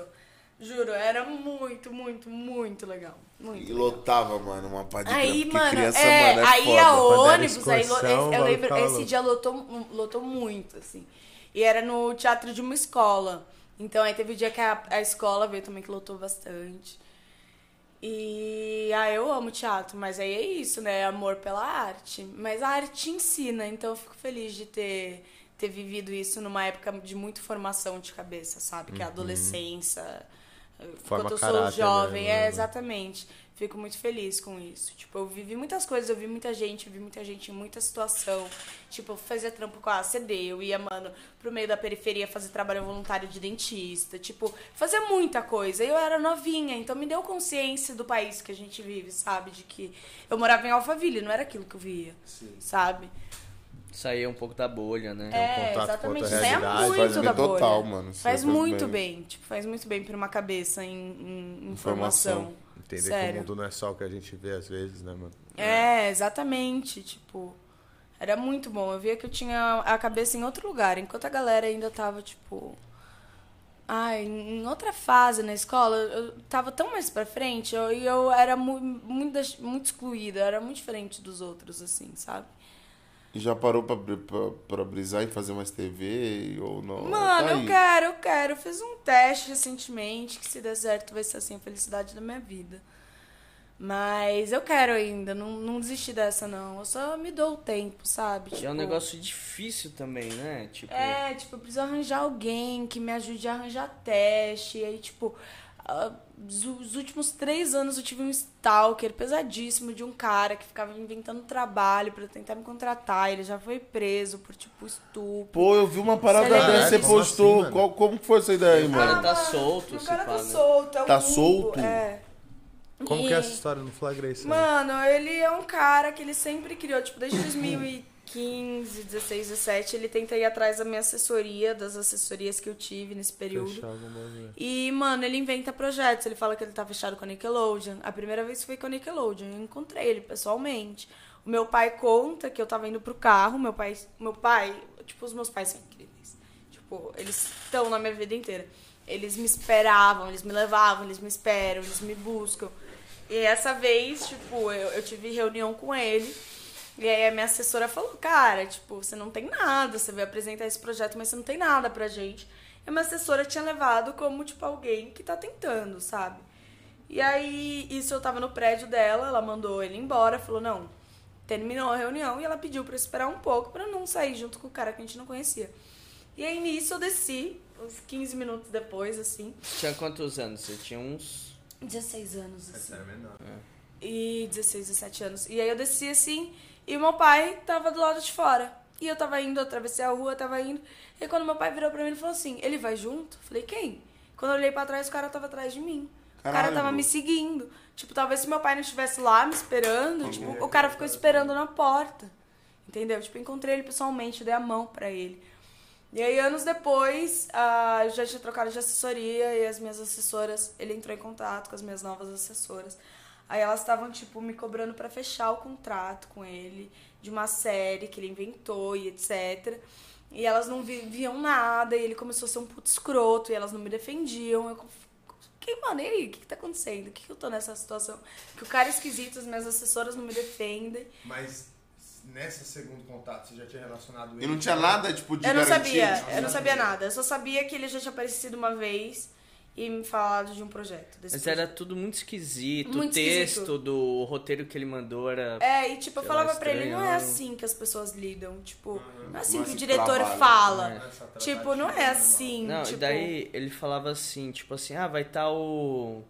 Juro, era muito, muito, muito legal. Muito E legal. lotava, mano, uma pá de Aí, porque mano, criança, é, mano, é aí foda. a Quando era ônibus, aí, lo- excursão, esse- eu mano, lembro, ficava esse louco. dia lotou, lotou muito, assim. E era no teatro de uma escola. Então aí teve o dia que a, a escola veio também que lotou bastante. E ah, eu amo teatro, mas aí é isso, né? Amor pela arte. Mas a arte ensina, então eu fico feliz de ter, ter vivido isso numa época de muita formação de cabeça, sabe? Que é a adolescência. Uhum. Forma Quando eu sou caráter, jovem, né? é exatamente. Fico muito feliz com isso. Tipo, eu vivi muitas coisas, eu vi muita gente, eu vi muita gente em muita situação. Tipo, eu fazia trampo com a ACD, eu ia, mano, pro meio da periferia fazer trabalho voluntário de dentista. Tipo, fazia muita coisa. Eu era novinha, então me deu consciência do país que a gente vive, sabe? De que eu morava em Alphaville, não era aquilo que eu via, sabe? Sair um pouco da bolha, né? contato É, com exatamente. outra Isso aí é realidade. muito Faz bem da bolha. total, mano. Isso Faz faz muito bem. bem. tipo, faz muito bem pra uma cabeça em, em Informação. informação. Entender Sério. que o mundo não é só o que a gente vê às vezes, né, mano? É, exatamente, tipo, era muito bom. Eu via que eu tinha a cabeça em outro lugar, enquanto a galera ainda tava, tipo, ai, em outra fase na escola, eu tava tão mais pra frente, eu, e eu era mu- muito, das- muito excluída, eu era muito diferente dos outros, assim, sabe? E já parou pra, bri- pra, pra brisar e fazer mais TV ou não? Mano, Tá eu aí. quero, eu quero. Eu fiz um teste recentemente, que se der certo vai ser assim a felicidade da minha vida. Mas eu quero ainda, não, não desisti dessa, não. Eu só me dou o tempo, sabe? E é um Tipo, negócio difícil também, né? Tipo, É, tipo, eu preciso arranjar alguém que me ajude a arranjar teste. E aí, tipo, ah, os os últimos três anos eu tive um stalker pesadíssimo de um cara que ficava inventando trabalho pra tentar me contratar. Ele já foi preso por, tipo, estupro. Pô, eu vi uma parada Isso é legal. dessa, você Caraca, como assim, postou. mano? Qual, como que foi essa ideia aí, Ah, o mano? cara tá solto, O se cara pá, tá né? solto, é um Tá limbo, solto? É. Como E- que é essa história no flagrei? isso né? aí? Mano, ele é um cara que ele sempre criou, tipo, desde 2015, 16, 17, ele tenta ir atrás da minha assessoria, das assessorias que eu tive nesse período. Fechar algum um bagulho. E, mano, ele inventa projetos. Ele fala que ele tá fechado com a Nickelodeon. A primeira vez foi com a Nickelodeon. Eu encontrei ele pessoalmente. O meu pai conta que eu tava indo pro carro. Meu pai. Meu pai. Tipo, os meus pais são incríveis. Tipo, eles estão na minha vida inteira. Eles me esperavam, eles me levavam, eles me esperam, eles me buscam. E essa vez, tipo, eu, eu tive reunião com ele. E aí a minha assessora falou, cara, tipo, você não tem nada, você veio apresentar esse projeto, mas você não tem nada pra gente. E a minha assessora tinha levado como, tipo, alguém que tá tentando, sabe? E aí, isso eu tava no prédio dela, ela mandou ele embora, falou, não, terminou a reunião e ela pediu pra eu esperar um pouco pra não sair junto com o cara que a gente não conhecia. E aí, nisso, eu desci, uns 15 minutos depois, assim, Tinha quantos anos? Você tinha uns. 16 anos, assim. É menor. E 16, 17 anos. E aí eu desci assim, e meu pai tava do lado de fora. E eu tava indo, eu atravessei a rua, tava indo. E quando meu pai virou pra mim, ele falou assim: ele vai junto? Falei, quem? Quando eu olhei pra trás, o cara tava atrás de mim. o cara Caralho. tava me seguindo. Tipo, talvez se meu pai não estivesse lá me esperando, tipo, o cara ficou esperando na porta. Entendeu? Tipo, encontrei ele pessoalmente, dei a mão pra ele. E aí, anos depois, ah, eu já tinha trocado de assessoria e as minhas assessoras, ele entrou em contato com as minhas novas assessoras. Aí elas estavam, tipo, me cobrando pra fechar o contrato com ele, de uma série que ele inventou e etc. E elas não vi- viam nada, e ele começou a ser um puto escroto, e elas não me defendiam. Eu fiquei, mano, e aí? O que, que tá acontecendo? Por que, que eu tô nessa situação? Que o cara é esquisito, as minhas assessoras não me defendem. Mas nesse segundo contato, você já tinha relacionado E não tinha nada, tipo, de Eu não garantia, sabia, tipo, eu não sabia nada. Eu só sabia que ele já tinha aparecido uma vez e me falado de um projeto. Desse Mas era projeto. tudo muito esquisito. Muito o texto esquisito. do roteiro que ele mandou era. É, e tipo, eu Sei falava lá, né?" pra ele, não é estranhão. assim que as pessoas lidam, tipo, não é assim Não que o Uhum. se diretor trabalha. né? fala. É. Tipo, não é assim, Não, tipo, e daí ele falava assim, tipo assim, ah, vai estar o.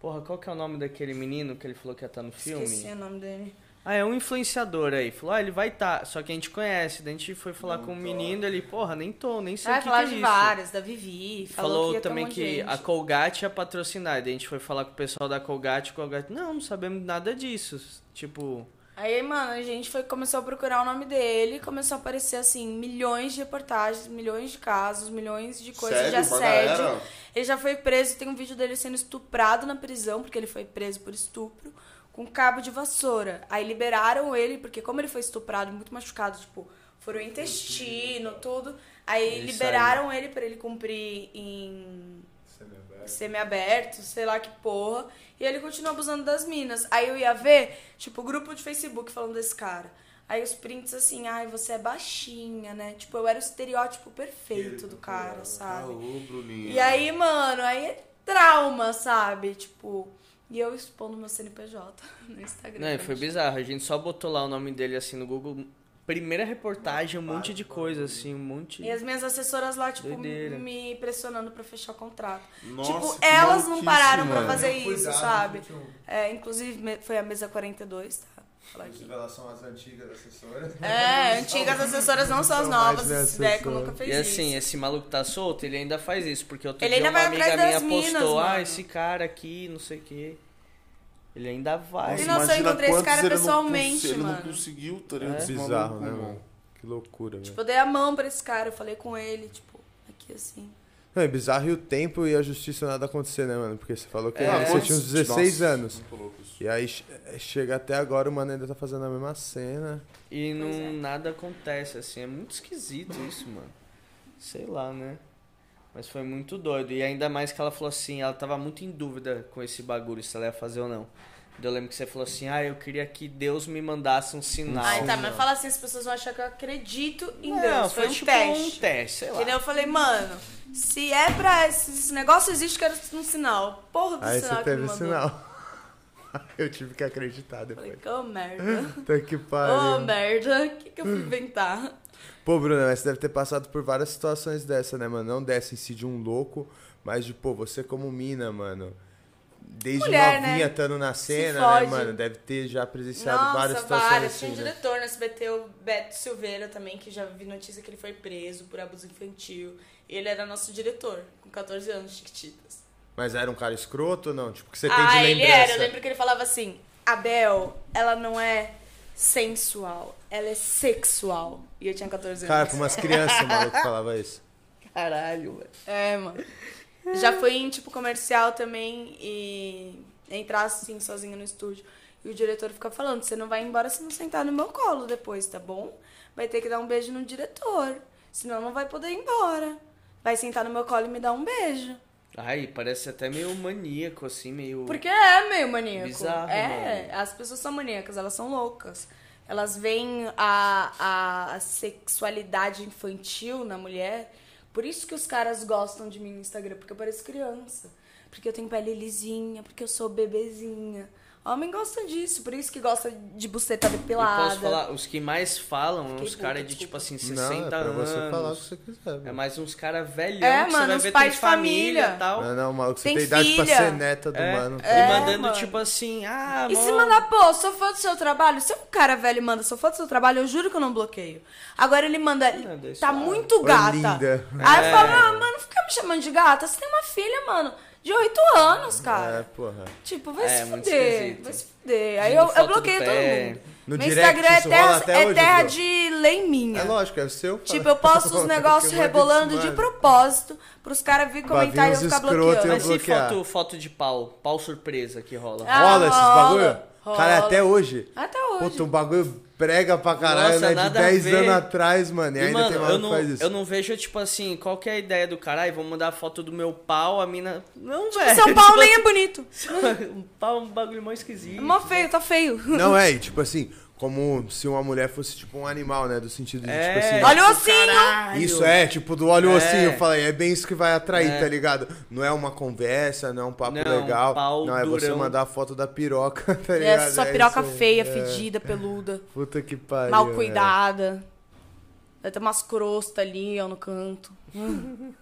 Porra, qual que é o nome daquele menino que ele falou que ia estar no filme? esqueci o nome dele. Ah, é um influenciador aí. Falou, ah, ele vai estar. Só que a gente conhece. Daí a gente foi falar com o menino, ele, porra, nem tô, nem sei Ah, o que, que falar é de isso. várias, da Vivi, falou, Falou que ia ter um também monte que de a gente. Colgate ia patrocinar. Daí a gente foi falar com o pessoal da Colgate, Colgate, não, não sabemos nada disso. Tipo, Aí, mano, a gente foi, começou a procurar o nome dele, começou a aparecer, assim, milhões de reportagens, milhões de casos, milhões de coisas Sério, de pra assédio. galera? Ele já foi preso, tem um vídeo dele sendo estuprado na prisão, porque ele foi preso por estupro, com cabo de vassoura. Aí liberaram ele, porque como ele foi estuprado, muito machucado, tipo, foram intestino, tudo. Aí Ele liberaram ele pra ele cumprir em semi-aberto, sei lá que porra. E ele continuou abusando das minas. Aí eu ia ver, tipo, grupo de Facebook falando desse cara. Aí os prints assim, ai, você é baixinha, né? Tipo, eu era o estereótipo perfeito do cara, sabe? Ô, Bruninho. E aí, mano, aí é trauma, sabe? Tipo, e eu expondo meu CNPJ no Instagram. Não, e né, foi gente. bizarro. A gente só botou lá o nome dele assim no Google. Primeira reportagem, um monte de coisa, assim, um monte. E as minhas assessoras lá, tipo, Doideira. me pressionando pra fechar o contrato. Nossa, tipo, que elas não maluquice, pararam pra mano. É fazer um Cuidado, né? isso, sabe? gente, um- É, inclusive, me- foi a mesa 42, tá? Falar aqui. Inclusive, elas são as antigas assessoras. É, antigas assessoras não são as Não são mais novas, minhas esse Deco assessoras. nunca fez E assim, isso. esse maluco tá solto, ele ainda faz isso, porque outro Ele dia ainda uma vai amiga atrás minha das minas, postou, ah, mano." esse cara aqui, não sei o quê. Ele ainda vai. E Nossa, não só imagina encontrei esse quantos cara ele não pessoalmente, cons- Ele não mano. conseguiu, tá ligado? É. Esse Bizarro, maluco, né, mano? Que loucura, velho. Tipo, eu dei a mão pra esse cara, eu falei com ele, tipo, aqui assim. Não, é bizarro e o tempo e a justiça nada acontecer, né, mano? Porque você falou que É. você tinha uns 16 Nossa, anos. muito louco isso. E aí che- é, chega até agora, o mano ainda tá fazendo a mesma cena. E não, Pois é. nada acontece, assim. É muito esquisito isso, mano. Sei lá, né? Mas foi muito doido. E ainda mais que ela falou assim, ela tava muito em dúvida com esse bagulho, se ela ia fazer ou não. Eu lembro que você falou assim, ah, eu queria que Deus me mandasse um sinal. Ai, tá, mas fala assim, as pessoas vão achar que eu acredito em não, Deus. Foi, foi um tipo um teste. teste, sei lá. Entendeu? Eu falei, mano, se é pra. Se esse negócio existe, eu quero um sinal. Porra do Aí sinal você que me teve o mandou. sinal. Eu tive que acreditar Falei, depois. que ô merda. Tá que Ô pariu. merda, o que, que eu fui inventar? Pô, Bruno, mas você deve ter passado por várias situações dessa, né, mano? Não dessa em si de um louco, mas de, pô, você como mina, mano. Desde Mulher, novinha, né? estando na cena, fode. né, mano? Deve ter já presenciado várias Nossa, situações várias. Tinha assim, um né? diretor no SBT, o Beto Silveira também, que já vi notícia que ele foi preso por abuso infantil. E ele era nosso diretor, com 14 anos, Chiquititas. Mas era um cara escroto ou não? Tipo, que você tem de ah, ele lembrança. era. Eu lembro que ele falava assim, Abel, ela não é sensual, ela é sexual. E eu tinha 14 anos. Cara, pra umas crianças, maluco, que falava isso. Caralho, velho. É, mano. Já fui em, tipo, comercial também e entrar assim, sozinha no estúdio. E o diretor fica falando, você não vai embora se não sentar no meu colo depois, tá bom? Vai ter que dar um beijo no diretor. Senão não vai poder ir embora. Vai sentar no meu colo e me dar um beijo. Ai, parece até meio maníaco, assim, meio... Porque é meio maníaco. Bizarro, é, as pessoas são maníacas, elas são loucas. Elas veem a, a, a sexualidade infantil na mulher. Por isso que os caras gostam de mim no Instagram, porque eu pareço criança. Porque eu tenho pele lisinha, porque eu sou bebezinha. Homem gosta disso, por isso que gosta de buceta Eu depilada. posso falar, os que mais falam é Fiquei uns caras puta, de, desculpa. tipo assim, 60 Não, é pra anos. você falar o que você quiser, É velho. mais uns caras velhão É, que mano, você vai uns ver pais tem de família família. e tal. Não, não, maluco, você Tem tem, idade pra filha. ser neta do É, mano. E É, mandando, mano. tipo assim, ah, E se mano, mandar, pô, sou fã do seu trabalho. Se um cara velho manda, sou fã do seu trabalho, eu juro que eu não bloqueio. Agora ele manda, Não, Ah, deixa tá lá. muito Ô, gata. é linda. Aí É. eu falo, ah, mano, fica me chamando de gata. Você tem uma filha, mano, de 8 anos, É, cara. porra. Tipo, vai É, se muito fuder, esquisito. vai se fuder. Aí Pedindo eu, eu foto do bloqueio todo pé. mundo. No Meu direct Instagram é isso rola terra, até é hoje, terra Bru. de lei minha. É lógico, é o seu. Tipo, fala. eu posto os Que negócios mano, rebolando de mano. propósito pros caras vir comentar é vir e eu uns ficar escroto e bloqueando. eu mas e bloquear. foto, foto de pau? Pau surpresa que rola. Ah, Rola esses rola, bagulho? Cara, rola. até hoje. Até hoje. Puta, um bagulho prega pra caralho, Nossa, né? De nada a 10 ver. anos atrás, mano. E, E, ainda mano, tem eu maluco que não, faz isso. eu não vejo, tipo assim, qual que é a ideia do caralho? Vou mandar foto do meu pau, a mina. Não, velho. Tipo São Paulo nem é bonito. um pau é um bagulho mó esquisito. É mó feio, tá feio. Não, é, e, tipo assim, como se uma mulher fosse tipo um animal, né? Do sentido de, tipo É, assim. Olha o ossinho! caralho. Isso é, tipo, do óleo É. ossinho, eu falei, é bem isso que vai atrair, É. tá ligado? Não é uma conversa, não é um papo Não, legal. pau não, é você durão. mandar a foto da piroca, tá É, ligado? só É piroca isso aí. feia, É. fedida, peluda, Puta que pariu. mal velho. cuidada. Vai ter umas crostas ali, ó, no canto.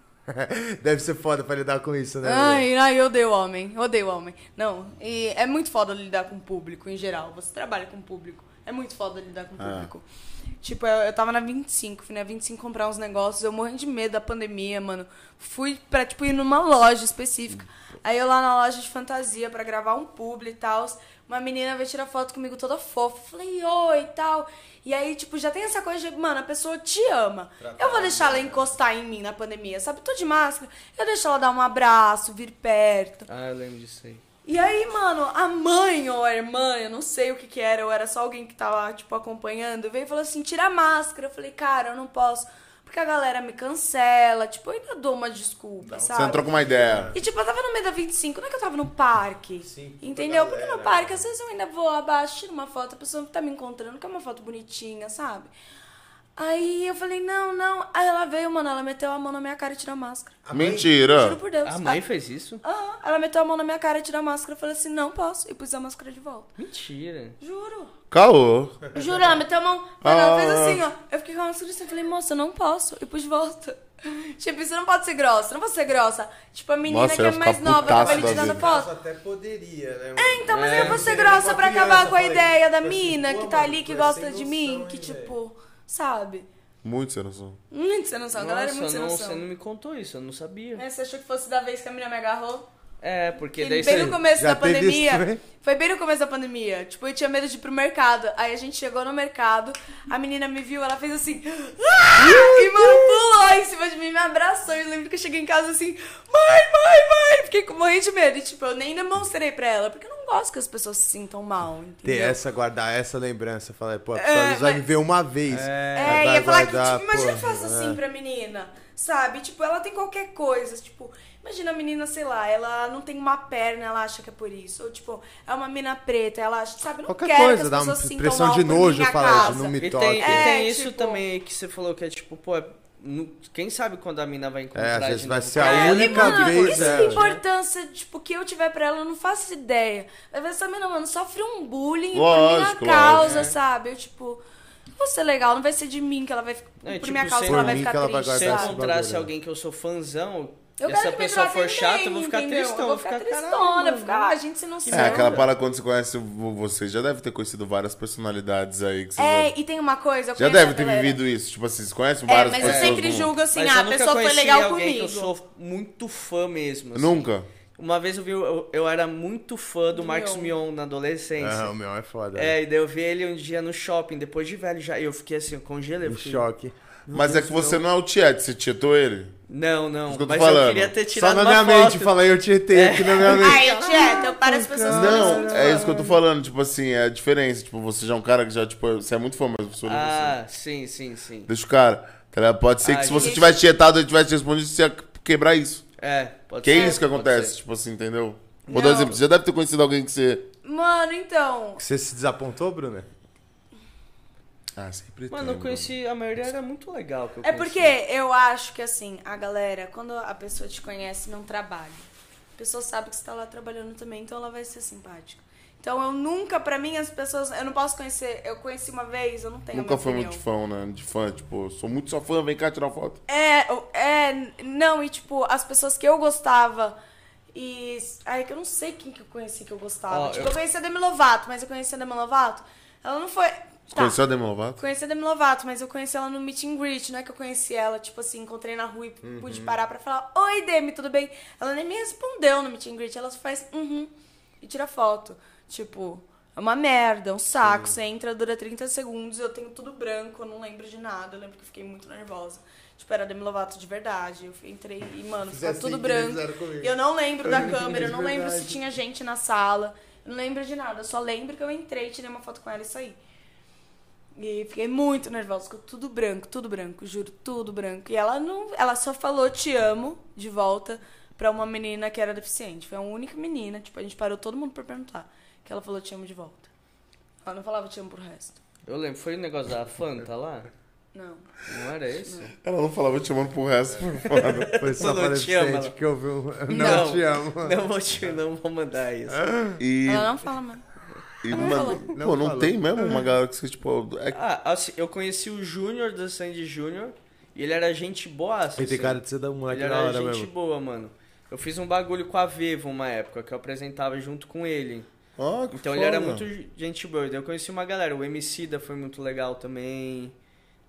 Deve ser foda pra lidar com isso, né? velho? Ai, ai, eu odeio homem, odeio homem. Não, e é muito foda lidar com o público em geral. Você trabalha com o público, é muito foda lidar com o público. Tipo, eu, eu tava na 25, fui na 25 comprar uns negócios, eu morrendo de medo da pandemia, mano. Fui pra, tipo, ir numa loja específica. Aí eu lá na loja de fantasia pra gravar um publi e tal. Uma menina veio tirar foto comigo toda fofa. Falei, oi e tal. E aí, tipo, já tem essa coisa de, mano, a pessoa te ama. Eu vou deixar ela encostar em mim na pandemia, sabe? Tô de máscara. Eu deixo ela dar um abraço, vir perto. Ah, eu lembro disso aí. E aí, mano, a mãe ou a irmã, eu não sei o que que era, ou era só alguém que tava, tipo, acompanhando, veio e falou assim, tira a máscara. Eu falei, cara, eu não posso. porque a galera me cancela. Tipo, eu ainda dou uma desculpa, sabe? Você entrou com uma ideia. E tipo, eu tava no meio da 25, não é que eu tava no parque. entendeu? Porque no parque, às vezes eu ainda vou abaixo, tiro uma foto, a pessoa tá me encontrando, quer uma foto bonitinha, sabe? Aí eu falei, não, não. Aí ela veio, mano, ela meteu a mão na minha cara e tirou a máscara. Juro Mentira. por Deus. A mãe Ah, fez isso? Aham. Ela meteu a mão na minha cara e tirou a máscara. Eu falei assim, não posso. E pus a máscara de volta. Mentira. Juro. Caô. Juro, ela meteu a mão. Mano, ela Ah. fez assim, ó. Eu fiquei com a máscara assim, eu falei, moça, eu não posso. E pus de volta. Tipo, você não pode ser grossa, não pode ser grossa. Tipo, a menina Nossa, que eu é ia ficar mais nova, putaço tava ali da tirando vida. foto. até poderia, né? É, então, mas eu não vou ser Uma grossa pra criança, acabar com a falei, ideia da tipo assim, mina pô, que tá mano, ali, que tu é gosta sem de noção, mim, hein, que velho? tipo, sabe? Muito sem noção. Muito sem noção, a galera é muito Nossa, sem não, noção. você não me contou isso, eu não sabia. É, você achou que fosse da vez que a menina me agarrou? É, porque Que daí bem você... no começo Já da teve isso pandemia. também? Foi bem no começo da pandemia. Tipo, eu tinha medo de ir pro mercado. Aí a gente chegou no mercado, a menina me viu, ela fez assim. "Ah!" E, mano, pulou em cima de mim, me abraçou. Eu lembro que eu cheguei em casa assim, mãe, mãe, mãe. Fiquei com morrendo de medo. E, tipo, eu nem demonstrei pra ela, porque eu não gosto que as pessoas se sintam mal, Ter entendeu? essa, guardar essa lembrança. Falar, pô, a pessoa às vezes vai me ver uma vez. É, vai ia falar que, guardar, tipo, imagina eu porra, faço é. assim pra menina, sabe? Tipo, ela tem qualquer coisa, tipo, imagina a menina, sei lá, ela não tem uma perna, ela acha que é por isso. Ou, tipo, é uma mina preta, ela acha, sabe? Eu Não Qualquer quero que coisa, as dá uma pessoas se sintam expressão mal de por nojo minha falar, casa. isso não me E toca. tem, e É, tem isso tipo- também que você falou que é tipo, pô, é- nu- quem sabe quando a mina vai encontrar É, às de vezes vai novo? ser a É, única mano, vez Isso dela. é importância, tipo, que eu tiver pra ela, eu não faço ideia. Às vezes essa menina, mano, sofre um bullying por Lógico, minha causa, É. lógico. sabe? Eu, tipo, não vou ser legal, não vai ser de mim que ela vai ficar. É, por tipo, minha causa sem- que ela Por vai mim ficar que ela vai triste, Se guardar eu esse sabe? bagulho, encontrasse né? alguém que eu sou fãzão, Eu essa quero que me pessoa tratem for chata, eu vou bem, ficar entendeu? tristão, Eu vou ficar caralho, tristona, vou mano. ficar, ah, a gente, você não sabe. É, aquela para quando você conhece, vo- você já deve ter conhecido várias personalidades aí que você É, e tem uma coisa, já eu conheço deve a ter galera. vivido isso. Tipo assim, você conhece É, várias mas eu pessoas. sempre no- julgo assim, Mas ah, eu a nunca pessoa foi conheci legal alguém que comigo. eu sou muito fã mesmo. assim. Nunca. Uma vez eu vi, eu, eu era muito fã do, Do Marcos Mion. Mion na adolescência. Ah, o meu é foda. É, e daí eu vi ele um dia no shopping, depois de velho já. E eu fiquei assim, eu congelei. eu Em fiquei, Um choque. Mas é que você não é o Tietchan, você tietou ele. Não, não. Isso que eu tô mas eu falando. queria ter tirado Só na uma minha foto. mente, fala, eu tietei aqui na minha mente. É. Ai, Tietchan, então para as pessoas assim, que Não, são- é isso que eu tô falando, tipo assim, é a diferença. Tipo, você já é um cara que já, tipo, você é muito fã, mas você olha pra você. Ah, sim, sim, sim. Deixa o cara. tá ligado? Pode ser Ah, que se você gente. tivesse tietado e tivesse respondido, você ia quebrar isso. É, pode Que ser. é isso que pode acontece, ser. tipo assim, entendeu? Vou Não. dar um exemplo, você já deve ter conhecido alguém que você. Mano, então. Você se desapontou, Bruna? Ah, sempre Mano, eu conheci a maioria, era muito legal. Que eu É conheci. porque eu acho que assim, a galera, quando a pessoa te conhece, não trabalha. A pessoa sabe que você tá lá trabalhando também, então ela vai ser simpática. Então eu nunca, pra mim, as pessoas. Eu não posso conhecer. Eu conheci uma vez, eu não tenho a Nunca minha foi opinião. muito fã, né? De fã, tipo, sou muito só fã, vem cá tirar foto. É, eu- é, não, e tipo, as pessoas que eu gostava. E. Ai, que eu não sei quem que eu conheci que eu gostava. Ó, tipo, eu- eu... conheci a Demi Lovato, mas eu conheci a Demi Lovato. Ela não foi. Você Tá. conheceu a Demi Lovato? Conheci a Demi Lovato, mas eu conheci ela no meet and greet, não é que eu conheci ela, tipo assim, encontrei na rua e Uhum. pude parar pra falar, oi Demi, tudo bem? Ela nem me respondeu no meet and greet, ela só faz uhum e tira foto. Tipo, é uma merda, é um saco, você entra, dura 30 segundos, eu tenho tudo branco, eu não lembro de nada, eu lembro que eu fiquei muito nervosa. Tipo, era a Demi Lovato de verdade, eu entrei e, mano, ficou Fizesse tudo assim que nem branco. fizeram comigo. Eu não lembro da câmera, eu não De lembro se verdade. tinha gente na sala, eu não lembro de nada, eu só lembro que eu entrei, tirei uma foto com ela e saí. E fiquei muito nervosa, ficou tudo branco, tudo branco, juro, tudo branco. E ela não, ela só falou te amo de volta pra uma menina que era deficiente. Foi a única menina, tipo, a gente parou todo mundo pra perguntar que ela falou te amo de volta. Ela não falava te amo pro resto. Eu lembro, foi o negócio da Fanta lá? Não. Não era isso? Ela não falava te chamando pro resto, mano. Foi só Mano, eu para te amo, gente ela. que eu vi um... Não, Não. te amo. Não vou, te, não vou mandar isso. É? E, Ela não fala mais. e não mano, falou. pô, Não não falou. tem mesmo uma galera que você, tipo. É, Ah, assim, eu conheci o Júnior do Sandy Júnior e ele era gente boa. Assim, Ele tem cara de ser da moleque Ele da era hora é gente mesmo. boa, mano. Eu fiz um bagulho com a Vevo uma época, que eu apresentava junto com ele. ó, que Então ele era foda. muito gente boa. Daí Eu conheci uma galera. O Emicida foi muito legal também.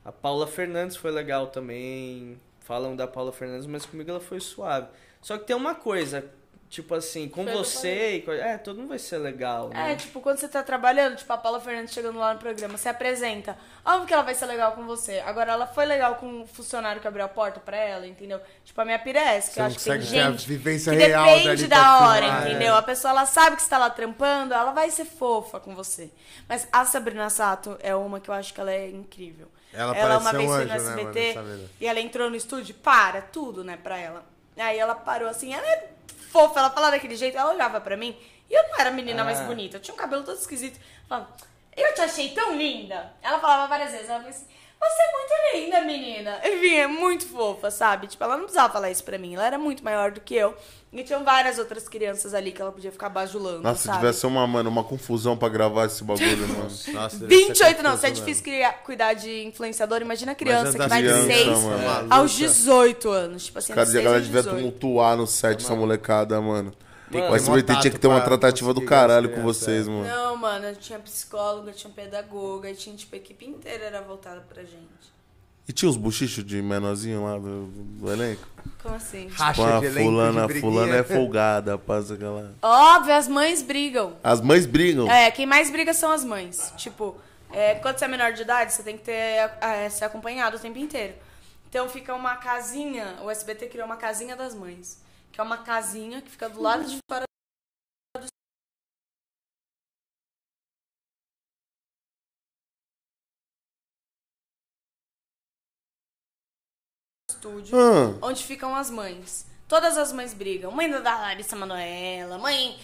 A Paula Fernandes foi legal também. Falam da Paula Fernandes, mas comigo ela foi suave. Só que tem uma coisa, tipo assim, com Foi o que eu você e com... É, todo mundo vai ser legal, né? É, tipo, quando você tá trabalhando, tipo, a Paula Fernandes chegando lá no programa, você apresenta. Óbvio que ela vai ser legal com você. Agora, ela foi legal com o funcionário que abriu a porta pra ela, entendeu? Tipo, a minha pirece, que Você eu não acho que tem consegue ter a gente vivência que real dali depende da pra Ah, é. hora, filmar, entendeu? A pessoa, ela sabe que você tá lá trampando, ela vai ser fofa com você. Mas a Sabrina Sato é uma que eu acho que ela é incrível. Ela ela uma parecia vez um foi no anjo, né, mano, SBT essa mina. e ela entrou no estúdio, para tudo, né, pra ela. Aí ela parou assim, ela é fofa, ela falava daquele jeito, ela olhava pra mim e eu não era a menina mais Ah. bonita, eu tinha um cabelo todo esquisito. Eu Falava, eu te achei tão linda. Ela falava várias vezes, ela falou assim, você é muito linda, menina. Enfim, é muito fofa, sabe? Tipo, ela não precisava falar isso pra mim, ela era muito maior do que eu. E tinham várias outras crianças ali que ela podia ficar bajulando, Nossa, se sabe? tivesse uma, mano, uma confusão pra gravar esse bagulho, mano. Nossa, tá deve ser 28 não, se é confuso difícil criar- cuidar de influenciador, imagina criança Mas que é vai das de crianças, 6 mano. É. aos 18 anos. Tipo assim, Cara, de se a 6 galera aos tiver 18. tumultuar no set essa molecada, mano. Mano, o SBT tinha que ter uma mó tato pra tratativa do conseguir é. ganhar caralho as com crianças, vocês, mano. Não, mano, eu tinha psicóloga, tinha pedagoga, tinha, tipo, a equipe inteira era voltada pra gente. E tinha os buchichos de menorzinho lá do, do elenco? Como assim? Racha Pô, a de elenco de fulana, briguinha. fulana é folgada, passa aquela... Óbvio, as mães brigam. As mães brigam. É, quem mais briga são as mães. Tipo, é, quando você é menor de idade, você tem que ter, é, ser acompanhado o tempo inteiro. Então fica uma casinha, o SBT criou uma casinha das mães. Que é uma casinha que fica do lado de fora do estúdio. Ah, onde ficam as mães. Todas as mães brigam. Mãe da Larissa Manoela, mãe.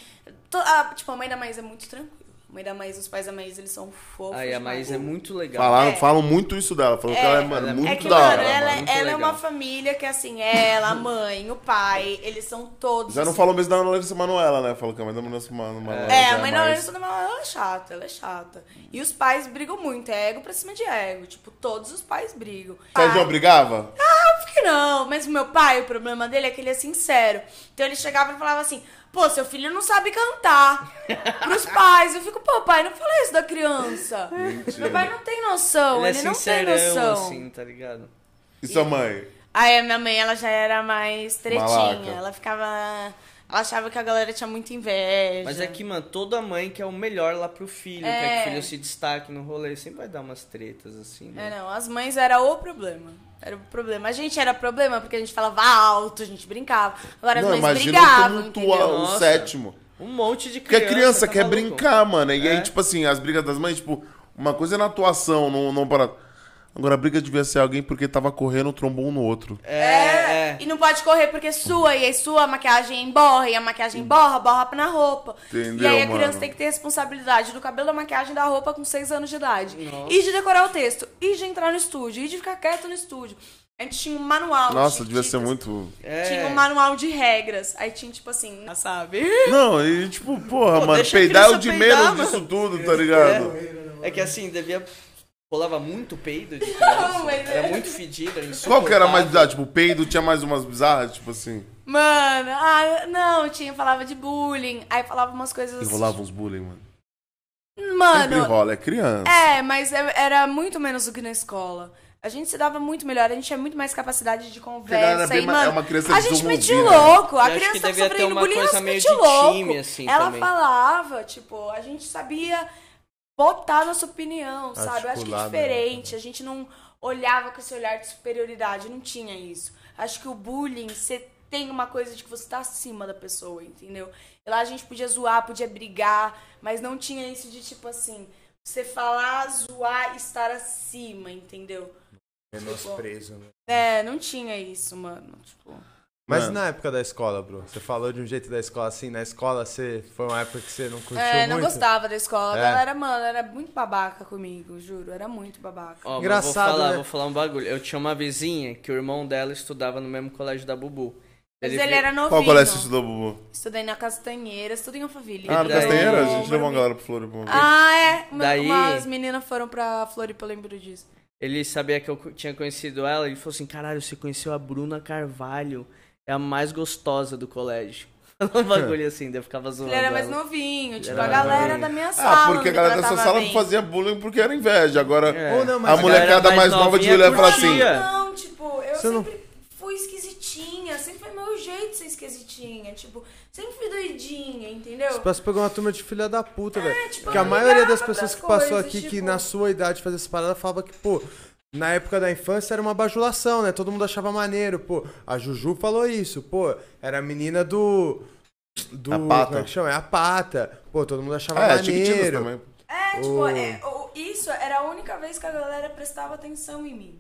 to- a- tipo, a mãe da Maísa é muito tranquila. A mãe da Maísa, os pais da Maísa, eles são fofos. Aí a demais. Maísa é muito legal. falaram, É. Falam muito isso dela. Falam que ela é, mano, ela é muito É que, da mano, hora. ela, mano. muito ela é uma legal. família que, assim, ela, a mãe, o pai, eles são todos. Já não assim, falou mesmo da Ana Larissa Manoela, né? Falou que a mãe da Ana Larissa Manoela É, já a mãe da mais- Larissa Manoela, ela é chata, ela é chata. E os pais brigam muito, é ego pra cima de ego. Tipo, todos os pais brigam. Sérgio brigava? Óbvio que não, mas o meu pai, o problema dele é que ele é sincero. Então ele chegava e falava assim: pô, seu filho não sabe cantar. Pros pais. Eu fico, pô, pai, não fala isso da criança. Meu pai não tem noção, Ele ele, é não tem sincerão, noção. assim, tá ligado? E sua mãe? Aí a minha mãe, ela já era mais tretinha. Malaca. Ela ficava. Ela achava que a galera tinha muita inveja. Mas é que, mano, toda mãe quer o melhor lá pro filho, quer É. que o filho se destaque no rolê. Sempre vai dar umas tretas, assim, É, né? não, as mães era o problema. Era o problema. A gente era problema porque a gente falava alto, a gente brincava. Agora as não, mães imagina brigavam. o entendeu? tumultuar o Nossa. sétimo. Um monte de Porque criança. a criança tá quer maluco? brincar, mano. E É. aí, tipo assim, as brigas das mães, tipo, uma coisa é na atuação, não, não para. Agora a briga devia ser alguém porque tava correndo, trombou um no outro. É, é. E não pode correr porque sua, e aí sua maquiagem emborra, e a maquiagem borra, borra na roupa. Entendeu, e aí a mano? criança tem que ter responsabilidade do cabelo, da maquiagem, da roupa com 6 anos de idade. E de decorar o texto, e de entrar no estúdio, e de ficar quieto no estúdio. A gente tinha um manual. de Nossa, devia dicas. ser muito. É. Ah, Tinha um manual de regras. Aí tinha, tipo assim, sabe? Não, e tipo, porra, é- Pô, mano, deixa a peidar é o criança de peidar, menos mano. disso tudo, tá ligado? É que assim, devia. Rolava muito peido de criança. Não, mas- é- Era muito fedida, era Qual que era a mais insuportável. bizarra? Tipo, peido tinha mais umas bizarras, tipo assim. Mano, ah, não, tinha, falava de bullying, aí falava umas coisas assim. Enrolava uns bullying, mano. Sempre Mano, enrola, é criança. É, mas é- era muito menos do que na escola. A gente se dava muito melhor, a gente tinha muito mais capacidade de a galera conversa. era bem e, ma- mano, é uma criança a gente metia o desenvolvida, né? louco, a Eu acho criança que tava devia ter sofrendo uma bullying, coisa ela meio metia de louco. time, assim, ela também. falava, tipo, a gente sabia botar nossa opinião, sabe? Eu acho que é Articular, né? diferente, a gente não olhava com esse olhar de superioridade, não tinha isso. Acho que o bullying, você tem uma coisa de que você tá acima da pessoa, entendeu? E lá a gente podia zoar, podia brigar, mas não tinha isso de tipo assim, você falar, zoar, estar acima, entendeu? Menosprezo, né? É, não tinha isso, mano. Tipo, Mas Mano. na época da escola, bro, você falou de um jeito da escola assim, na escola você foi uma época que você não curtiu é, não muito? gostava da escola. A É. galera, mano, era muito babaca comigo, juro. Era muito babaca. Ó, mas Engraçado, Vou falar, né? vou falar um bagulho. Eu tinha uma vizinha que o irmão dela estudava no mesmo colégio da Bubu. Mas ele, era novinho. Qual colégio você estudou, Bubu? Estudei na Castanheira, estudei em Alphaville. Ah, no daí- Castanheira? A Eu gente levou uma morava- galera pro Floripa. Ah, é. Uma, Daí- Umas meninas foram pra Floripa, eu lembro disso. Ele sabia que eu co- tinha conhecido ela e falou assim: caralho, você conheceu a Bruna Carvalho. É a mais gostosa do colégio. Falou um Hum. bagulho assim, daí eu ficava zoando. Ele era mais ela. novinho, tipo, Era a galera novinho. da minha sala. né, Ah, porque a me galera da sua tratava sala bem. fazia bullying porque era inveja. Agora, É. Ou não, mas a a molecada galera mais mais nova de novinha olhar e falar assim: curtia. Não, tipo, eu Você não- sempre fui esquisitinha, sempre foi meu jeito de ser esquisitinha, tipo, sempre fui doidinha, entendeu? Você pegou uma turma de filha da puta, velho. tipo, Porque a eu maioria das ligava pessoas pras que passou coisas, aqui, que tipo- na sua idade fazia essa parada, falava que, pô, na época da infância era uma bajulação, né? Todo mundo achava maneiro, pô. A Juju falou isso, pô. Era a menina do. Do. A pata. Como é que chama? É a pata. Pô, todo mundo achava É, Chiquititas maneiro. também. Oh. É, tipo, é, o- isso era a única vez que a galera prestava atenção em mim.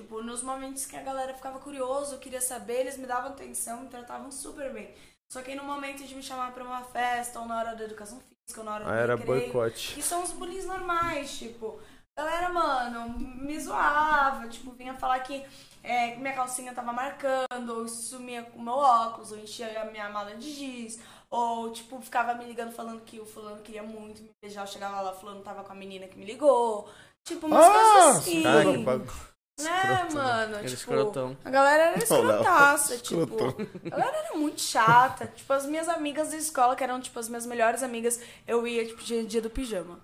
Tipo, nos momentos que a galera ficava curioso, queria saber, eles me davam atenção, me tratavam super bem. Só que aí no momento de me chamar pra uma festa, ou na hora da educação física, ou na hora do Ah, era recreio, boicote. que são os bullies normais, tipo. a Galera, mano, me zoava, tipo, vinha falar que é, minha calcinha tava marcando, ou sumia com o meu óculos, ou enchia a minha mala de giz, ou, tipo, ficava me ligando falando que o fulano queria muito me beijar, eu chegava lá, o fulano tava com a menina que me ligou. Tipo, Ah, umas coisas assim. Cara, que bagulho. né, mano? Era tipo, escrotão. a galera era Não, não. escrotaça, tipo. Escrotão. A galera era muito chata. tipo, as minhas amigas da escola, que eram, tipo, as minhas melhores amigas, eu ia, tipo, dia, dia do pijama.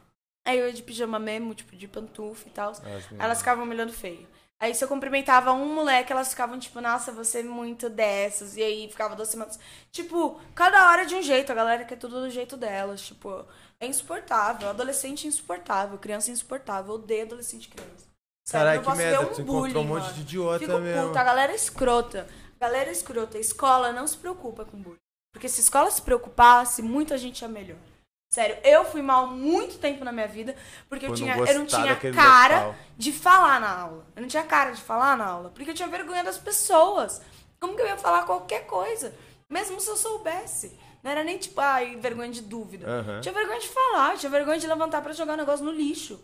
Aí eu ia de pijama mesmo, tipo, de pantufa e tal. elas ficavam me olhando feio. Aí se eu cumprimentava um moleque, elas ficavam, tipo, nossa, você é muito dessas. E aí ficava duas semanas. Tipo, cada hora de um jeito, a galera quer tudo do jeito delas. Tipo, é insuportável. Adolescente é insuportável, criança é insuportável. Eu odeio adolescente e criança. Sabe? Caralho, Não que posso ver merda, um tu encontrou um bullying, monte mano. de idiota Fico mesmo. puta, a galera é escrota. A galera é escrota. A escola não se preocupa com bullying. Porque se a escola se preocupasse, muita gente ia melhor. Sério, eu fui mal muito tempo na minha vida, porque eu, Por não tinha, eu não gostar tinha daquele cara local. de falar na aula. Eu não tinha cara de falar na aula, porque eu tinha vergonha das pessoas. Como que eu ia falar qualquer coisa? Mesmo se eu soubesse. Não era nem tipo, ai, vergonha de dúvida. Aham. Tinha vergonha de falar, tinha vergonha de levantar pra jogar um negócio no lixo.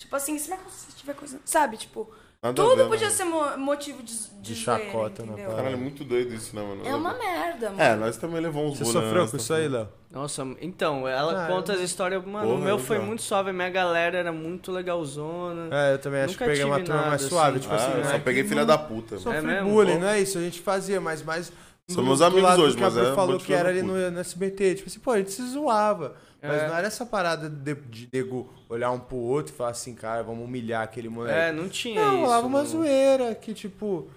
Tipo assim, se minha calcinha tiver coisa. Sabe, tipo, Nada a tudo ver, podia mano. ser mo- motivo de, De de, zoeira, chacota, né, entendeu? pai? Caralho, é muito doido isso, né, mano? É uma merda, mano. É, nós também levamos Você bullying, sofreu né? com isso aí, Léo? Nossa, então, ela Ah, conta as histórias. Mano, Porra, o meu eu foi já. muito suave, a minha galera era muito legalzona. É, eu também acho Nunca que peguei uma tive turma nada, mais suave. assim. Tipo assim, Ah, eu não só é que peguei não filha da puta. mano. Sofri mesmo? bullying, Pô. não é isso? A gente fazia, mas mais. São do- meus do amigos lado hoje, que mas a Bru é falou muito que era ali filho da no, no SBT. Tipo assim, pô, a gente se zoava. Mas É. não era essa parada de, de nego olhar um pro outro e falar assim, cara, vamos humilhar aquele moleque. É, não tinha não, isso. rolava uma mano. zoeira que, tipo,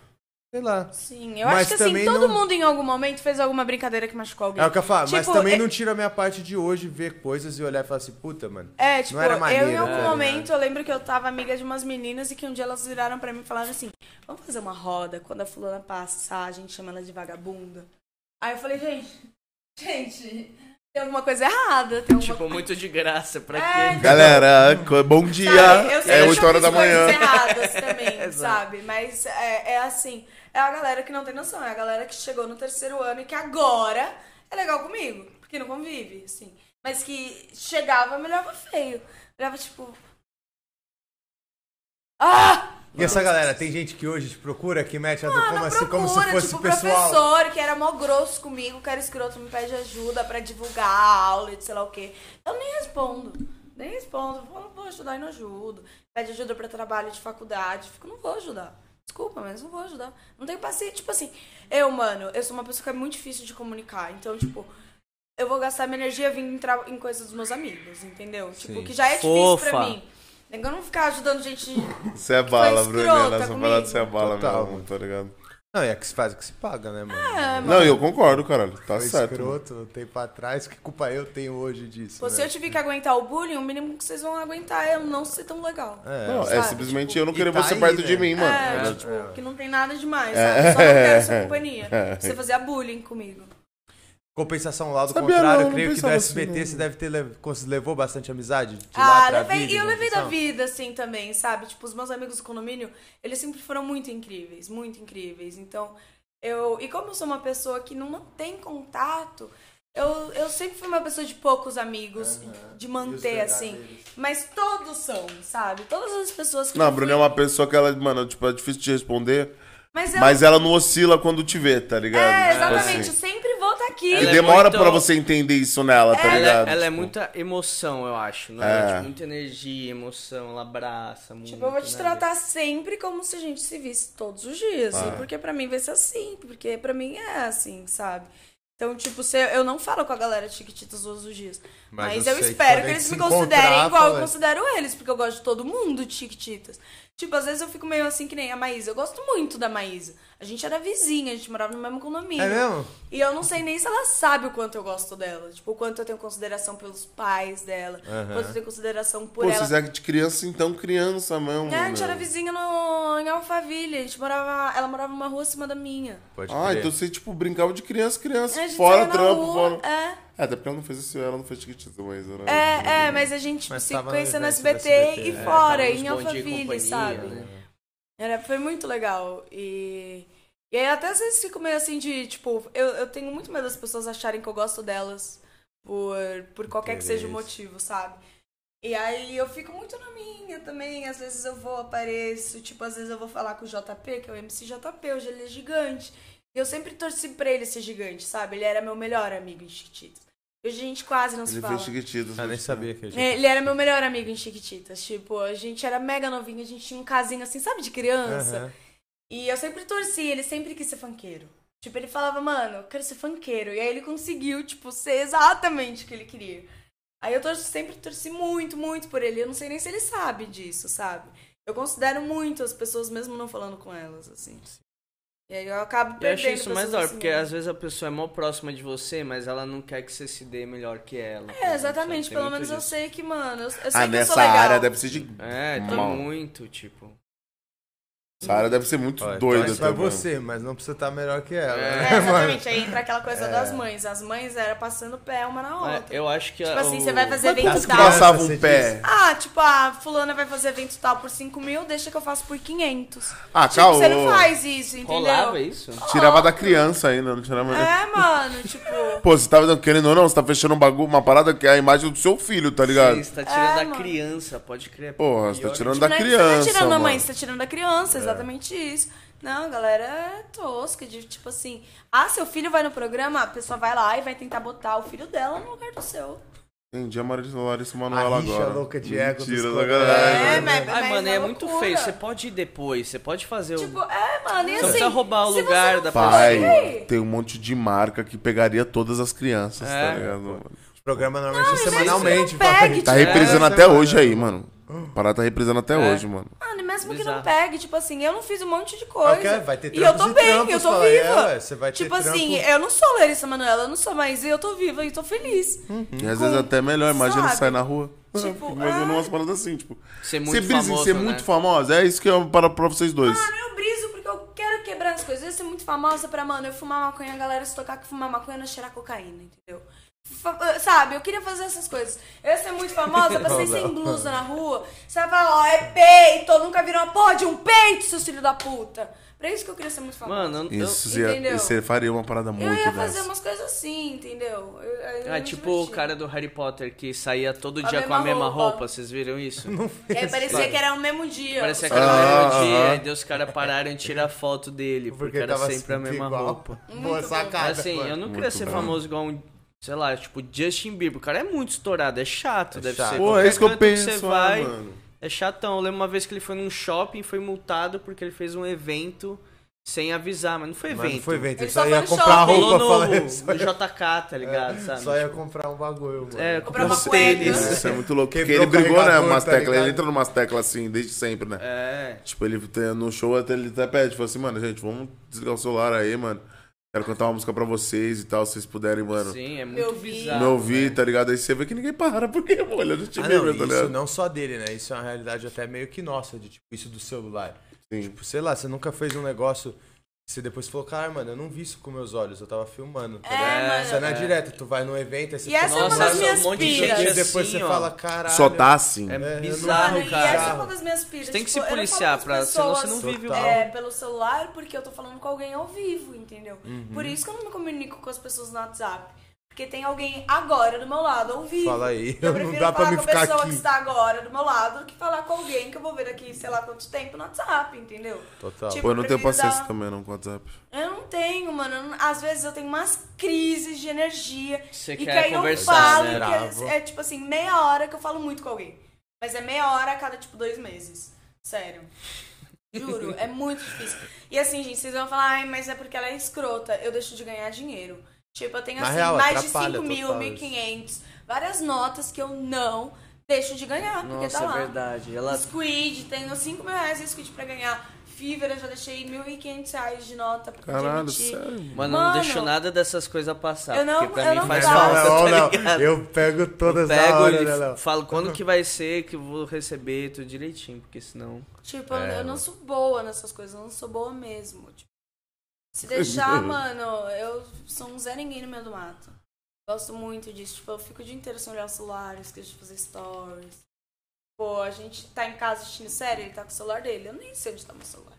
sei lá. Sim, eu Mas acho que assim, também todo não- mundo em algum momento fez alguma brincadeira que machucou alguém. É o que eu falo, mas Tipo, também é- não tira a minha parte de hoje ver coisas e olhar e falar assim, puta, mano. É, tipo, Não era maneiro, eu em algum né? momento, eu lembro que eu tava amiga de umas meninas e que um dia elas viraram pra mim e falaram assim: vamos fazer uma roda quando a fulana passar, a gente chama ela de vagabunda. Aí eu falei, gente, gente, tem alguma coisa errada, tem alguma Tipo, muito de graça pra É, quem. Galera, co- bom dia. Sabe, eu sei é que eu 8 já horas fiz da manhã. coisas erradas também, Exato. sabe? Mas é, é assim, é a galera que não tem noção, é a galera que chegou no terceiro ano e que agora é legal comigo, porque não convive, assim. Mas que chegava, me olhava feio. Olhava tipo... Ah! E essa galera, tem gente que hoje te procura, que mete a do como, Não assim, como se procura, fosse tipo, pessoal. professor que era mó grosso comigo, que era escroto, me pede ajuda pra divulgar a aula e de sei lá o quê. Eu nem respondo. Nem respondo. Eu falo, vou ajudar e não ajudo. Pede ajuda pra trabalho de faculdade. Fico, não vou ajudar. Desculpa, mas não vou ajudar. Não tenho paciência. Tipo assim, eu, mano, eu sou uma pessoa que é muito difícil de comunicar. Então, tipo, eu vou gastar minha energia vindo em, tra- em coisas dos meus amigos, entendeu? Tipo, Sim. que já é difícil pra Fofa. mim. Eu não ficar ajudando gente. Você é bala, Foi Brunella. escrota Essa parada comigo. você é bala Total, mesmo, mano. tá ligado? Não, é que se faz, é que se paga, né, mano? É, Não, eu concordo, caralho. Tá Foi certo. mano. escroto, um tempo atrás, que culpa eu tenho hoje disso? Pô, se né? eu tiver que aguentar o bullying, o mínimo que vocês vão aguentar é eu não ser tão legal. É. Não, é Sabe, simplesmente tipo, eu não e querer tá você aí, perto né? de mim, mano. É. É, Mas- tipo, que não tem nada demais, sabe? Só não quero sua companhia. Você fazer a bullying comigo. Compensação lá do Sabia contrário, não, eu não creio que do pensava assim, SBT não. você deve ter lev- cons- levou bastante amizade de lá ah, pra levei, vida, e eu né, levei da pessoal? vida, assim, também, sabe? Tipo, os meus amigos do condomínio, eles sempre foram muito incríveis, muito incríveis. Então, eu... E como eu sou uma pessoa que não mantém contato, eu, eu sempre fui uma pessoa de poucos amigos, de manter, assim. Mas todos são, sabe? Todas as pessoas que... Não, a eu Bruna é fui- uma pessoa que ela, mano, tipo, é difícil de responder, Mas eu mas ela não oscila quando te vê, tá ligado? É, Tipo assim. exatamente. Eu sempre vou estar aqui. E Ela é demora muito- pra você entender isso nela, tá Ela, ligado? ela é Tipo, muita emoção, eu acho. Né? É. Tipo, muita energia, emoção, ela abraça muito. Tipo, eu vou te né? tratar sempre como se a gente se visse todos os dias. E Porque pra mim vai ser assim. Porque pra mim é assim, sabe? Então, tipo, se eu eu não falo com a galera de Chiquititas todos os dias. Mas Mas, eu eu, sei que espero quando que a eles gente se me considerem encontrar, igual eu fala- considero eles. Porque eu gosto de todo mundo de Chiquititas. Tipo, às vezes eu fico meio assim que nem a Maísa. Eu gosto muito da Maísa. A gente era vizinha, a gente morava no mesmo condomínio. É mesmo? E eu não sei nem se ela sabe o quanto eu gosto dela. Tipo, o quanto eu tenho consideração pelos pais dela. O quanto eu tenho consideração por Pô, ela. vocês é de criança, então criança mesmo. É, a gente né? era vizinha no, em Alphaville. A gente morava. Ela morava uma rua acima da minha. Pode Ah, crer. então você, tipo, brincava de criança, A criança. gente Fora saía na trampo, rua, fora. É. É, até porque ela não fez isso, ela não fez né? tiquitita, mas era. É, é, mas a gente tipo, Mas se tava no conhecia no evento do SBT, SBT, e é, fora, tava nos em Bom Dia e Alphaville, Companhia, sabe? né? Era, foi muito legal. E, e aí até às vezes fico meio assim de, tipo, eu, eu tenho muito medo das pessoas acharem que eu gosto delas por, por qualquer que seja o Interesse. motivo, sabe? E aí eu fico muito na minha também, às vezes eu vou, apareço, tipo, às vezes eu vou falar com o JP, que é o MC JP, hoje ele é gigante. E eu sempre torci pra ele ser gigante, sabe? Ele era meu melhor amigo em Chiquititas. Hoje a gente quase não se Ele fala. É, fez tiquititas. Ah, nem sabia que a gente... Ele era meu melhor amigo em Chiquititas. Tipo, a gente era mega novinho, a gente tinha um casinho assim, sabe, de criança. Aham. E eu sempre torci, ele sempre quis ser funkeiro. Tipo, ele falava, mano, eu quero ser funkeiro. E aí ele conseguiu, tipo, ser exatamente o que ele queria. Aí eu torço, sempre torci muito, muito por ele. Eu não sei nem se ele sabe disso, sabe? Eu considero muito as pessoas, mesmo não falando com elas, assim. E aí eu acabo Eu perdendo acho isso mais pessoas da hora, assim, porque né? às vezes a pessoa é mó próxima de você, mas ela não quer que você se dê melhor que ela. É, exatamente. Tem Pelo muito menos eu disso. sei que, mano, eu, eu Ah, sei que eu sou nessa legal. área deve ser de. É, tem Mal. muito, tipo. Essa área deve ser muito Olha, doida torce pra também. então você, mas não precisa estar melhor que ela, né, É. É, mano? exatamente. Aí entra aquela coisa É. das mães. As mães era passando o pé uma na É, outra. eu acho que. Tipo a- assim, o- você vai fazer Mas evento como tal. passa- Passava Você um pé. Ah, tipo, a fulana vai fazer evento tal por 5 mil, deixa que eu faço por 500. Ah, tipo, você não caô. faz isso, entendeu? Rolava isso? Tirava da criança ainda, não tirava. É, mano, tipo... Pô, você tava querendo ou não, você tá fechando um bagulho, uma parada que é a imagem do seu filho, tá ligado? Sim, você tá tirando É, a mano. criança, pode crer. Porra, você tá tirando da né, criança. Você tá tirando a mano. É. mãe, você tá tirando da criança, exatamente isso. Não, a galera é tosca, de tipo assim... Ah, seu filho vai no programa, a pessoa vai lá e vai tentar botar o filho dela no lugar do seu. Entendi a Marisa Larissa Manoela A rixa agora. louca de ego dos Mentira, colegas. sacanagem. É, mas, Ai, mas mano, é é muito loucura. feio. Você pode ir depois, você pode fazer Tipo, o. é, mano, e Você assim... não precisa roubar o se você lugar não da for- pessoa. Pai, Ei! tem um monte de marca que pegaria todas as crianças, É. tá ligado? mano? O programa normalmente é mas semanalmente. isso não fala, pegue, Tá É, reprisando é, até mano. hoje aí, mano. A parada tá reprisando até hoje, mano. Mano, e mesmo que não Bizarro. pegue, tipo assim, eu não fiz um monte de coisa. Ok, vai ter e eu tô trampos e bem, trampos, eu tô fala, é, viva. ué, você vai ter tipo assim, trampo. eu não sou Larissa Manoela, eu não sou mais, eu tô viva e tô feliz. Hum. E às vezes é até melhor, imagina sabe? sair na rua. Tipo, Mas eu ah. não umas paradas assim, tipo. Ser Você muito brisa em famoso, ser né? muito famosa? É isso que eu paro pra vocês dois. Mano, eu briso porque eu quero quebrar as coisas. Eu ia ser muito famosa pra, mano, eu fumar maconha, a galera se tocar que fumar maconha não cheirar cocaína, entendeu? Fa- ah, Sabe, eu queria fazer essas coisas. Eu ia ser muito famosa pra sair sem blusa na rua. Você vai falar, ó, é peito, nunca viram uma porra de um peito, seus filhos da puta. Pra isso que eu queria ser muito famosa. Mano, eu- Isso você Entendeu? você faria uma parada muito eu ia fazer dessa. umas coisas assim, entendeu? Eu, eu Ah, me tipo o divertia. cara do Harry Potter que saía todo Com a dia com a mesma mesma roupa. roupa, vocês viram isso? E aí É, parecia que era o mesmo dia. Parecia que Só- era Ah, o mesmo dia, aham. aí daí os caras pararam de tirar foto dele, porque, Porque era tava sempre a mesma igual. roupa. Boa sacada. Mas, é assim, eu não queria Muito ser bom. famoso igual um, sei lá, tipo Justin Bieber. O cara é muito estourado, é chato, deve chato. ser. Pô, Qualquer é isso que eu canto penso, você ah, vai, mano. É chatão. Eu lembro uma vez que ele foi num shopping e foi multado porque ele fez um evento sem avisar, mas não foi Mas evento. não foi evento, um Ele ele só só ia foi no comprar shopping. roupa, Rolou fala no, no isso. JK, tá ligado? sabe? Só ia comprar um bagulho, mano. É, Comprar comprou uma uns cueca. tênis. Isso é muito louco. Porque Quebrou ele o brigou, né? carregador, Umas tá teclas. ligado? ele entra numas teclas assim, desde sempre, né? É. Tipo, ele tem- no show até ele até pede, falou assim, mano, gente, vamos desligar o celular aí, mano. Quero cantar uma música pra vocês e tal, se vocês puderem, mano. Sim, é muito Eu vi. bizarro. me ouvir, tá ligado? Aí você vê que ninguém para, porque olha, não te Ah, lembra, não, tá isso ligado? não só dele, né? Isso é uma realidade até meio que nossa, de tipo, isso do celular. é Sim. Tipo, sei lá, você nunca fez um negócio que você depois falou, cara, mano, eu não vi isso com meus olhos, eu tava filmando. Tá ligado? É, Isso é mano. na direta, tu vai num evento, aí você E fica essa é no uma celular, das um minhas monte de e gente piras. assim, depois você ó. fala, caralho. Só tá assim. É É, bizarro, Mano, bizarro, e cara. essa é uma das minhas piras. Você tem que Tipo, se eu não falo policiar com pra. as Senão você não pessoas, vive o Total. É, pelo celular, porque eu tô falando com alguém ao vivo, entendeu? Uhum. Por isso que eu não me comunico com as pessoas no WhatsApp. Porque tem alguém agora do meu lado, ao vivo. Então, Fala aí, Eu não prefiro dá pra falar me com a ficar pessoa aqui. que está agora do meu lado do que falar com alguém que eu vou ver daqui, sei lá quanto tempo, no WhatsApp, entendeu? Total. tipo, Pô, eu não tenho prefiro paciência dar- também, não, com WhatsApp. Eu não tenho, mano. Eu não- Às vezes eu tenho umas crises de energia. Você e quer que aí eu conversar, falo, né? que é, é tipo assim, meia hora que eu falo muito com alguém. Mas é meia hora a cada, tipo, dois meses. Sério. Juro, é muito difícil. E assim, gente, vocês vão falar, ai, mas é porque ela é escrota. Eu deixo de ganhar dinheiro. Tipo, eu tenho, Na assim, real, mais de 5 atrapalha mil, total 1.500, várias notas que eu não deixo de ganhar, porque é Nossa, tá lá. é verdade. Ela Squid, tenho 5 mil reais em Squid pra ganhar. Fever, eu já deixei 1.500 reais de nota pra Caralho, admitir. sério. Mano, Mano, não deixo nada dessas coisas passar. eu não- porque pra eu mim não faz gasto. falta, Não, tá é, não, ligado? eu pego todas as Pego horas, e né, Léo? falo quando que vai ser, que eu vou receber tudo direitinho, porque senão. Tipo, eu- É. eu não sou boa nessas coisas, eu não sou boa mesmo. Tipo, se deixar, mano, eu sou um Zé Ninguém no meio do mato. Gosto muito disso. Tipo, eu fico o dia inteiro sem olhar o celular, eu esqueço de fazer stories. Pô, a gente tá em casa assistindo série, ele tá com o celular dele. Eu nem sei onde tá meu celular.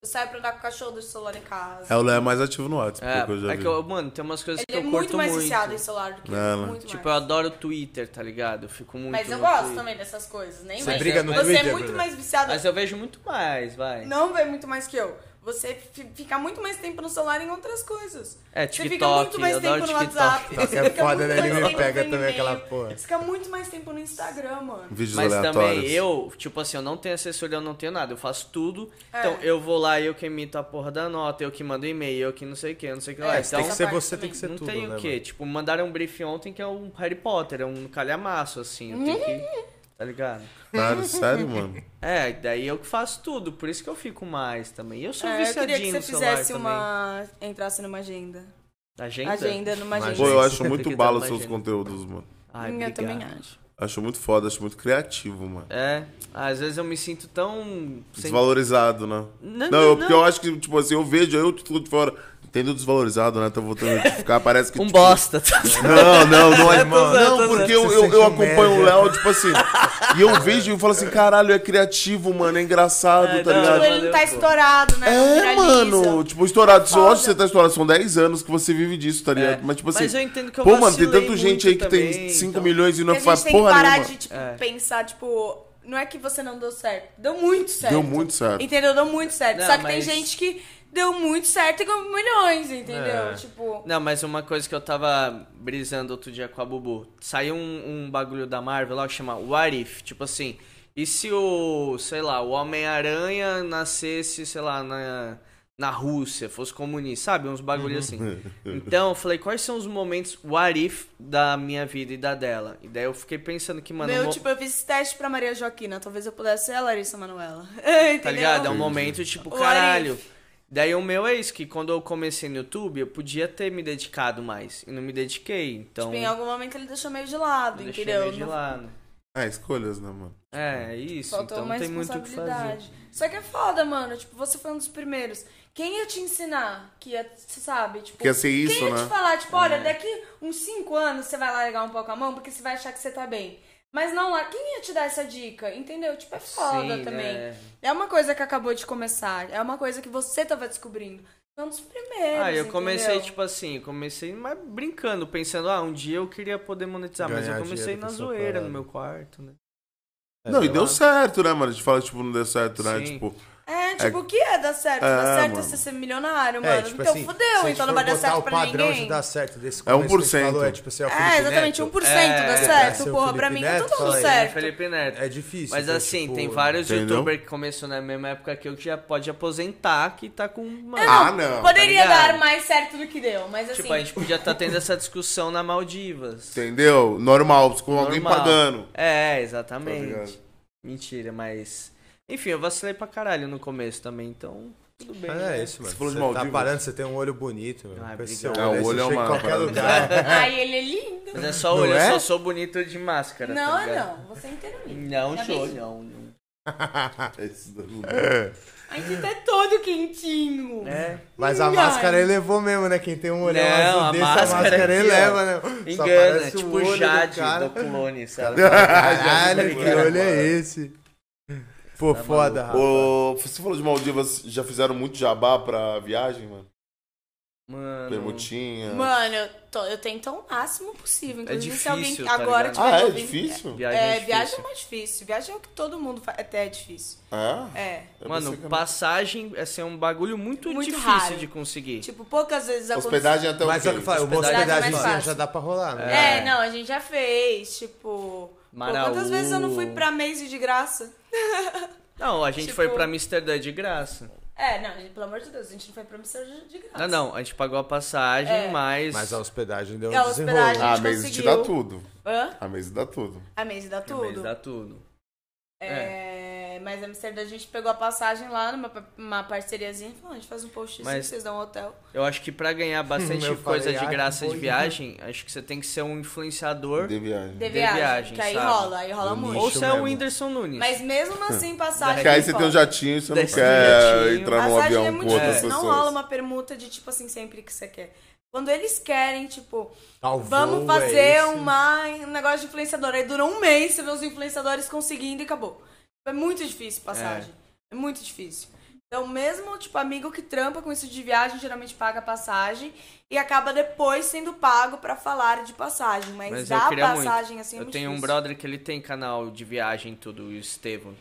Eu saio pra andar com o cachorro, deixo o celular em casa. É o Léo é mais ativo no WhatsApp, É, pelo que eu já é vi. que eu- mano, tem umas coisas Ele é que eu muito curto mais muito. viciado em celular do que eu. Não, não. muito Tipo, eu mais. adoro o Twitter, tá ligado? Eu fico muito. Mas eu no gosto Twitter. também dessas coisas, nem Você mais. briga no Você é Twitter, muito Bruna? mais viciado. Mas eu vejo muito mais, vai. Não vê muito mais que eu. Você fi- fica muito mais tempo no celular em outras coisas. É, Você fica muito TikTok, mais eu tempo adoro no TikTok. WhatsApp. Tá, que é Você fica foda, muito né? Ele mais me tempo pega no também e-mail. aquela porra. Você fica muito mais tempo no Instagram, mano. Vídeos Mas aleatórios. também eu, tipo assim, eu não tenho assessoria, eu não tenho nada, eu faço tudo. É. Então eu vou lá, eu que emito a porra da nota, eu que mando e-mail, eu que não sei o que, eu não sei o que lá. É, Então, tem que ser parte você, tem também. que ser não tudo, tem né, o quê? mano? Tipo, mandaram um brief ontem que é um Harry Potter, é um calhamaço, assim. Eu tenho que. Tá ligado? Caralho, sério, mano. É, daí eu que faço tudo, por isso que eu fico mais também. Eu sou É, eu viciadinho queria que você no celular fizesse uma. entrasse numa agenda. também. Agenda? Agenda numa Uma agenda. Pô, eu acho Tem muito que bala ter os uma seus agenda. conteúdos, mano. Ai, eu obrigado. também acho. Acho muito foda, acho muito criativo, mano. É, às vezes eu me sinto tão... sem- Desvalorizado, né? Não, Não, não, eu- porque não. eu acho que, tipo assim, eu vejo, eu tô de fora. Entendo desvalorizado, né? Tô voltando a ficar, parece que. Um tipo, bosta. tá Não, não, não é. Tô zoando, tô Não, porque eu, Você eu, sente eu um acompanho o média. Léo, tipo assim. E eu vejo e falo assim, caralho, é criativo, mano, é engraçado, É, tá não, ligado? Tipo, ele não tá Valeu, pô. estourado, né? Não É, viraliza. mano, tipo, estourado. Foda. Eu acho que você tá estourado. São 10 anos que você vive disso, tá ligado? É, Mas, tipo assim. mas eu entendo que eu Pô, mano, tem vacilei tanta gente aí que muito tem também, 5 então. milhões e E a não gente faz tem que porra parar nenhuma. de, tipo, É. pensar, tipo, não é que você não deu certo. Deu muito certo. Deu muito certo. Entendeu? Deu muito certo. Não, Só que tem mas- gente que deu muito certo e ganhou milhões, entendeu? É. Tipo. Não, mas uma coisa que eu tava brisando outro dia com a Bubu. Saiu um, um bagulho da Marvel lá que chama What If. Tipo assim, e se o, sei lá, o Homem-Aranha nascesse, sei lá, na, na Rússia, fosse comunista, sabe? Uns bagulhos assim. Então eu falei, quais são os momentos What If da minha vida e da dela? E daí eu fiquei pensando que, mano, é um meu, mo- tipo, eu fiz esse teste pra Maria Joaquina. Talvez eu pudesse ser a Larissa Manoela. Tá Entendeu? ligado? É um momento tipo, What caralho. Daí o meu é isso, que quando eu comecei no YouTube, eu podia ter me dedicado mais. E não me dediquei, então. Tipo, em algum momento ele deixou meio de lado, eu deixei entendeu? meio de Não- lado. Ah, escolhas, né, mano? É, é isso. Faltou então uma não tem muito o que fazer. responsabilidade. Só que é foda, mano. Tipo, você foi um dos primeiros. Quem ia te ensinar? Que ia, você sabe? Tipo, Que ia ser isso, quem ia te né? falar, tipo, É. olha, daqui uns 5 anos você vai largar um pouco a mão porque você vai achar que você tá bem. Mas não lá, quem ia te dar essa dica? Entendeu? Tipo, é foda Sim, também. né? É uma coisa que acabou de começar. É uma coisa que você tava descobrindo. Foi um dos primeiros. Ah, eu comecei, entendeu? tipo assim, eu comecei mas brincando, pensando, ah, um dia eu queria poder monetizar, mas eu Ganhar comecei dinheiro com na essa zoeira, no parada. meu quarto, né? Não, e sei deu lá. certo, né, mano? A gente fala, tipo, não deu certo, né? Sim. Tipo, É, tipo, o que é dar certo? dar É, certo é mano. você ser milionário, mano. É, tipo então assim, se a fudeu, gente então não for vai dar botar certo o pra padrão ninguém. de dar certo desse É 1%. começo que a gente falou, é tipo assim, o É, Felipe exatamente, Neto. 1% dá É, certo, seu porra. Felipe Pra mim Neto, tá tudo fala aí. certo. Felipe Neto. É difícil. Mas então, assim, tipo, tem vários entendeu? youtubers que começou na mesma época que eu que já pode aposentar, que tá com É, uma... Ah, não. Poderia tá ligado? dar mais certo do que deu, mas assim. Tipo, a gente podia estar tendo essa discussão na Maldivas. Entendeu? Normal, com alguém Normal. pagando. É, Tá exatamente. ligado? Mentira, mas. Enfim, eu vacilei pra caralho no começo também, então. Tudo bem. Mas né? é isso, mano. falou de Você tá Maldivas? parando, você tem um olho bonito, meu. Ah, Com esse É, obrigado. o olho aí você é chega em uma qualquer parada. lugar. Ai, ele é lindo. Mas é só Não olho, eu é? só sou bonito de máscara. Não, tá ligado? não. Você é inteiro lindo. Não, Tá show, mesmo? não, não. Esse do- A gente tá todo quentinho. É. Mas a Ai. máscara elevou mesmo, né? Quem tem um olhão Não, azul a desse, máscara a máscara aqui, ó, eleva, né? Só Engana, parece o tipo olho o do Jade cara. do, clone, sabe? Caralho, que ligado, olho é esse? Pô, Tá foda, rapaz. Ô, você falou de Maldivas, já fizeram muito jabá pra viagem, mano? Mano. Permutinha. Mano, eu, tô- eu tento o máximo possível. Inclusive, se difícil, alguém tá agora ligado? tipo, Ah, é alguém- difícil? Viagem É, é, é viagem é mais difícil. Viagem é o que todo mundo faz. Até é difícil. É? É. Eu pensei que né? Mano, não. passagem assim, é um bagulho muito, Muito difícil raro. de conseguir. Tipo, poucas vezes acontece. Hospedagem até o Mas é o que eu falei, uma Hospedagem é mais hospedagemzinha fácil. já dá pra rolar, né? É, não, a gente já fez. Tipo. pô, quantas Maraú. vezes eu não fui pra Maze de graça? Não, a gente tipo- foi pra Amsterdã de graça. É, não, gente, pelo amor de Deus, a gente não foi pra missão de de graça. Não, não, a gente pagou a passagem, É. mas. Mas a hospedagem deu É, a um hospedagem- desenrolo. Ah, a a gente Maze te conseguiu. dá tudo. Ah, Hã? A Maze dá tudo. A Maze dá Mas tudo. dá tudo. É, mas Amsterdã a gente pegou a passagem lá numa pa- uma parceriazinha e falou, "Ah, a gente faz um post assim, Mas- vocês dão um hotel. Eu acho que pra ganhar bastante Eu coisa falei, de ah, graça que de coisa. viagem, acho que você tem que ser um influenciador. De viagem. De De viagem, viagem, que aí sabe? rola, aí rola Do muito. Ou nicho você é o mesmo. Whindersson Nunes. Mas mesmo assim, passagem. Que aí você rola. tem um jatinho e você não Desce quer no jatinho. entrar num é Passagem avião é com muito outras difícil, pessoas. não rola uma permuta de tipo assim, sempre que você quer. Quando eles querem, tipo, Tal vamos voo é fazer esse. uma, um negócio de influenciador. Aí dura um mês, você vê os influenciadores conseguindo e acabou. É muito difícil passagem. É, muito difícil. Então, mesmo, tipo, amigo que trampa com isso de viagem, geralmente paga passagem e acaba depois sendo pago pra falar de passagem. Mas, Mas dar eu queria passagem muito. assim é eu muito tenho um difícil. brother que ele tem canal de viagem e tudo, o Estevam.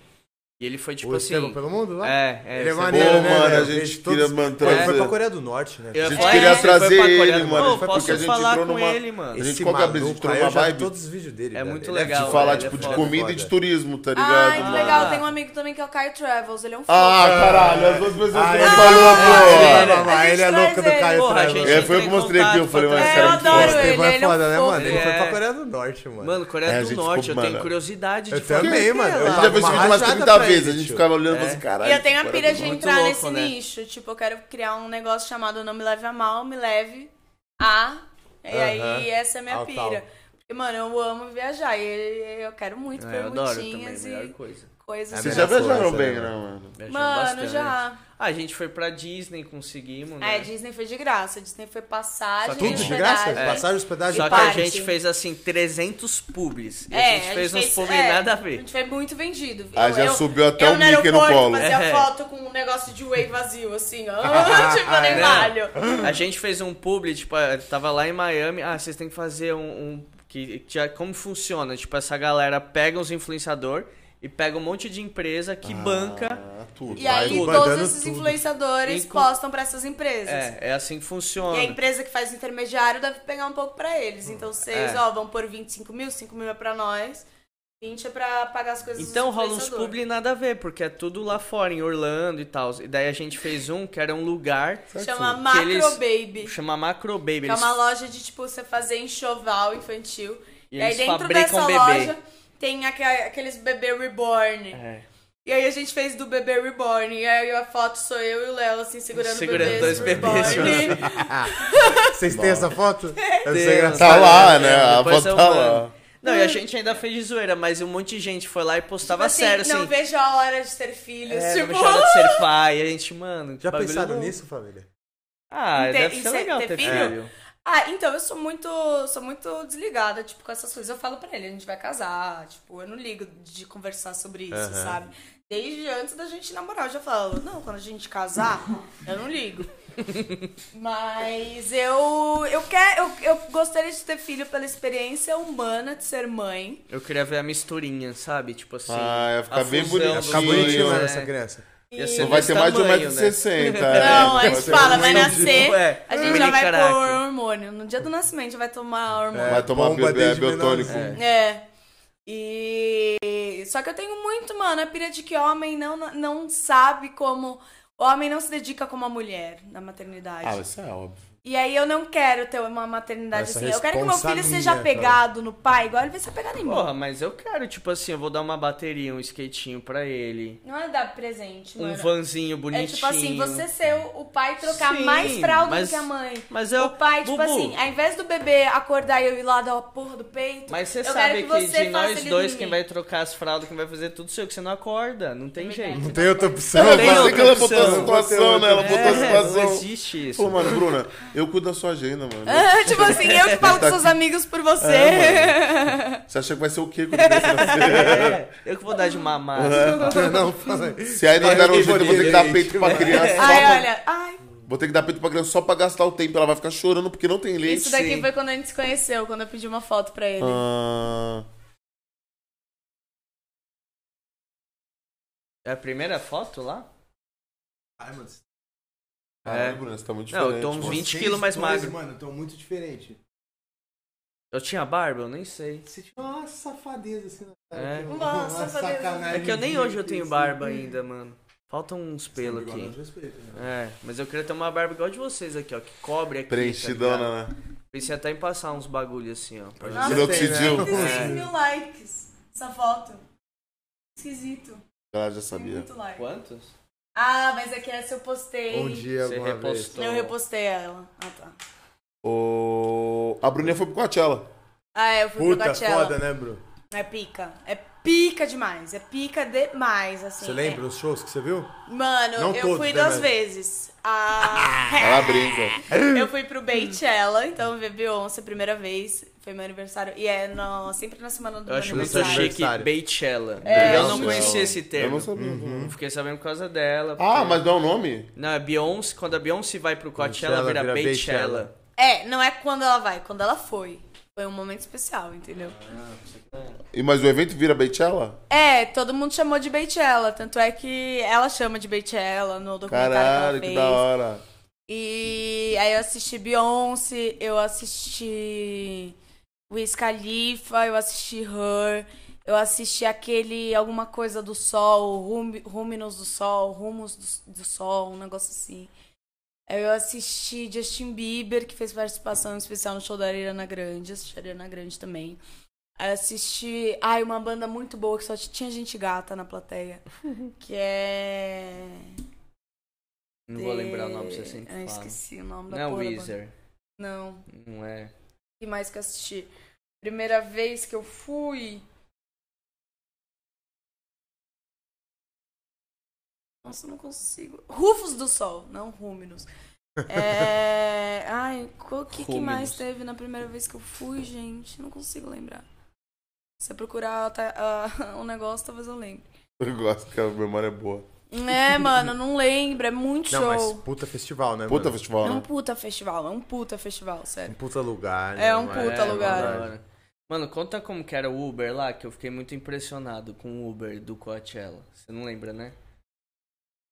E ele foi tipo o assim. Estevam pelo mundo lá? É, é. Ele é você- maneiro, Pô, né? mano, velho? a gente Vejo queria man- Pô, Ele foi trazer- pra Coreia do Norte, né? Eu A gente falei, queria você foi trazer pra Coreia ele, do mano, Norte? ele foi porque Pô, a posso gente falar entrou com numa- ele, mano. A gente Esse coloca a brisa de maluco trocar aí, eu uma já vi vibe. todos os vídeos dele, É velho. muito Ele legal, De velho, falar, ele é tipo, de foda, comida e foda. de turismo, tá ligado? Ai, que mano? legal. Tem um amigo também que é o Kai Travels, ele é um Ah, fofo. caralho, as duas pessoas Ah, que é ele não falou, falou, pô. A gente Ele é traz louco do ele. Caio Porra, a É, Travel. gente foi eu entra que em mostrei aqui, eu contato falei, pra mano, esse É, cara é eu muito foda. adoro ele. Estevam é ele é um foda, né, fofo. mano? Ele foi É. pra Coreia do Norte, mano. Mano, Coreia É, a do gente Norte, ficou- eu tenho mano, curiosidade eu de falar também, com mano, ela. eu A gente tava- já fez esse uma vídeo umas rajada 30 pra vezes, ele, a gente tio. ficava olhando É. e assim, caralho. E eu tenho a esse pira cara é de muito entrar louco, nesse né? nicho. Tipo, eu quero criar um negócio chamado Não Me Leve a Mal, Me Leve a. E Aham. aí, essa é a minha Ao pira. tal. Porque, mano, eu amo viajar. E eu quero muito É, eu adoro também, a permutinhas melhor e coisa. coisas. É Vocês assim. já melhor viajaram coisa, bem, né? né, mano? Viajamos Mano, bastante. já. Ah, a gente foi pra Disney, conseguimos, né? É, Disney foi de graça. Disney foi passagem. Só que- Tudo de graça? hospedagem. Passagem, hospedagem, Só que a parte. gente fez assim 300 publis. E É, a gente fez uns publis é, nada a A ver. gente foi muito vendido. Ah, já subiu até o Mickey no aeroporto colo. fazia É. foto com um negócio de whey vazio, assim, ó. tipo, Ah, nem né? valho. A gente fez um publi, tipo, eh, tava lá em Miami. Ah, vocês têm que fazer um. um- que, que já- como funciona? Tipo, essa galera pega os influenciador e pega um monte de empresa que banca. Ah, tudo. E aí tudo. todos Mandando esses tudo. influenciadores Inclu- postam pra essas empresas. É, é assim que E funciona. a empresa que faz o intermediário deve pegar um pouco pra eles. Então vocês, É. ó, vão pôr 25 mil, 5 mil é pra nós, 20 é pra pagar as coisas Então dos rola uns influenciadores. publi nada a ver, porque é tudo lá fora, em Orlando e tal. E daí a gente fez um que era um lugar. Chama que Macro eles- Baby. Chama Macro Baby. Que é eles- uma loja de, tipo, você fazer enxoval infantil. E E, aí eles dentro fabricam um dessa bebê. loja tem aque- aqueles bebê reborn. É. E aí a gente fez do bebê reborn. E aí a foto sou eu e o Léo, assim, segurando, Segurando bebês dois bebês, reborn. Vocês têm essa foto? Deve Deus, ser engraçado. Tá lá, É, né? A depois foto eu tá mando. lá. Não, e a gente ainda fez de zoeira, mas um monte de gente foi lá e postava Tipo assim, sério, assim. Não vejo a hora de ter filhos. É, não tipo, me chama de ser pai, a gente, mano. que Já bagulho pensaram louco. nisso, família? Ah, Em ter- deve em ser ser- legal é- ter ter filho? filho. Ah, então, eu sou muito, sou muito desligada, tipo, com essas coisas. Eu falo pra ele, a gente vai casar, tipo, eu não ligo de conversar sobre isso, Aham. sabe? Desde antes da gente namorar, eu já falo, não, quando a gente casar, eu não ligo. Mas eu, eu, quero, eu, eu gostaria de ter filho pela experiência humana de ser mãe. Eu queria ver a misturinha, sabe? Tipo assim. Ah, ia ficar a bem fusão bonito. dos Ia Ficar Sim, dois, bonitinho, né? mano, essa criança. Ia ser Não vai desse ter mais de tamanho, né? 1,60m. Não, a gente fala, vai tipo, nascer, é, a um gente mini já vai caraca. pôr hormônio. No dia do nascimento já vai tomar É, hormônio. Vai tomar bomba bi- desde biotônico. menorzinho. É. E. Só que eu tenho muito, mano, a pira de que homem não, não sabe como. Homem não se dedica como a mulher na maternidade. Ah, isso é óbvio. E aí eu não quero ter uma maternidade Essa assim. Eu quero que meu responsa filho seja minha, apegado no pai, igual ele vai ser apegado em mim. né? Porra, mas eu quero, tipo assim, eu vou dar uma bateria, um skatinho pra ele. Não é dar presente, mano. Um vanzinho bonitinho. É tipo assim, você ser o, o pai e trocar Sim, mais fralda mas- do que a mãe. mas eu- O pai, tipo Bubu. assim, ao invés do bebê acordar e eu ir lá dar a porra do peito. Mas você eu sabe quero que, que, você de faça nós ele dois, dormir. quem vai trocar as fraldas, quem vai fazer tudo seu, que você não acorda, não tem Também jeito. Não tem outra opção. Não, tem mas outra é que ela botou a opção. situação, né? Ela botou a É, não situação. existe isso. Pô, mano, Bruna, eu cuido da sua agenda, mano. tipo assim, eu que Tá falo com seus amigos por você. Você acha que vai ser o quê quando assim? você É, eu que vou dar de mamar. Uhum. Não, fala aí. Se aí não der um jeito, eu vou ter que dar Gente, peito pra criança. só Ai, pra- olha, ai, Vou ter que dar peito pra criança só pra gastar o tempo. Ela vai ficar chorando porque não tem leite. isso daqui sim. foi quando a gente se conheceu, quando eu pedi uma foto pra ele. Ah, É a primeira foto lá? Ai, mano, vocês- Caralho, É. Bruna, você tá muito Não, eu diferente. tô uns mano. 20 vocês quilos mais dois, magro. Mano, estão muito diferente. Eu tinha barba? Eu nem sei. Você tinha uma safadeza assim na É. que é Uma safadeza. sacanagem É que eu nem hoje eu gigante, tenho assim. barba ainda, mano. Faltam uns pelos Bigode, eu aqui. respeito, né? É, mas eu queria ter uma barba igual a de vocês aqui, ó. Que cobre aqui. tá ligado? Preenchidona, né? Pensei até em passar uns bagulho assim, ó. pra- Nossa, Minoxidil. tem, né? 36 mil likes essa foto. Esquisito. Ela já Tem sabia. muito like. Quantos? Ah, mas é que essa eu postei. Um dia, Você alguma vez. repostou. Eu repostei ela. Ah, tá. O... A Bruninha foi pro Coachella. Ah, é, eu fui pro Puta, Coachella. foda, né, Bru? É pica. É pica demais. É pica demais, assim. Você lembra É. os shows que você viu? Mano, Não eu todos, fui né, duas velho? vezes. Ah, Ela brinca. eu fui pro Beychella, então ver Beyoncé a primeira vez. Foi meu aniversário. E é no, sempre na semana do Eu meu acho muito aniversário. chique aniversário. Beychella. É, eu não sim. conhecia esse termo. Eu não sabia. Não Fiquei sabendo por causa dela. Ah, porque- mas não é o nome? Não, é Beyoncé. Quando a Beyoncé vai pro Coachella, Coachella vira, vira Beychella. É, não é quando ela vai, quando ela foi. Foi um momento especial, entendeu? E, mas o evento vira Beychella? É, todo mundo chamou de Beychella, tanto é que ela chama de Beychella no documentário Caralho, que que ela fez. da hora. E aí eu assisti Beyoncé, eu assisti Wiz Khalifa, eu assisti Her, eu assisti aquele alguma coisa do sol, Rum- Rumos do Sol, Rumos do, do Sol, um negócio assim. Eu assisti Justin Bieber, que fez participação especial no show da Ariana Grande, assisti a Ariana Grande também. Aí eu assisti, ai, uma banda muito boa que só tinha gente gata na plateia, que é Não vou lembrar o nome, você sempre eu fala. esqueci o nome da Não é porra da banda. Weezer. Não, o Não é. que mais que eu assisti? Primeira vez que eu fui... Nossa, eu não consigo. Rufos do Sol, não Rúminos. É... Ai, o que, que mais Rúminos. teve na primeira vez que eu fui, gente? Não consigo lembrar. Se eu procurar tá, ah, um negócio, talvez eu lembre. Eu gosto que a memória é boa. É, mano, não lembro. É muito Não, show. mas puta festival, né? Puta mano? festival, É um né? puta festival, é um puta festival, sério. Um puta lugar. né, É um Não puta mano, lugar. da hora. Mano, conta como que era o Uber lá, que eu fiquei muito impressionado com o Uber do Coachella. Você não lembra, né?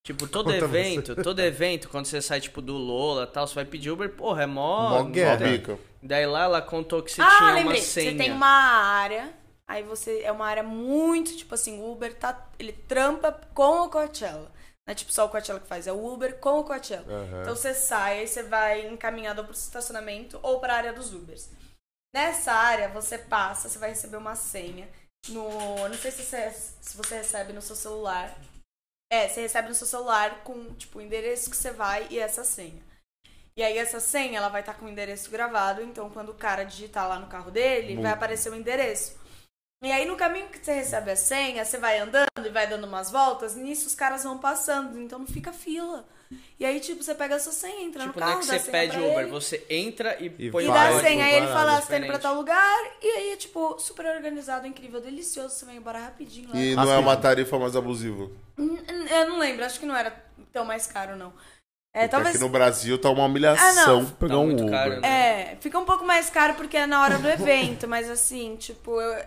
Tipo, todo Conta você. evento, todo evento, quando você sai, tipo, do Lola e tal, você vai pedir Uber, porra, é mó... Mó guerra. Uma bica. Daí lá ela contou que você ah, tinha lembrei. uma senha. Você tem uma área, aí você é uma área muito, tipo assim, o Uber tá, ele trampa com o Coachella. Não é tipo só o Coachella que faz, é o Uber com o Coachella. Então você sai, aí você vai encaminhado ou pro estacionamento ou pra área dos Ubers. Nessa área, você passa, você vai receber uma senha. No, não sei se você, se você recebe no seu celular. É, você recebe no seu celular com, tipo, o endereço que você vai e essa senha. E aí essa senha, ela vai estar com o endereço gravado, então quando o cara digitar lá no carro dele, vai aparecer o endereço. E aí no caminho que você recebe a senha, você vai andando e vai dando umas voltas, nisso os caras vão passando, então não fica fila. E aí, tipo, você pega a sua senha, entra no Tipo, não carro, é que você dá a senha pede pra Uber, ele. você entra e, E põe tipo, E Vai, dá a vai, senha, aí ele vai, fala, vai, ah, você tá indo pra diferente. tal lugar, e aí, tipo, super organizado, incrível, delicioso, você vai embora rapidinho lá. E não é uma tarifa mais abusiva. Hum, hum, Eu não lembro, acho que não era tão mais caro, não. É, Porque talvez. aqui no Brasil tá uma humilhação Ah, não. pegar Tá um muito Uber. caro, né? É, fica um pouco mais caro porque é na hora do evento, mas assim, tipo, eu-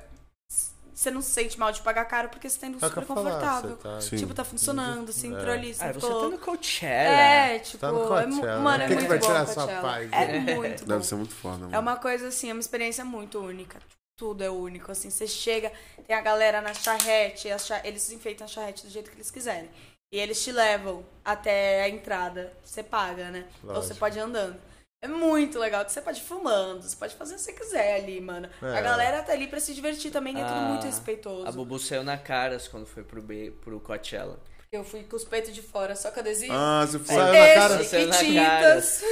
você não se sente mal de pagar caro porque você tá indo É o que eu super ia falar, confortável. você tá- Sim. Tipo, tá funcionando, você entrou ali, você Ah, você ficou... tá no Coachella. É, tipo, É. Tá no é, mu- Coachella. mano, é Quem que muito vai bom tirar o essa Coachella. paz? É muito bom. Deve ser muito foda, mano. É uma coisa assim, é uma experiência muito única. Tudo é único, assim. Você chega, tem a galera na charrete, a cha- eles enfeitam a charrete do jeito que eles quiserem. E eles te levam até a entrada. Você paga, né? Ou você Lógico. pode ir andando. É muito legal, que você pode ir fumando, você pode fazer o que você quiser ali, mano. É. A galera tá ali pra se divertir também, é tudo Ah, muito A respeitoso. Bubu saiu na caras quando foi pro, B, pro Coachella. Eu fui com os peitos de fora, só com adesivo. Ah, você É. foi. Saiu na cara? Peixe Saiu e na tintas,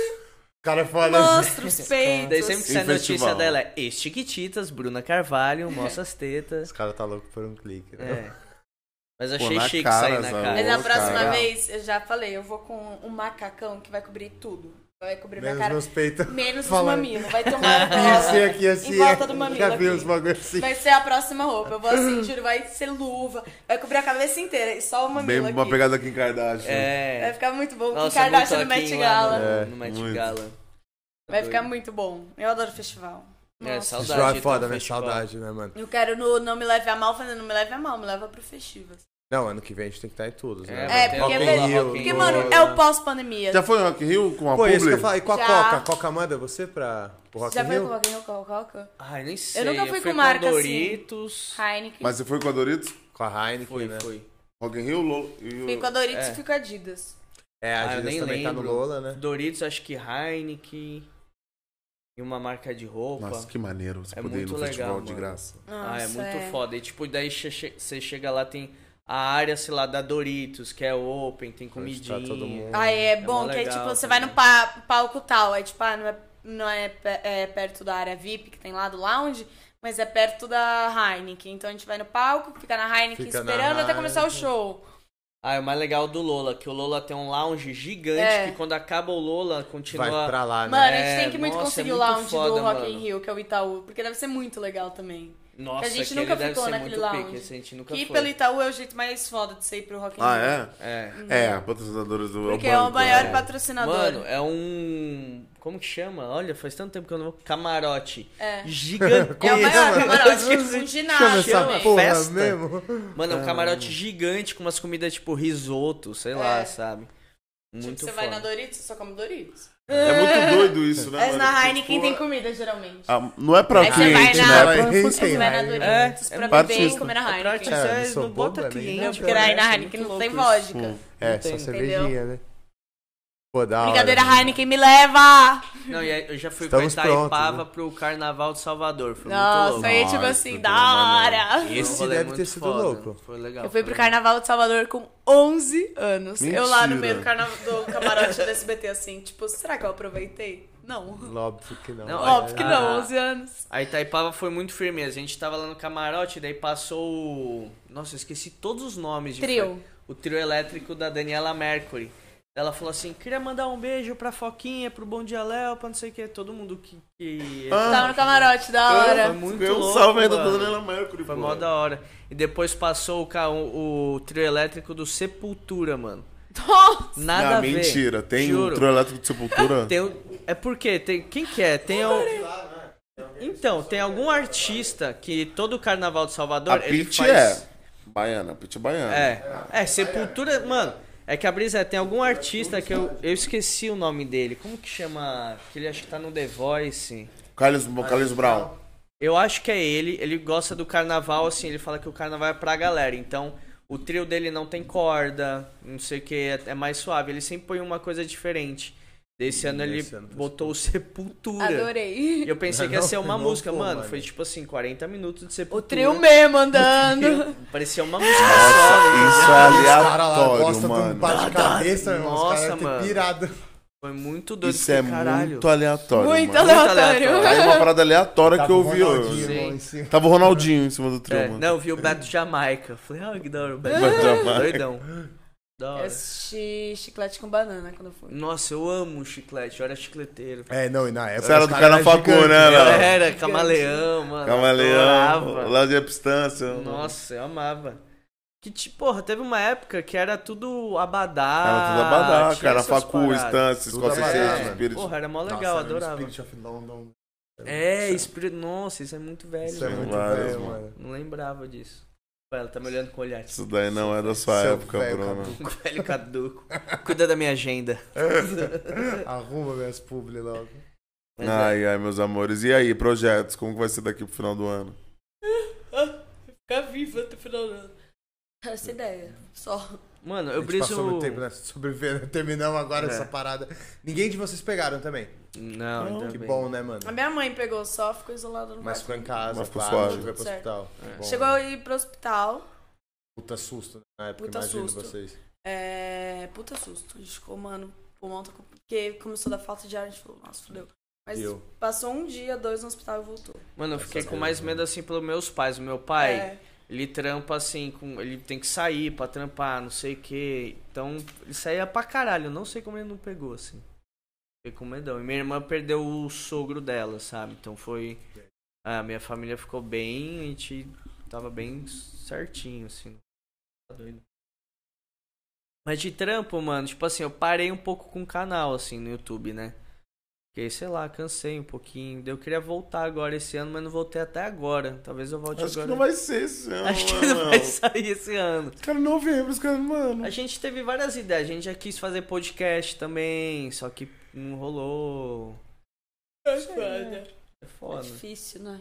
Cara é foda. mostra os peitos. Daí sempre que sai a Em notícia festival. dela é Estiquititas, Bruna Carvalho, mostra as tetas. Os caras tá louco por um clique, né? É. Mas achei na chique cara, sair na Zé. cara. Mas na Ô, próxima cara. vez, eu já falei, eu vou com um macacão que vai cobrir tudo. Vai cobrir Menos minha cara. meus peitos. Menos os Fala. mamilos. Vai ter uma Assim argola aqui, assim. em volta é. do mamilo. Já vi aqui. uns bagulho assim. Vai ser a próxima roupa. Eu vou assim, juro, vai ser luva. Vai cobrir a cabeça inteira e só o Bem mamilo uma aqui. pegada aqui em né? Kardashian. É. Vai ficar muito bom. Nossa, o Kardashian muito do Met toquinho Gala. lá No, É, no Met muito. Gala. Vai ficar Doido. muito bom. Eu adoro festival. É, Nossa. saudade. Joy de é foda, ter um né? festival. Saudade, né, mano? Eu quero no Não Me Leve a Mal, falando Não Me Leve a Mal, me leva pro festival. Não, ano que vem a gente tem que estar em todos, né? É, mano? vai porque ter Rock in é ver- Rio, porque, Porque, no- mano, é né? o pós-pandemia. Já foi no Rock in Rio com a Pô, isso que eu publi? falo. E com a Já. Coca? Coca manda você pra pro Rock in Já foi com Rio? alguém com Coca? Ai, nem sei. nunca fui com com marca, assim. Doritos. Heineken. Mas você foi com a Doritos? Com a Heineken, Foi, né? foi. Rock in Rio, Lolo. E o- Fui com a Doritos É. e fui com a Adidas. É, a Ah, eu Adidas nem também tá lembro. no Lola, né? Doritos, acho que Heineken. E uma marca de roupa. Nossa, que maneiro você É poder ir muito no legal, festival de mano. graça. ah, é Nossa, muito foda. E tipo, daí che- che- você chega lá, tem a área, sei lá, da Doritos, que é open, tem comidinha. tá todo mundo. Aí é bom, né? mó que é legal assim, né? tipo, você vai também. no pa- palco tal, aí tipo, ah, não é, não é, pe- é perto da área VIP que tem lá do lounge, mas é perto da Heineken. Então a gente vai no palco, fica na Heineken Fica na esperando até começar o Heineken. show. Ah, é o mais legal do Lola, que o Lola tem um lounge gigante É. que quando acaba o Lola continua. Vai pra lá, né? Mano, a É, gente tem que muito nossa, é conseguir o muito lounge foda, do Rock mano. in Rio, que é o Itaú, porque deve ser muito legal também. Nossa, a gente aquele nunca deve ficou ser naquele muito lounge. pique, esse a gente nunca que foi. pelo Itaú é o jeito mais foda de você ir pro Rock in Ah, Rio. é? É. É, patrocinadores do Uhum. Porque é o banco, maior né? patrocinador. Mano, é um. Como que chama? Olha, faz tanto tempo que eu não vou. Camarote. É. Gigante. É o maior Mano, camarote, tipo, chama um Chama ginásio. essa também. porra é Festa. mesmo. Mano, é um camarote gigante com umas comidas tipo risoto, sei É. lá, sabe? Tipo, Muito você vai na foda. Doritos, você só come Doritos. É muito doido isso, né? Mas mano? na Porque, Heineken tipo, tem comida, geralmente. ah, Não é pra Aí você cliente, vai na- né? É pra Você Você funcionário. vai na Doritos É, é pra pra beber e artista. comer na É pra Heineken. artistas, Cara, eu não sou bota bobo, né? cliente. Não, cara. porque na Nossa, é Heineken muito não tem louco isso. vodka. É, tem, só entendeu? cervejinha, né? Pô, da hora. Brincadeira Heineken, me leva! Não, e aí eu já fui Estamos pra prontos, Itaipava né? pro Carnaval de Salvador. Foi muito Nossa, louco. aí é tipo Nossa, assim, que da maneiro. hora! Esse Esse rolê é deve muito ter sido foda. louco. Foi legal. Eu fui pro foi legal. Carnaval de Salvador com 11 anos. Eu lá no meio do, Mentira. carnaval, do camarote do SBT, assim, tipo, será que eu aproveitei? Não. Óbvio que não. Não, Óbvio que Ah. não, 11 anos. A Itaipava foi muito firmeza. A gente tava lá no camarote, daí passou o. Nossa, eu esqueci todos os nomes de Trio. O trio elétrico da Daniela Mercury. Ela falou assim: queria mandar um beijo pra Foquinha, pro Bom Dia Léo, pra não sei o que, todo mundo que. que... Ah. Tava no camarote, da hora. Foi Ah, muito Deu um louco, salve aí da mano. Daniela Mercury, Foi pô. mó da hora. E depois passou o, ca- o, o trio elétrico do Sepultura, mano. Ah, Nossa! Nada Não, a ver. mentira. Tem o um Juro. trio elétrico de sepultura? Tem o- É porque tem quem que é? Tem o... Então, tem algum artista que todo o carnaval de Salvador A Então, ele Pitty faz é baiana, a Pitty é baiana. é. É, Sepultura, mano. É que a brisa é, tem algum artista que eu, eu esqueci o nome dele. Como que chama? Que ele acho que tá no The Voice. Carlos, Carlos Brown. Eu acho que é ele. Ele gosta do carnaval, assim. Ele fala que o carnaval é pra galera. Então, o trio dele não tem corda, não sei o que. É, é mais suave. Ele sempre põe uma coisa diferente. Desse ano ele esse tá ano foi botou o Sepultura. Adorei. E eu pensei que ia Não, ser uma não música, foi, mano. mano. Foi tipo assim, 40 minutos de O Sepultura. trio mesmo andando. Parecia uma música só. né? Isso é Cara lá, aleatório, bosta de um mano. par de cabeça, meu irmão. Os Nossa, caras mano. têm pirado. Foi muito doido. Isso é fiquei, caralho. muito aleatório, Muito mano. aleatório. Aí uma parada aleatória que Tava eu o ouvi Ronaldinho, hoje. irmão, em cima. Tava o Ronaldinho em cima do trio, É, mano. não, eu vi o Beto Jamaica. Falei, ah, que da hora o Beto Beto Jamaica. Jamaica. Doidão. Da Eu hora. assisti chiclete com banana quando eu fui. Nossa, eu amo chiclete, eu era chicleteiro. É, não, e na época. Você era os do caras Cana eram Facu, gigantes. né, Eu Léo? era camaleão, mano. Camaleão, adorava. lá de Abstância. Nossa, eu amava. Que tipo, porra, teve uma época que era tudo abadá. Era tudo abadá, tinha cara. essas Facu, paradas. Estância, Tudo Escola abadá, Seixas, mano. Espírito. Porra, era mó Nossa, legal, era um adorava. Spirit of London. É, espírito. Nossa, isso é muito velho. Então, Isso é Sim, mano. muito vários, velho, mano. mano. Não lembrava disso. Pô, Ela tá me olhando com o olhar. Isso daí não é da sua Seu época, velho Bruno. caduco. Velho caduco. Cuida da minha agenda. É. Arruma minhas publi logo. Mas é. Ai, ai, meus amores. E aí, projetos? Como que vai ser daqui pro final do ano? Ficar viva até o final do ano. Essa ideia. Só. Mano, A eu gente briso. passou muito tempo né? nessa sobrevivendo. Terminamos agora É. essa parada. Ninguém de vocês pegaram também. Não, ainda que bem. bom, né, mano? A minha mãe pegou só, ficou isolada no Mas quarto. ficou em casa, Mas ficou claro. suave. Chegou pro Certo. hospital. É. Que bom, Chegou a ir pro hospital. Puta susto né, na época, Puta imagino susto. vocês. É. Puta susto. A gente ficou, mano, o pulmão tá com. Porque começou da falta de ar, a gente falou, nossa, fudeu. Mas Eu. passou um dia, dois no hospital e voltou. Mano, eu fiquei Essa com é mais mesmo. medo assim pelos meus pais. O meu pai, É. ele trampa assim, com, ele tem que sair pra trampar, não sei o que. Então, ele saía pra caralho. Eu não sei como ele não pegou, assim. Fiquei com medão. E minha irmã perdeu o sogro dela, sabe? Então foi. A minha família ficou bem, a gente tava bem certinho, assim. Tá doido. Mas de trampo, mano, tipo assim, eu parei um pouco com o canal, assim, no YouTube, né? Porque, sei lá, cansei um pouquinho. Daí Eu queria voltar agora esse ano, mas não voltei até agora. Talvez eu volte Acho que agora. não vai ser esse ano, Acho que não mano. vai sair esse ano. Cara, em novembro, os caras, mano. A gente teve várias ideias. A gente já quis fazer podcast também, só que não rolou. É É foda. difícil, né?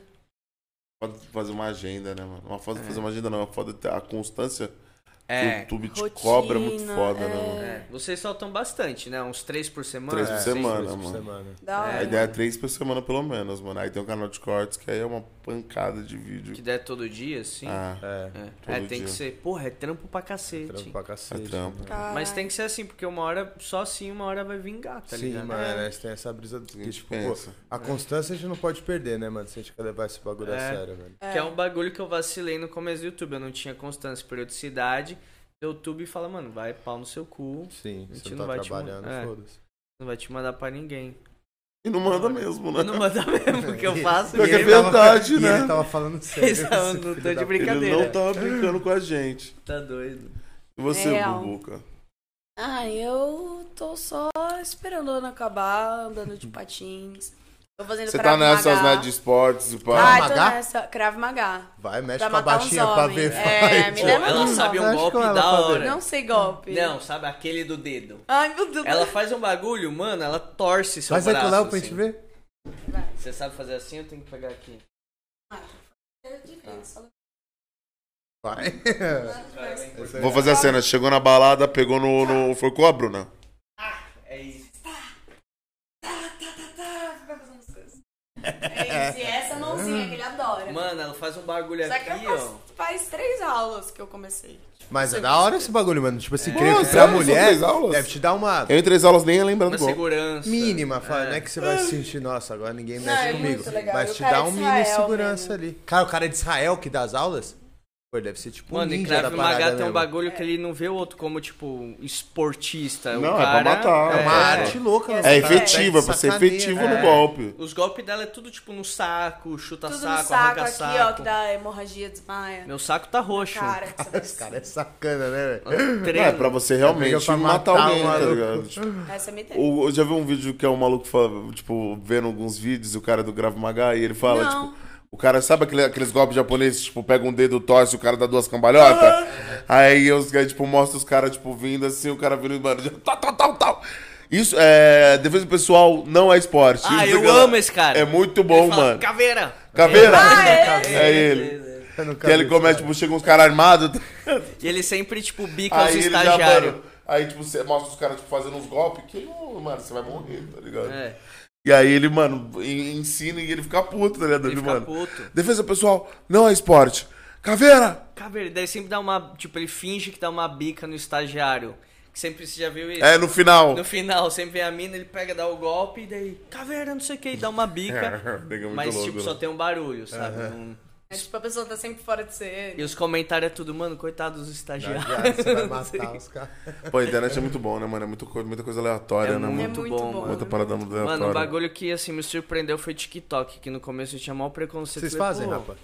Foda de fazer uma agenda, né, mano? Uma foda de fazer uma agenda não, é foda de ter a constância O É. YouTube te Rotina, cobra muito foda, né? é. Vocês soltam bastante, né? Uns três por semana. É. Três por seis semana, É, Por mano. semana. Da hora. A ideia é três por semana, pelo menos, mano. Aí tem o canal de cortes, que aí é uma pancada de vídeo. Que der todo dia, assim. Ah, É, É, todo tem dia. que ser. Porra, é trampo pra cacete. trampo pra cacete. É trampo. né? Caralho. Mas tem que ser assim, porque uma hora, só assim, uma hora vai vingar, tá Sim, ligado? mano, é. É. né? Você tem essa brisa do que, gente tipo, pô, pensa. a constância a gente não pode perder, né, mano? Se a gente quer levar esse bagulho a É. sério, velho. Que é um bagulho que eu vacilei no começo do YouTube. Eu não tinha constância, periodicidade. O YouTube fala, mano, vai pau no seu cu. Sim, gente você não não vai tá te mandar- trabalhando, é. foda-se. Não vai te mandar pra ninguém. E não manda mesmo, né? Eu não manda mesmo, que eu faço. Pior que é ninguém vai- verdade, e né? ele tava falando sério. Eles tavam- esse não tô filho de da brincadeira. Ele não tava brincando com a gente. Tá doido. E você, É, Real. Bubuca? Ah, eu tô só esperando o ano acabar, andando de patins. Tô fazendo Você tá Krav nessas Maga. né, de esportes e pá. Ah, Krav tô Maga? nessa. Krav Maga. Vai, mexe Pra com a matar uns baixinha pra homens. ver É, fight. me leva ela não. sabe um Acho golpe que ela da vai hora. Não sei golpe. Hum, Não, sabe aquele do dedo. Ai, meu Deus. Ela faz um bagulho, mano, ela torce seu Faz aí braço. com o Léo pra assim. gente ver. Você sabe fazer assim? Eu tenho que pegar aqui. Vai. Vou fazer a cena. Chegou na balada, pegou no. no... Foi com a Bruna. É isso. Ah, tá, É isso, e essa mãozinha que ele adora. Mano, ela faz um bagulho Só que eu aqui, faço, ó. Tá faz três aulas que eu comecei. Mas é da hora esse bagulho, mano. Tipo assim, creio Pô, que pra sério? São mulher três aulas? deve te dar uma Eu em três aulas nem ia lembrando Uma qual. segurança. mínima, fala, não é É. que você vai se sentir, nossa, agora ninguém Não, mexe é muito comigo. legal. E Mas o te cara dá de um mini Israel segurança ali. Cara, o cara de Israel que dá as aulas? Pô, deve ser tipo um Mano, e ninja da parada Krav né, Maga tem mesmo. um bagulho que ele não vê o outro como, tipo, esportista. O Não, é pra cara, matar, É uma É. arte louca. né? É O cara efetivo, é pega pra ser sacaneia, efetivo né? no golpe. Os golpes dela é tudo, tipo, no saco, chuta Tudo saco, no saco arranca aqui, saco. ó, que dá hemorragia, desmaia. Meu saco tá roxo. Cara, que você Esse cara é sacana, né, velho? Não, é pra você realmente É pra matar, matar alguém, um tá maluco. ligado? Tipo, Essa é a minha ideia. o- eu já vi um vídeo que é um maluco fala, tipo, vendo alguns vídeos, o cara do Grave Maga, e ele fala, Não. tipo, o cara sabe aquele- aqueles golpes japoneses, tipo, pega um dedo, torce, o cara dá duas cambalhotas? Aí os caras, tipo, mostra os caras, tipo, vindo assim, o cara vindo embora, já, tal, tal, tal, tal. Isso, é, defesa pessoal não é esporte. Ah, Isso eu que ela- amo esse cara. É muito Ele bom, fala, mano. Caveira! Caveira? Ah, é? ele. Eu nunca Que ele vi começa, isso, tipo, chega uns tá? caras armados, E ele sempre, tipo, bica Aí os ele já, estagiários. mano, aí, tipo, você mostra os caras, tipo, fazendo uns golpes que, não, mano, você vai morrer, tá ligado? É, E aí ele, mano, en- ensina e ele fica puto, tá ligado? ele fica mano, puto. defesa pessoal não é esporte. Caveira! Caveira, daí sempre dá uma. Tipo, ele finge que dá uma bica no estagiário. Que sempre você já viu isso. É, no final. No final, sempre vem a mina, ele pega, dá o golpe, e daí, caveira, não sei o que, e dá uma bica. Nega é muito mas, louco, tipo, né? só tem um barulho, sabe? Não- É tipo, a pessoa tá sempre fora de E ser. os comentários é tudo, mano, coitado dos cara. estagiários. Já, Você vai matar os caras. Pô, a internet é muito bom, né, mano? É muito co- muita coisa aleatória, né, É É mano? muito bom, mano. Muita parada muito aleatória. Mano, um bagulho que, assim, me surpreendeu foi TikTok, que no começo eu tinha maior preconceito. Vocês Eu falei, fazem, pô, rapaz?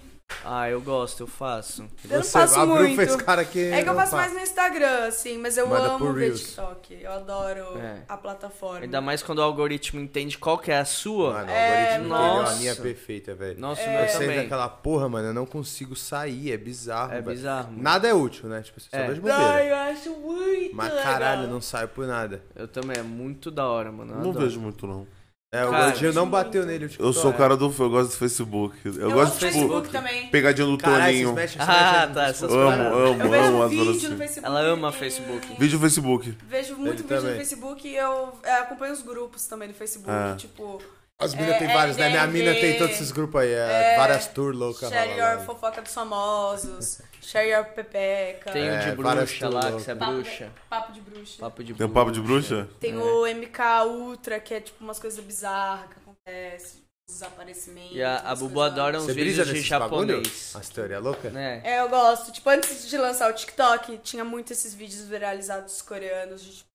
Ah, eu gosto, eu faço. Eu não Você faço abriu muito. pra esse cara que É que eu não faço faz. mais no Instagram, assim, mas eu Manda amo por ver Reels. TikTok. Eu adoro É. a plataforma. Ainda mais quando o algoritmo entende qual que é a sua. Mano, o É, algoritmo entendeu a nossa. linha perfeita, velho. Nossa, É, Eu o meu sei também. daquela porra, mano, eu não consigo sair, é bizarro, É velho. bizarro, mano. Nada é útil, né? Tipo, você É. só vejo bobeira. Ai, eu acho muito Mas legal. caralho, não saio por nada. Eu também, é Então muito da hora, mano. eu Não adoro. vejo muito, não. É, o Cara, Gordinho não bateu nele. o Eu TikTok. é. sou o cara do... Eu gosto do Facebook. Eu, Eu gosto, amo tipo, Facebook também. pegadinha do Caralho, Toninho. vocês mexem, vocês Ah, mexem. tá, essas Eu amo, paradas. amo, Eu amo um vejo as horas vídeo no assim. Facebook. Ela ama e- Facebook. Vídeo no Facebook. Vejo muito Ele vídeo no também. Facebook e eu é, acompanho os grupos também no Facebook. Ah. Tipo, As minas É, tem vários, né? Minha LDRV, mina tem todos esses grupos aí. É, é, várias tour loucas. Share lá, lá, Your lá. Fofoca dos Famosos, Share Your Pepeca, Tem o É, de várias bruxa lá, que tudo você é papo, bruxa. papo de Bruxa. Papo é. de Tem um papo de bruxa? Tem o MK Ultra, que é tipo umas coisas bizarras que acontecem, desaparecimentos. E a, a umas Bubu coisas- adora uns Você brisa vídeos de nesse japonês? japonês. As teorias loucas? Né? É, eu gosto. Tipo, antes de lançar o TikTok, tinha muito esses vídeos viralizados coreanos, de, tipo,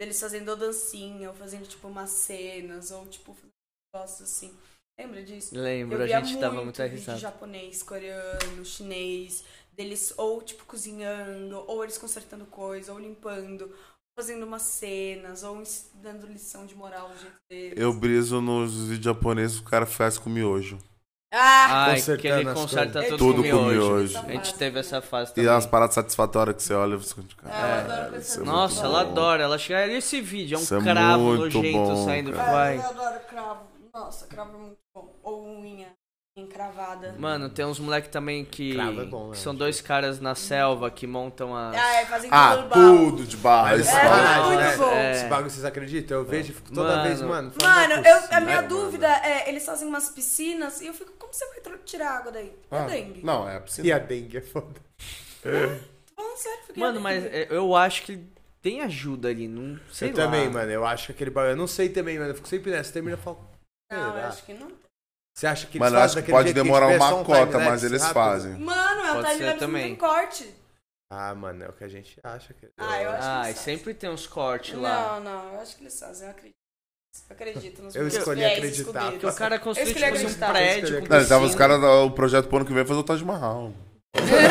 deles fazendo dancinha, ou fazendo, tipo, umas cenas, ou, tipo, fazendo um negócio assim. Lembra disso? Lembro, eu a via gente dava muita vídeo risada. japonês, coreano, chinês, deles ou, tipo, cozinhando, ou eles consertando coisa, ou limpando, fazendo umas cenas, ou ens- dando lição de moral do jeito deles. Eu briso nos vídeos japoneses, o cara faz com miojo. Ah! Ai, Consertando que ele as conserta coisas. tá tudo, Tudo com com miojo. miojo. A gente teve essa fase E também. as paradas satisfatórias que você olha e você fica de cara. Ah, eu adoro coisa isso é muito Nossa, ela bom. adora. Ela chega, olha esse vídeo, é um Isso é cravo muito nojento bom, saindo. cara. Ah, Vai. Eu adoro cravo. Nossa, cravo é muito bom. Ou unha. encravada. Mano, tem uns moleque também que, Cravo é bom, né? que são dois caras na selva que montam as... Ah, é, fazendo Ah, urbano. tudo de barra. Mas Esse é barra. verdade, muito né? bom. É. Esse bagulho vocês acreditam? Eu vejo e fico toda Mano. vez, mano. fala, É. não Mano, é eu, a possível, minha mano. dúvida é, eles fazem umas piscinas e eu fico, como você vai tro- tirar água daí? É Ah, dengue. Não, é possível. E a dengue é foda. Tô falando sério, fiquei Mano, mas dengue. é, eu acho que tem ajuda ali, não sei eu lá. também, mano. Eu acho que aquele bagulho. Eu não sei também, mano. Eu fico sempre nessa. Termina e falo. Não, eu será? acho que não. Você acha que eles Mano, eu fazem acho que daquele pode jeito que a demorar gente vê só uma um cota, time-lapse mas eles rápido? fazem. Mano, é o Pode ser timelapse não também. tem corte. Ah, mano, é o que a gente acha. Que... Ah, eu acho que Ah, e eles fazem. sempre tem uns cortes lá. Não, não, eu acho que eles fazem, eu acredito. Eu acredito nos Eu meus escolhi fiéis acreditar, escudeiros. Porque o cara Eu construiu escolhi tipo, assim, um acreditar. prédio Eu com é Não, eles tavam- os piscina. um caras, o projeto pro ano que vem é fazer o Taj Mahal.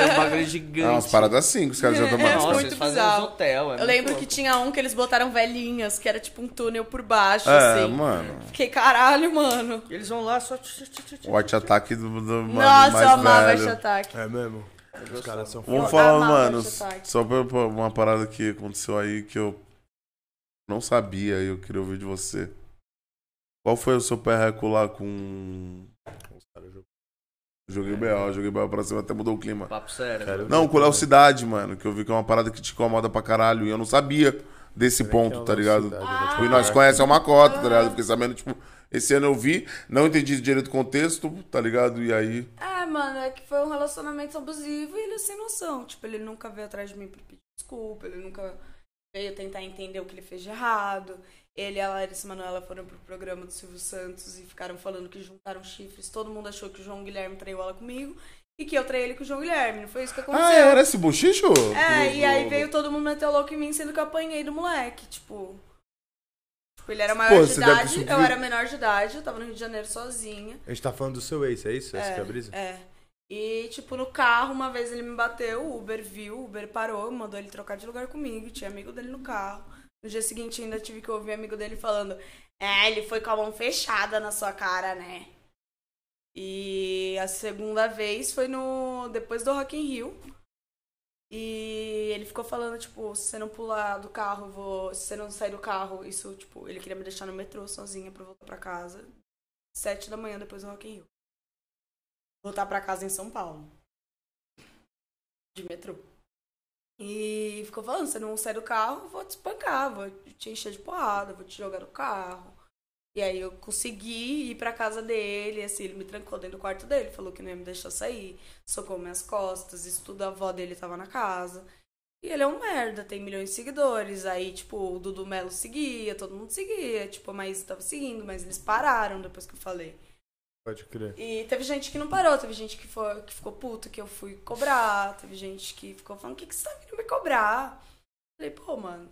É, um bagulho gigante. É umas paradas assim que os caras já estão É, Nossa, fazendo. muito eles fazem bizarro. uns hotel, é Eu muito lembro louco. que tinha um que eles botaram velhinhas, que era tipo um túnel por baixo, É, assim. mano. Fiquei, caralho, mano. Eles vão lá só... O Watch Attack do, do Nossa, eu mano, amava mais esse velho. ataque. É mesmo? Os caras são foda. Vamos Eu falar, amava mano, Watch Attack. só pra, pra uma parada que aconteceu aí que eu não sabia e eu queria ouvir de você. Qual foi o seu perreco lá com... Joguei B.O., joguei B.O. pra cima, até mudou o clima. Papo sério. Cara, eu Não, com o Léo Cidade, mano, que eu vi que é uma parada que te incomoda pra caralho. E eu não sabia desse é ponto, tá ligado? Ah. né? Tipo, e nós conhecemos uma cota, tá ligado? Fiquei sabendo, tipo, esse ano eu vi, não entendi direito o contexto, tá ligado? E aí. É, mano, é que foi um relacionamento abusivo e ele é sem noção. Tipo, ele nunca veio atrás de mim pra pedir desculpa, ele nunca veio tentar entender o que ele fez de errado. Ele e a Larissa Manoela foram pro programa do Silvio Santos e ficaram falando que juntaram chifres. Todo mundo achou que o João Guilherme traiu ela comigo e que eu traí ele com o João Guilherme. Não foi isso que aconteceu. Ah, era esse bochicho? É, e aí veio todo mundo meter o louco em mim, sendo que eu apanhei do moleque, tipo. Tipo, ele era maior Pô, de você deve idade, subir. eu era menor de idade, eu tava no Rio de Janeiro sozinha. A gente tá falando do seu ex, é isso? Essa que é a brisa? É. E, tipo, no carro, uma vez ele me bateu, o Uber viu, o Uber parou, mandou ele trocar de lugar comigo, tinha amigo dele no carro. No dia seguinte ainda tive que ouvir amigo dele falando: É, ele foi com a mão fechada na sua cara, né? E a segunda vez foi no. depois do Rock in Rio. E ele ficou falando, tipo, se você não pular do carro, eu vou. Se você não sair do carro, isso, tipo, ele queria me deixar no metrô sozinha pra eu voltar pra casa. Sete da manhã depois do Rock in Rio voltar pra casa em São Paulo. De metrô. E ficou falando, você não sai do carro, eu vou te espancar, vou te encher de porrada, vou te jogar no carro. E aí eu consegui ir pra casa dele, assim, ele me trancou dentro do quarto dele, falou que não ia me deixar sair, socou minhas costas, isso tudo, a avó dele tava na casa. E ele é um merda, tem milhões de seguidores, aí, tipo, o Dudu Melo seguia, todo mundo seguia, tipo, a Maísa tava seguindo, mas eles pararam depois que eu falei. Pode crer. E teve gente que não parou, teve gente que, foi, que ficou puto, que eu fui cobrar, teve gente que ficou falando, o que, que você tá vindo me cobrar? Falei, pô, mano.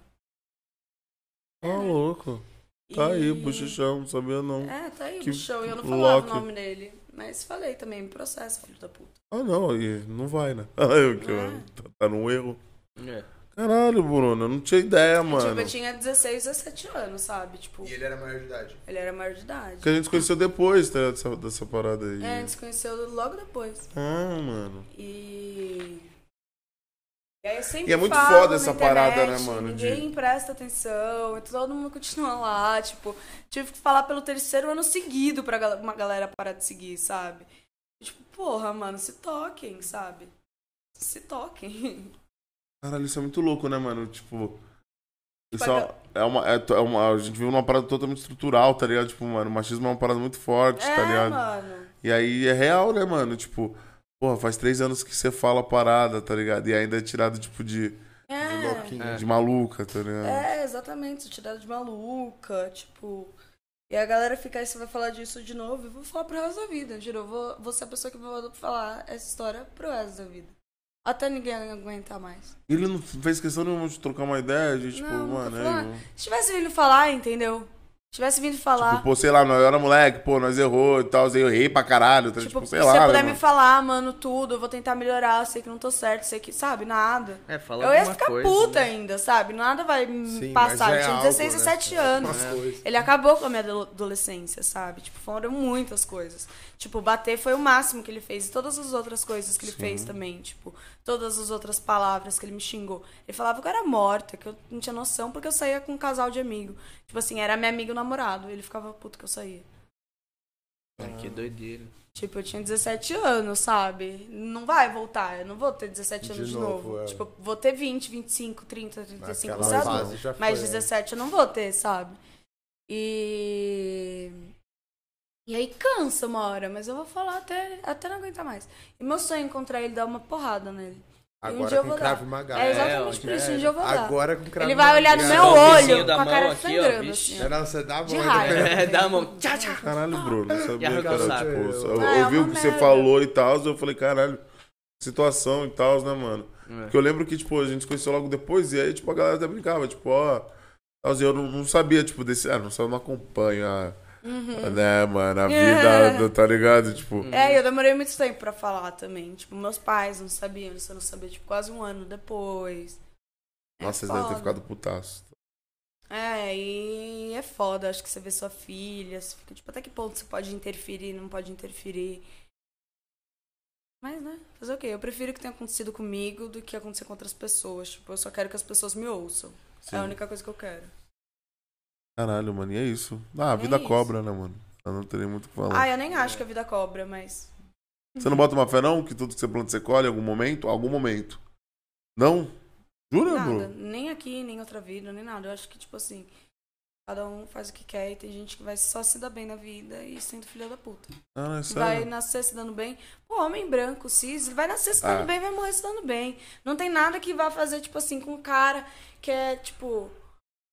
Tá louco. É. e- Tá aí, bochichão, não sabia não. É, tá aí Que o chão, e eu não falava louco. o nome dele. Mas falei também, me processa, filho da puta. Ah, não, e não vai, né? Ah, eu, que, Ah. tá- Tá num erro. É. Caralho, Bruno, eu não tinha ideia, Tipo, mano. eu tinha 16, 17 anos, sabe? Tipo, ele era maior de idade. ele era maior de idade. Porque a gente se conheceu depois tá, dessa, dessa parada aí. É, a gente se conheceu logo depois. Ah, mano. E. E aí eu sempre E é muito falo foda na essa internet, parada, né, mano, de- Ninguém presta atenção, e todo mundo continua lá, tipo, tive que falar pelo terceiro ano seguido pra gal- uma galera parar de seguir, sabe? Tipo, porra, mano, se toquem, sabe? Se toquem. Caralho, isso é muito louco, né, mano? Tipo. Isso Tipo, é, é uma, é, to- é uma. A gente vive numa parada totalmente estrutural, tá ligado? Tipo, mano, o machismo é uma parada muito forte, é, tá ligado? mano. E aí é real, né, mano? Tipo, porra, faz três anos que você fala a parada, tá ligado? E ainda é tirado, tipo, de, É. Louquinho. de maluca, tá ligado? É, exatamente, sou tirada de maluca, tipo. E a galera fica aí, você vai falar disso de novo, eu vou falar pro resto da vida, juro. Eu vou, vou ser a pessoa que vou falar essa história pro resto da vida. Até ninguém aguentar mais. E ele não fez questão nenhuma de trocar uma ideia, de, tipo, Não, nunca mano, falou. aí, mano. Se tivesse vindo falar, entendeu? Se tivesse vindo falar. Tipo, pô, sei lá, nós era moleque, pô, nós errou e tal, eu errei pra caralho, tá? Tipo, Tipo, sei se lá. você né, puder mano? me falar, mano, tudo, eu vou tentar melhorar, eu sei que não tô certo, sei que, sabe, nada. É, fala Eu ia alguma ficar coisa, puta né? ainda, sabe? Nada vai me Sim, passar. mas Eu é Hum, tinha algo, 16, né? 17 anos. É. Umas coisas. Ele acabou com a minha ado- adolescência, sabe? Tipo, foram muitas coisas. Tipo, bater foi o máximo que ele fez. E todas as outras coisas que ele fez também. Tipo, todas as outras palavras que ele me xingou. Ele falava que eu era morta, que eu não tinha noção, porque eu saía com um casal de amigo. Tipo assim, era minha amiga e o namorado. Ele ficava puto que eu saía. Que é doideira. Tipo, eu tinha 17 anos, sabe? Não vai voltar. Eu não vou ter 17 anos De de novo, novo. é. Tipo, vou ter 20, 25, 30, 35, Naquela sabe? fase já foi, Mas né? 17 eu não vou ter, sabe? E. E aí cansa uma hora, mas eu vou falar até, até não aguentar mais. E meu sonho é encontrar ele e dar uma porrada nele. E um Agora dia eu com vou cravo dar. magado. É É, exatamente hoje por isso, é. um dia eu vou dar. Agora com cravo Ele vai olhar no meu magado. Soquezinho olho, um da com a mão cara aqui, ó, sangrando, vixe. assim. ó. Não, não, você dá né? a mão. De raiva. É, dá a mão. Tchá, tchá. Caralho, Bruno, não sabia arrancou que era o saco. tipo. isso. Eu Ah, é ouvi o uma que você merda. falou e tal, eu falei, caralho, situação e tal, né, mano? É. Porque eu lembro que, tipo, a gente se conheceu logo depois e aí, tipo, a galera até brincava, tipo, ó. tals, e Eu não, não sabia, tipo, desse. Ah, não sabe, não acompanha, a- né, mano, a vida, do- tá ligado? Tipo, Uhum. um É, e eu demorei muito tempo pra falar também. Tipo, meus pais não sabiam, isso eu não sabia, tipo, quase um ano depois. É nossa, vocês devem ter foda. ficado putaço. É, e é foda, acho que você vê sua filha, você fica, tipo, até que ponto você pode interferir, não pode interferir. Mas, né, fazer o quê? Eu prefiro que tenha acontecido comigo do que acontecer com outras pessoas. Tipo, eu só quero que as pessoas me ouçam. É a única coisa que eu quero. Caralho, mano, e é isso. Ah, a É vida isso. cobra, né, mano? Eu não tenho muito o que falar. Ah, eu nem acho que a vida cobra, mas. Você não bota uma fé, não? Que tudo que você planta, você colhe em algum momento? Algum momento. Não? Jura, Bruno? Nada. Nem aqui, nem outra vida, nem nada. Eu acho que, tipo assim, cada um faz o que quer e tem gente que vai só se dar bem na vida e sendo filha da puta. Ah, não, é Vai sério. nascer se dando bem. Pô, homem branco, cis, ele vai nascer se dando Ah. bem, vai morrer se dando bem. Não tem nada que vá fazer, tipo assim, com um cara que é, tipo.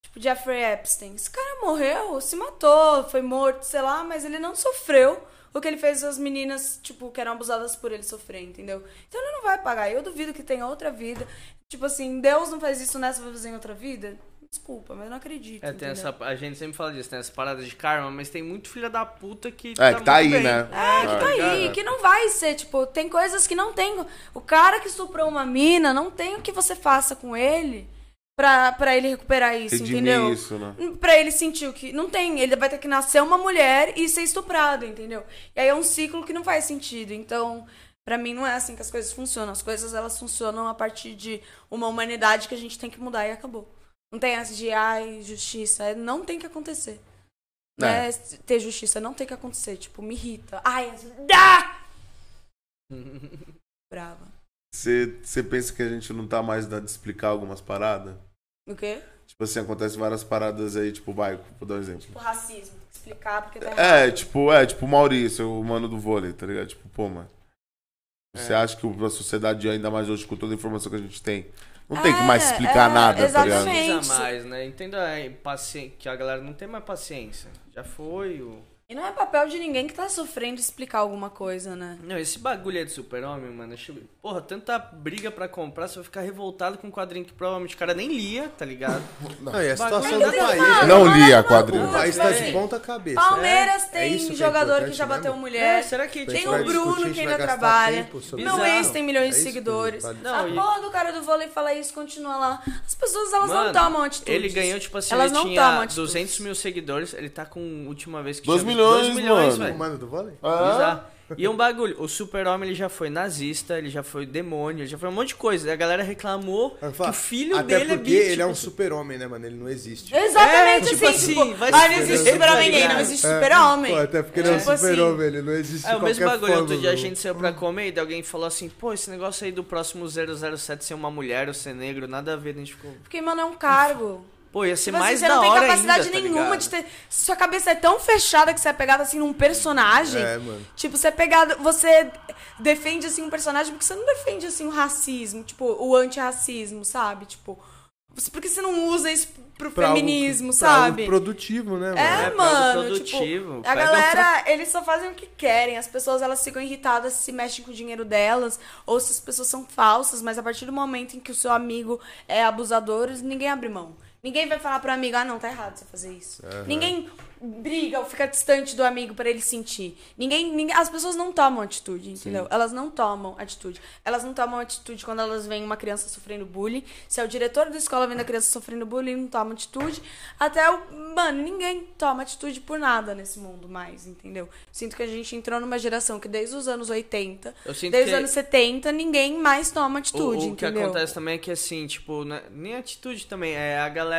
Tipo, Jeffrey Epstein. Esse cara morreu, se matou, foi morto, sei lá, mas ele não sofreu o que ele fez as meninas, tipo, que eram abusadas por ele sofrer, entendeu? Então ele não vai pagar. Eu duvido que tenha outra vida. Tipo assim, Deus não faz isso nessa, vai fazer em outra vida? Desculpa, mas eu não acredito. É, tem entendeu? essa, a gente sempre fala disso, tem essa parada de karma, mas tem muito filha da puta que. É, que tá aí, muito bem. né? É, que tá aí, ligado? que não vai ser, tipo, tem coisas que não tem. O cara que estuprou uma mina, não tem o que você faça com ele pra, pra ele recuperar isso, Redimir entendeu? isso, né? Pra ele sentir o que. Não tem, ele vai ter que nascer uma mulher e ser estuprado, entendeu? E aí é um ciclo que não faz sentido. Então, pra mim, não é assim que as coisas funcionam. As coisas elas funcionam a partir de uma humanidade que a gente tem que mudar e acabou. Não tem essa de ai, justiça. é, Não tem que acontecer. É. Né? Ter justiça não tem que acontecer. Tipo, me irrita. Ai, essa- dá! Brava. Você você pensa que a gente não tá mais dando de explicar algumas paradas? O quê? Tipo assim, acontece várias paradas aí, tipo, vai, vou dar um exemplo. Tipo, racismo. Tem que explicar porque tá errado. É, tipo, é, tipo o Maurício, o mano do vôlei, tá ligado? Tipo, pô, mano. É. Você acha que a sociedade, ainda mais hoje, com toda a informação que a gente tem, não tem que mais É, explicar é, nada, tá ligado? exatamente. Não Gente. precisa mais, né? Entenda aí, paci- que a galera não tem mais paciência. Já foi o. E não é papel de ninguém que tá sofrendo explicar alguma coisa, né? Não, esse bagulho é de super-homem, mano. acho- Porra, tanta briga pra comprar, você vai ficar revoltado com um quadrinho que provavelmente o cara nem lia, tá ligado? Não, e a é situação Mas do eu falo, país. né? Não vai li lá a na quadrilha. O rua, país tá de velho. ponta cabeça. Palmeiras É tem isso que é jogador que importante já bateu mesmo? mulher. É, será que, Tem tipo, o vai Bruno discutir, que a gente ainda vai gastar trabalha. tempo sobre Meu isso? ex tem É milhões de isso que seguidores. fala. Não, a e- porra do cara do vôlei fala isso, continua lá. As pessoas, elas não Mano, tomam atitude. Ele ganhou, tipo assim, elas ele não tomam tinha atitudes. 200 mil seguidores, ele tá com, última vez que Dois milhões, tinha... mano. O mano Ah. do vôlei? Bizarro. E é um bagulho, o super-homem ele já foi nazista, ele já foi demônio, ele já foi um monte de coisa. E a galera reclamou Eu que falo, o filho Até dele é porque bicho. ele é um super-homem, né, mano? Ele não existe. É. Exatamente É, tipo assim, assim, tipo, vai ah, se não existe fuder, super-homem tá gay, não ligado? existe super-homem. Pô, até porque ele é um Tipo assim, super-homem, ele não existe É de o qualquer mesmo bagulho. forma, Outro dia né? a meu. gente Hum. saiu pra comer e daí alguém falou assim: pô, esse negócio aí do próximo 007 ser uma mulher ou ser negro, nada a ver. Daí A gente ficou. Porque, mano, é um cargo. Pô, ia ser Tipo assim, mais você da não tem hora capacidade ainda, tá nenhuma ligado? de ter. Sua cabeça é tão fechada que você é pegado assim num personagem. É, mano. Tipo, você é pegado. Você defende assim um personagem porque você não defende assim o racismo, tipo, o antirracismo, sabe? Tipo. você- Porque você não usa isso pro Pra algo- feminismo, pra algo sabe? produtivo, né, mano? É, É, pra algo mano. produtivo, tipo, a um pega galera, eles só fazem o que querem. As pessoas, elas ficam irritadas se mexem com o dinheiro delas ou se as pessoas são falsas, mas a partir do momento em que o seu amigo é abusador, ninguém abre mão. Ninguém vai falar pro amigo, ah, não, tá errado você fazer isso. Ninguém briga ou fica distante do amigo pra ele sentir. Ninguém, ninguém- as pessoas não tomam atitude, entendeu? Elas não tomam atitude. Elas não tomam atitude quando elas veem uma criança sofrendo bullying. Se é o diretor da escola vendo a criança sofrendo bullying, não toma atitude. Até o. Mano, ninguém toma atitude por nada nesse mundo mais, entendeu? Sinto que a gente entrou numa geração que desde os anos 80, Eu sinto desde que- os anos 70, ninguém mais toma O- atitude, o, que entendeu? acontece também é que assim, tipo, né, nem atitude também, é a galera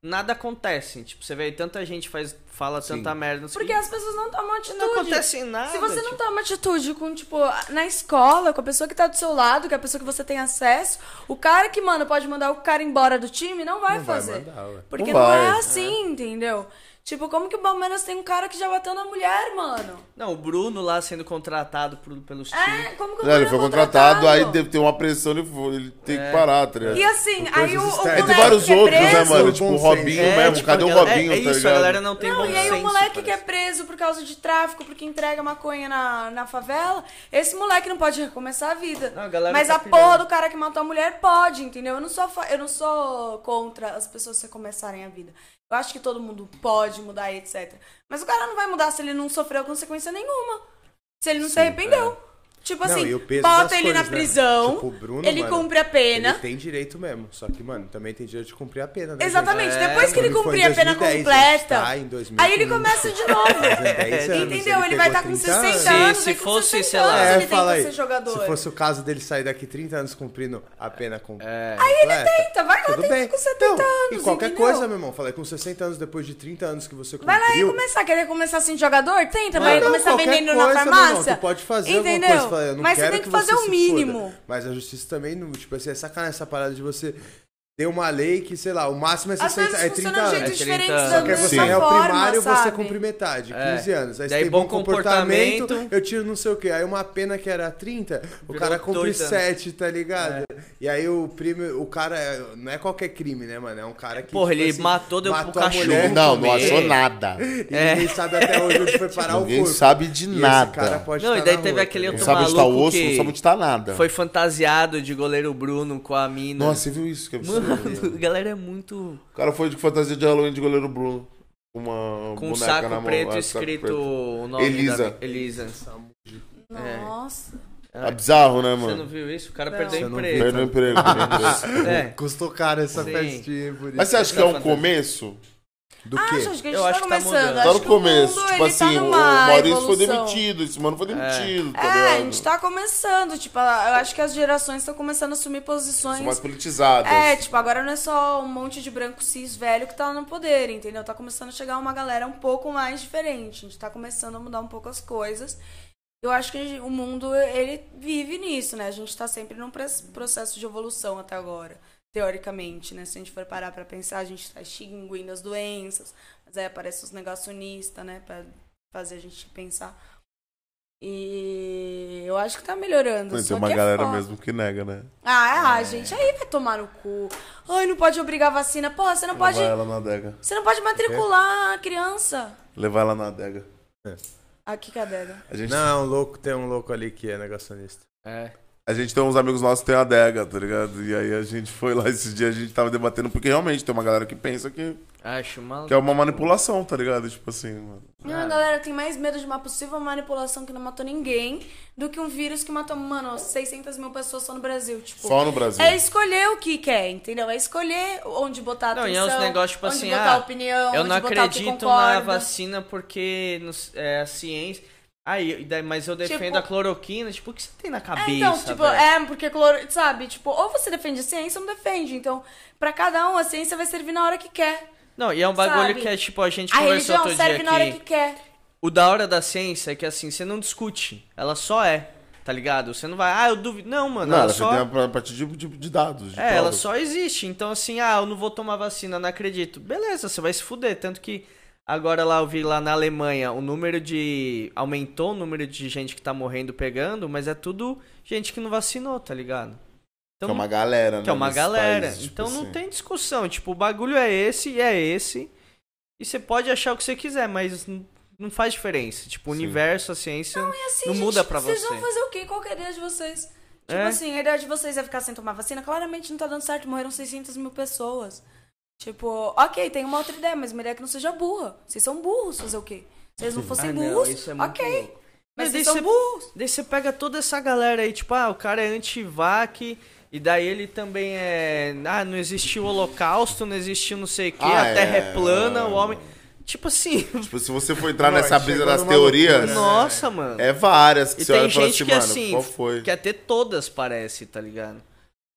nada acontece. Tipo, você vê aí tanta gente faz, fala tanta merda. assim, Não sei o Porque quê. as pessoas não tomam atitude. não acontece nada. Se você não tipo, toma atitude com, tipo, na escola, com a pessoa que tá do seu lado, com a pessoa que você tem acesso, o cara que, mano, pode mandar o cara embora do time não vai Não vai fazer. mandar, ué. porque Não não, vai, é assim, entendeu? Tipo, como que o Palmeiras tem um cara que já bateu na mulher, mano? Não, o Bruno lá sendo contratado por, pelos times. É, como que o Não, cara ele é foi contratado, aí contratado? deve ter uma pressão, ele, foi- ele tem que parar, tá ligado? E assim, aí o, o Coisas moleque externas. Tem vários que é outros, né, preso- mano? Tipo, o Bom Robinho senso. mesmo. tipo, Cadê a o galera- Robinho, é, é tá isso, ligado? a galera não tem Não, bom e aí senso. o moleque que é parece. preso por causa de tráfico, porque entrega maconha na, na favela, esse moleque não pode recomeçar a vida. Não, a galera Mas tá a pirando. porra do cara que matou a mulher pode, entendeu? Eu não sou, fa- eu não sou contra as pessoas recomeçarem a vida. Eu acho que todo mundo pode mudar e etc. Mas o cara não vai mudar se ele não sofreu consequência nenhuma. Se ele não se arrependeu. é. Tipo Não, assim, e o peso das bota ele coisas, na né? prisão, Tipo, o Bruno, ele mano, cumpre a pena. Ele tem direito mesmo. Só que, mano, também tem direito de cumprir a pena, né? Exatamente, gente? depois que ele Quando foi em cumprir a pena 2010, completa, tá? Em aí ele 2015. começa de 10 anos, novo. Entendeu? Ele, ele pegou vai estar com 30 60 anos. anos, Se- se vai com fosse, 60 sei lá, anos É, ele fala tenta aí. ser jogador. Se fosse o caso dele sair daqui 30 anos cumprindo a pena com. Aí ele tenta, vai lá, Tudo tenta bem. com 70 Então, anos, E qualquer entendeu? coisa, meu irmão. Falei, com 60 anos, depois de 30 anos que você cumpriu. Vai lá e começar, querer começar assim de jogador? Tenta, Mas vai não, começar qualquer vendendo coisa, na meu irmão, farmácia. tu pode fazer entendeu? alguma coisa. Fala, eu não Mas quero você tem que, você fazer o se mínimo. foda. Mas a justiça também não. Tipo assim, é sacanagem essa parada de você ter uma lei que, sei lá, o máximo é Às 60 vezes é funciona 30 de anos. jeitos É 30 diferentes anos. da Porque mesma você Sim. é o forma, primário, você sabe? cumpre metade, É. 15 anos. Aí você Daí tem bom bom comportamento, comportamento. eu tiro não sei o quê. Aí uma pena que era 30, o Virou cara cumpre 8 anos. É. 7, tá ligado? E aí o primo, o cara é- não é qualquer crime, né, mano? É um cara que. Porra, ele assim, matou, deu pro matou a cachorro. mulher, Né? Não, não comer. achou nada. E ninguém sabe até hoje onde foi parar o Ninguém corpo. sabe de E esse nada. cara pode Não, e tá daí na teve rua, aquele tá Não outro ligado? sabe onde tá o maluco osso, não que sabe onde tá nada. Foi fantasiado de goleiro Bruno com a mina. Nossa, você viu isso que absurdo. né? Mano, a galera é muito. O cara foi de fantasia de Halloween de goleiro Bruno. com Uma Com um boneca na saco mão. preto é, saco escrito preto. o nome Elisa. da. Elisa. Nossa. É bizarro, né, Ah, Você não mano? viu isso? O cara Não. perdeu Você o não emprego. Perdeu o emprego. perdeu o emprego. É. Custou caro essa Sim. festinha, por isso. Mas você acha que é um Fantasia. começo? Do Ah, quê? acho que a gente Eu tá acho que tá começando. mudando. Tá acho no que o começo. mundo, tipo ele tá assim, o o numa Maurício foi evolução. demitido, esse mano foi demitido, tá ligado? É, a gente tá começando, tipo, a- eu acho que as gerações estão começando a assumir posições. São mais politizadas. É, tipo, agora não é só um monte de branco cis velho que tá no poder, entendeu? Tá começando a chegar uma galera um pouco mais diferente. A gente tá começando a mudar um pouco as coisas. Eu acho que o mundo, ele vive nisso, né? A gente tá sempre num pres- processo de evolução até agora, teoricamente, né? Se a gente for parar pra pensar, a gente tá extinguindo as doenças, mas aí aparecem os negacionistas, né? Pra fazer a gente pensar. E eu acho que tá melhorando. Tem só uma que é galera foda. mesmo que nega, né? Ah, é, gente, aí vai tomar no cu. Ai, não pode obrigar a vacina. Pô, você não pode. Levar ela na adega. Você não pode matricular a criança. Levar ela na adega. É. Aqui, cadê? A gente, Não, um louco, tem um louco ali que é negacionista. É. a gente tem uns amigos nossos que tem adega, tá ligado? E aí a gente foi lá esse dia, a gente tava debatendo, porque realmente tem uma galera que pensa que, Acho mal. que é uma manipulação, tá ligado? Tipo assim, mano. Não, a galera tem mais medo de uma possível manipulação que não matou ninguém do que um vírus que matou, mano, 600 mil pessoas só no Brasil. Tipo, Só no Brasil. é escolher o que quer, entendeu? É escolher onde botar a Não, atenção, e é uns negócios tipo onde assim, botar ah, a opinião, Eu onde não botar o que acredito na concorda. vacina porque no- é, a ciência. Aí, e daí- mas eu defendo Tipo- a cloroquina. Tipo, o que você tem na É, cabeça? então, tipo, velho? é, porque, cloro, sabe, tipo, ou você defende a ciência ou não defende. Então, pra cada um, a ciência vai servir na hora que quer. Não, e é um bagulho sabe? que é tipo, a gente A conversou religião outro serve dia na hora que- que quer. O da hora da ciência é que assim, você não discute, ela só é, tá ligado? Você não vai, ah, eu duvido. Não, mano, Não, ela ela só. tem a partir de, de, de dados. De É, ela provas. só existe. Então, assim, ah, eu não vou tomar vacina, não acredito. Beleza, você vai se fuder. Tanto que agora lá eu vi lá na Alemanha o número de. Aumentou o número de gente que tá morrendo pegando, mas é tudo gente que não vacinou, tá ligado? Que é Então, uma galera, né? que é uma nesses galera. países, tipo então não assim. tem discussão. Tipo, o bagulho é esse e é esse. E você pode achar o que você quiser, mas n- não faz diferença. Tipo, o Sim. universo, a ciência. Não, Assim, gente, muda pra vocês você. vão fazer o quê? Qual que é a ideia de vocês? Tipo É. assim, a ideia de vocês é ficar sem tomar vacina? Claramente não tá dando certo, morreram 600 mil pessoas. Tipo, ok, tem uma outra ideia, mas uma ideia que não seja burra. Vocês são burros, fazer o quê? Se Ah, vocês não Ah, fossem burros, é é ok. Mas vocês daí são você- Tipo burros. Daí você pega toda essa galera aí, tipo, ah, o cara é anti-vac, e daí ele também é. Ah, não existiu o holocausto, não existiu não sei o quê, Ah, a terra é. é plana, o homem. Tipo assim. Tipo, se você for entrar Não, nessa chegou brisa das numa teorias, loucura, né? nossa, mano. é várias que e você olha tem e fala gente assim, que mano, assim. qual foi? Quer ter todas, parece, tá ligado?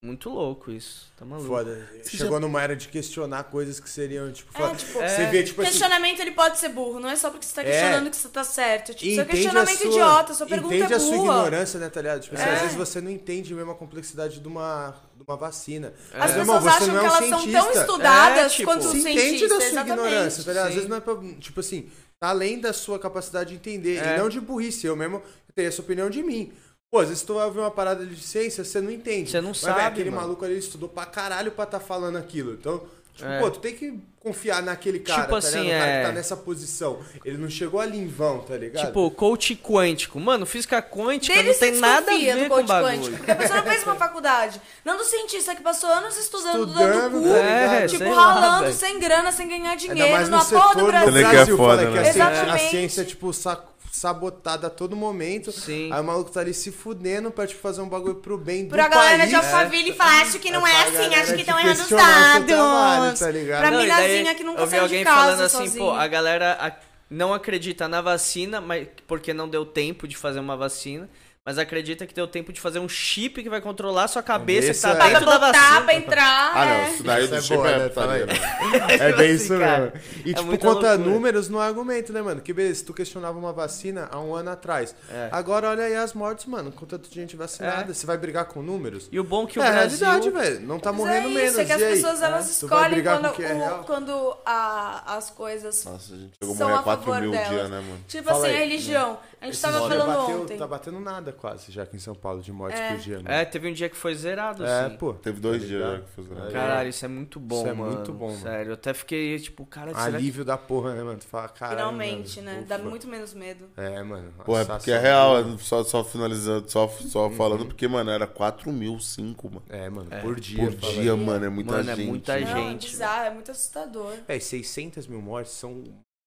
Muito louco isso. Tá maluco. Foda. Chegou numa era de questionar coisas que seriam, tipo, foda. tipo, você é. vê, tipo assim. questionamento ele pode ser burro, não é só porque você tá É. questionando que você tá certo. Tipo, seu entende a questionamento é sua- idiota, sua pergunta Entende é a sua burra. ignorância, né, tá ligado? Tipo, assim, É. às vezes você não entende mesmo a complexidade de uma, de uma vacina. As Meu pessoas irmão, você acham não é que um elas cientista. são tão estudadas É, tipo, quanto os se cientistas. entende da sua exatamente. ignorância, tá ligado? Às sim. vezes não é pra, tipo assim, tá além da sua capacidade de entender, É. e não de burrice. Eu mesmo tenho essa opinião de mim. Pô, às vezes tu vai ouvir uma parada de ciência, você não entende. Você não Mas, sabe, velho, aquele mano. maluco ali estudou pra caralho pra tá falando aquilo. Então, tipo, É. pô, tu tem que confiar naquele cara, Tipo tá assim, ligado? O cara é. que tá nessa posição. Ele não chegou ali em vão, tá ligado? Tipo, coach quântico. Mano, física quântica Dele não se tem nada a desconfia do ver com coach bagulho. quântico, porque a pessoa não fez uma faculdade. Não do cientista que passou anos estudando, Estudando, dando cu, tá ligado? É, sei tipo, lá, ralando, velho. sem grana, sem ganhar Ainda dinheiro, mais na no porra setor do do Brasil. Ele que é Brasil, foda, fala que a né? ciência, a Exatamente. ciência é, tipo, sa- sabotada a todo momento. Sim. Aí o maluco tá ali se fudendo pra, tipo, fazer um bagulho pro bem do Pra galera país. de Alphaville e falar, acho que não Pra é assim, galera acho que que estão errando os questiona o seu dados. trabalho, tá ligado? Pra Não, Ah, e daí minazinha que nunca eu vi saiu alguém de casa falando assim, sozinha. pô, a galera ac- não acredita na vacina, mas porque não deu tempo de fazer uma vacina, mas acredita que deu tempo de fazer um chip que vai controlar sua cabeça que Isso tá é- Pra dentro da botar, vacina. pra entrar, Ah, não, é. isso daí Isso do é chip boa, é né? Fala aí. putaria. né? É Tipo assim, bem isso cara, mesmo. E, é tipo, muita quanto a loucura. números, não é argumento, né, mano? Que beleza, tu questionava uma vacina há um ano atrás. É. Agora, olha aí as mortes, mano. Com tanta gente vacinada, É. você vai brigar com números? E o bom que o é a Brasil... realidade, velho. Não tá Mas morrendo é menos. isso, é que as e aí? pessoas elas Tu vai escolhem brigar com quando, o que é o- real? Ah. quando a- as coisas Nossa, a gente chegou a são morrer a 4 favor mil delas. dia, né, mano? Tipo Fala assim, aí. a religião. A gente Esse tava número falando bateu- ontem. Tá batendo nada quase, já aqui em São Paulo, de mortes por dia, mano. É, teve um dia que foi zerado, É, assim. pô. Teve dois Tá dias ligado? já que fizeram. Caralho, isso é muito bom, Isso é mano. muito bom, mano. Sério, eu até fiquei, tipo, cara, será que... é Alívio da porra, né, mano? Tu fala, caralho. Finalmente, mano, né? ufa. Dá muito menos medo. É, Uhum. mano. Pô, é essa porque é ação- real, é só, só finalizando, só, só falando, porque, mano, era 4 mil, 5, mano. É, mano, por dia. Por fala. dia, mano, é muita Mano, é gente. muita mano. gente. Não, é velho. bizarro, é muito assustador. É, 600 mil mortes são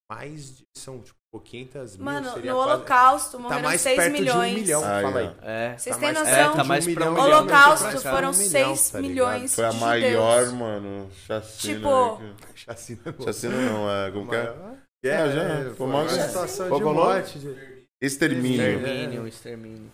mais de. São, tipo, 500 mil. Mano, seria no quase- Holocausto Tá morreram mais 6 perto milhões. de um milhão. Ah, fala é. aí. É. Vocês Tá têm mais noção? perto É, tá mais de um pra milhão. um milhão. Holocausto Pra cá, foram um 6 milhão, tá milhões Foi a de maior, judeus. mano, chacina. Tipo- né, que- ligado? Chacina. é bom. Chacina não, é, como que é? É, Ah, já, é, foi pô, maior uma que- situação Qual de que é o nome? morte. de- Extermínio. Extermínio. Extermínio, extermínio.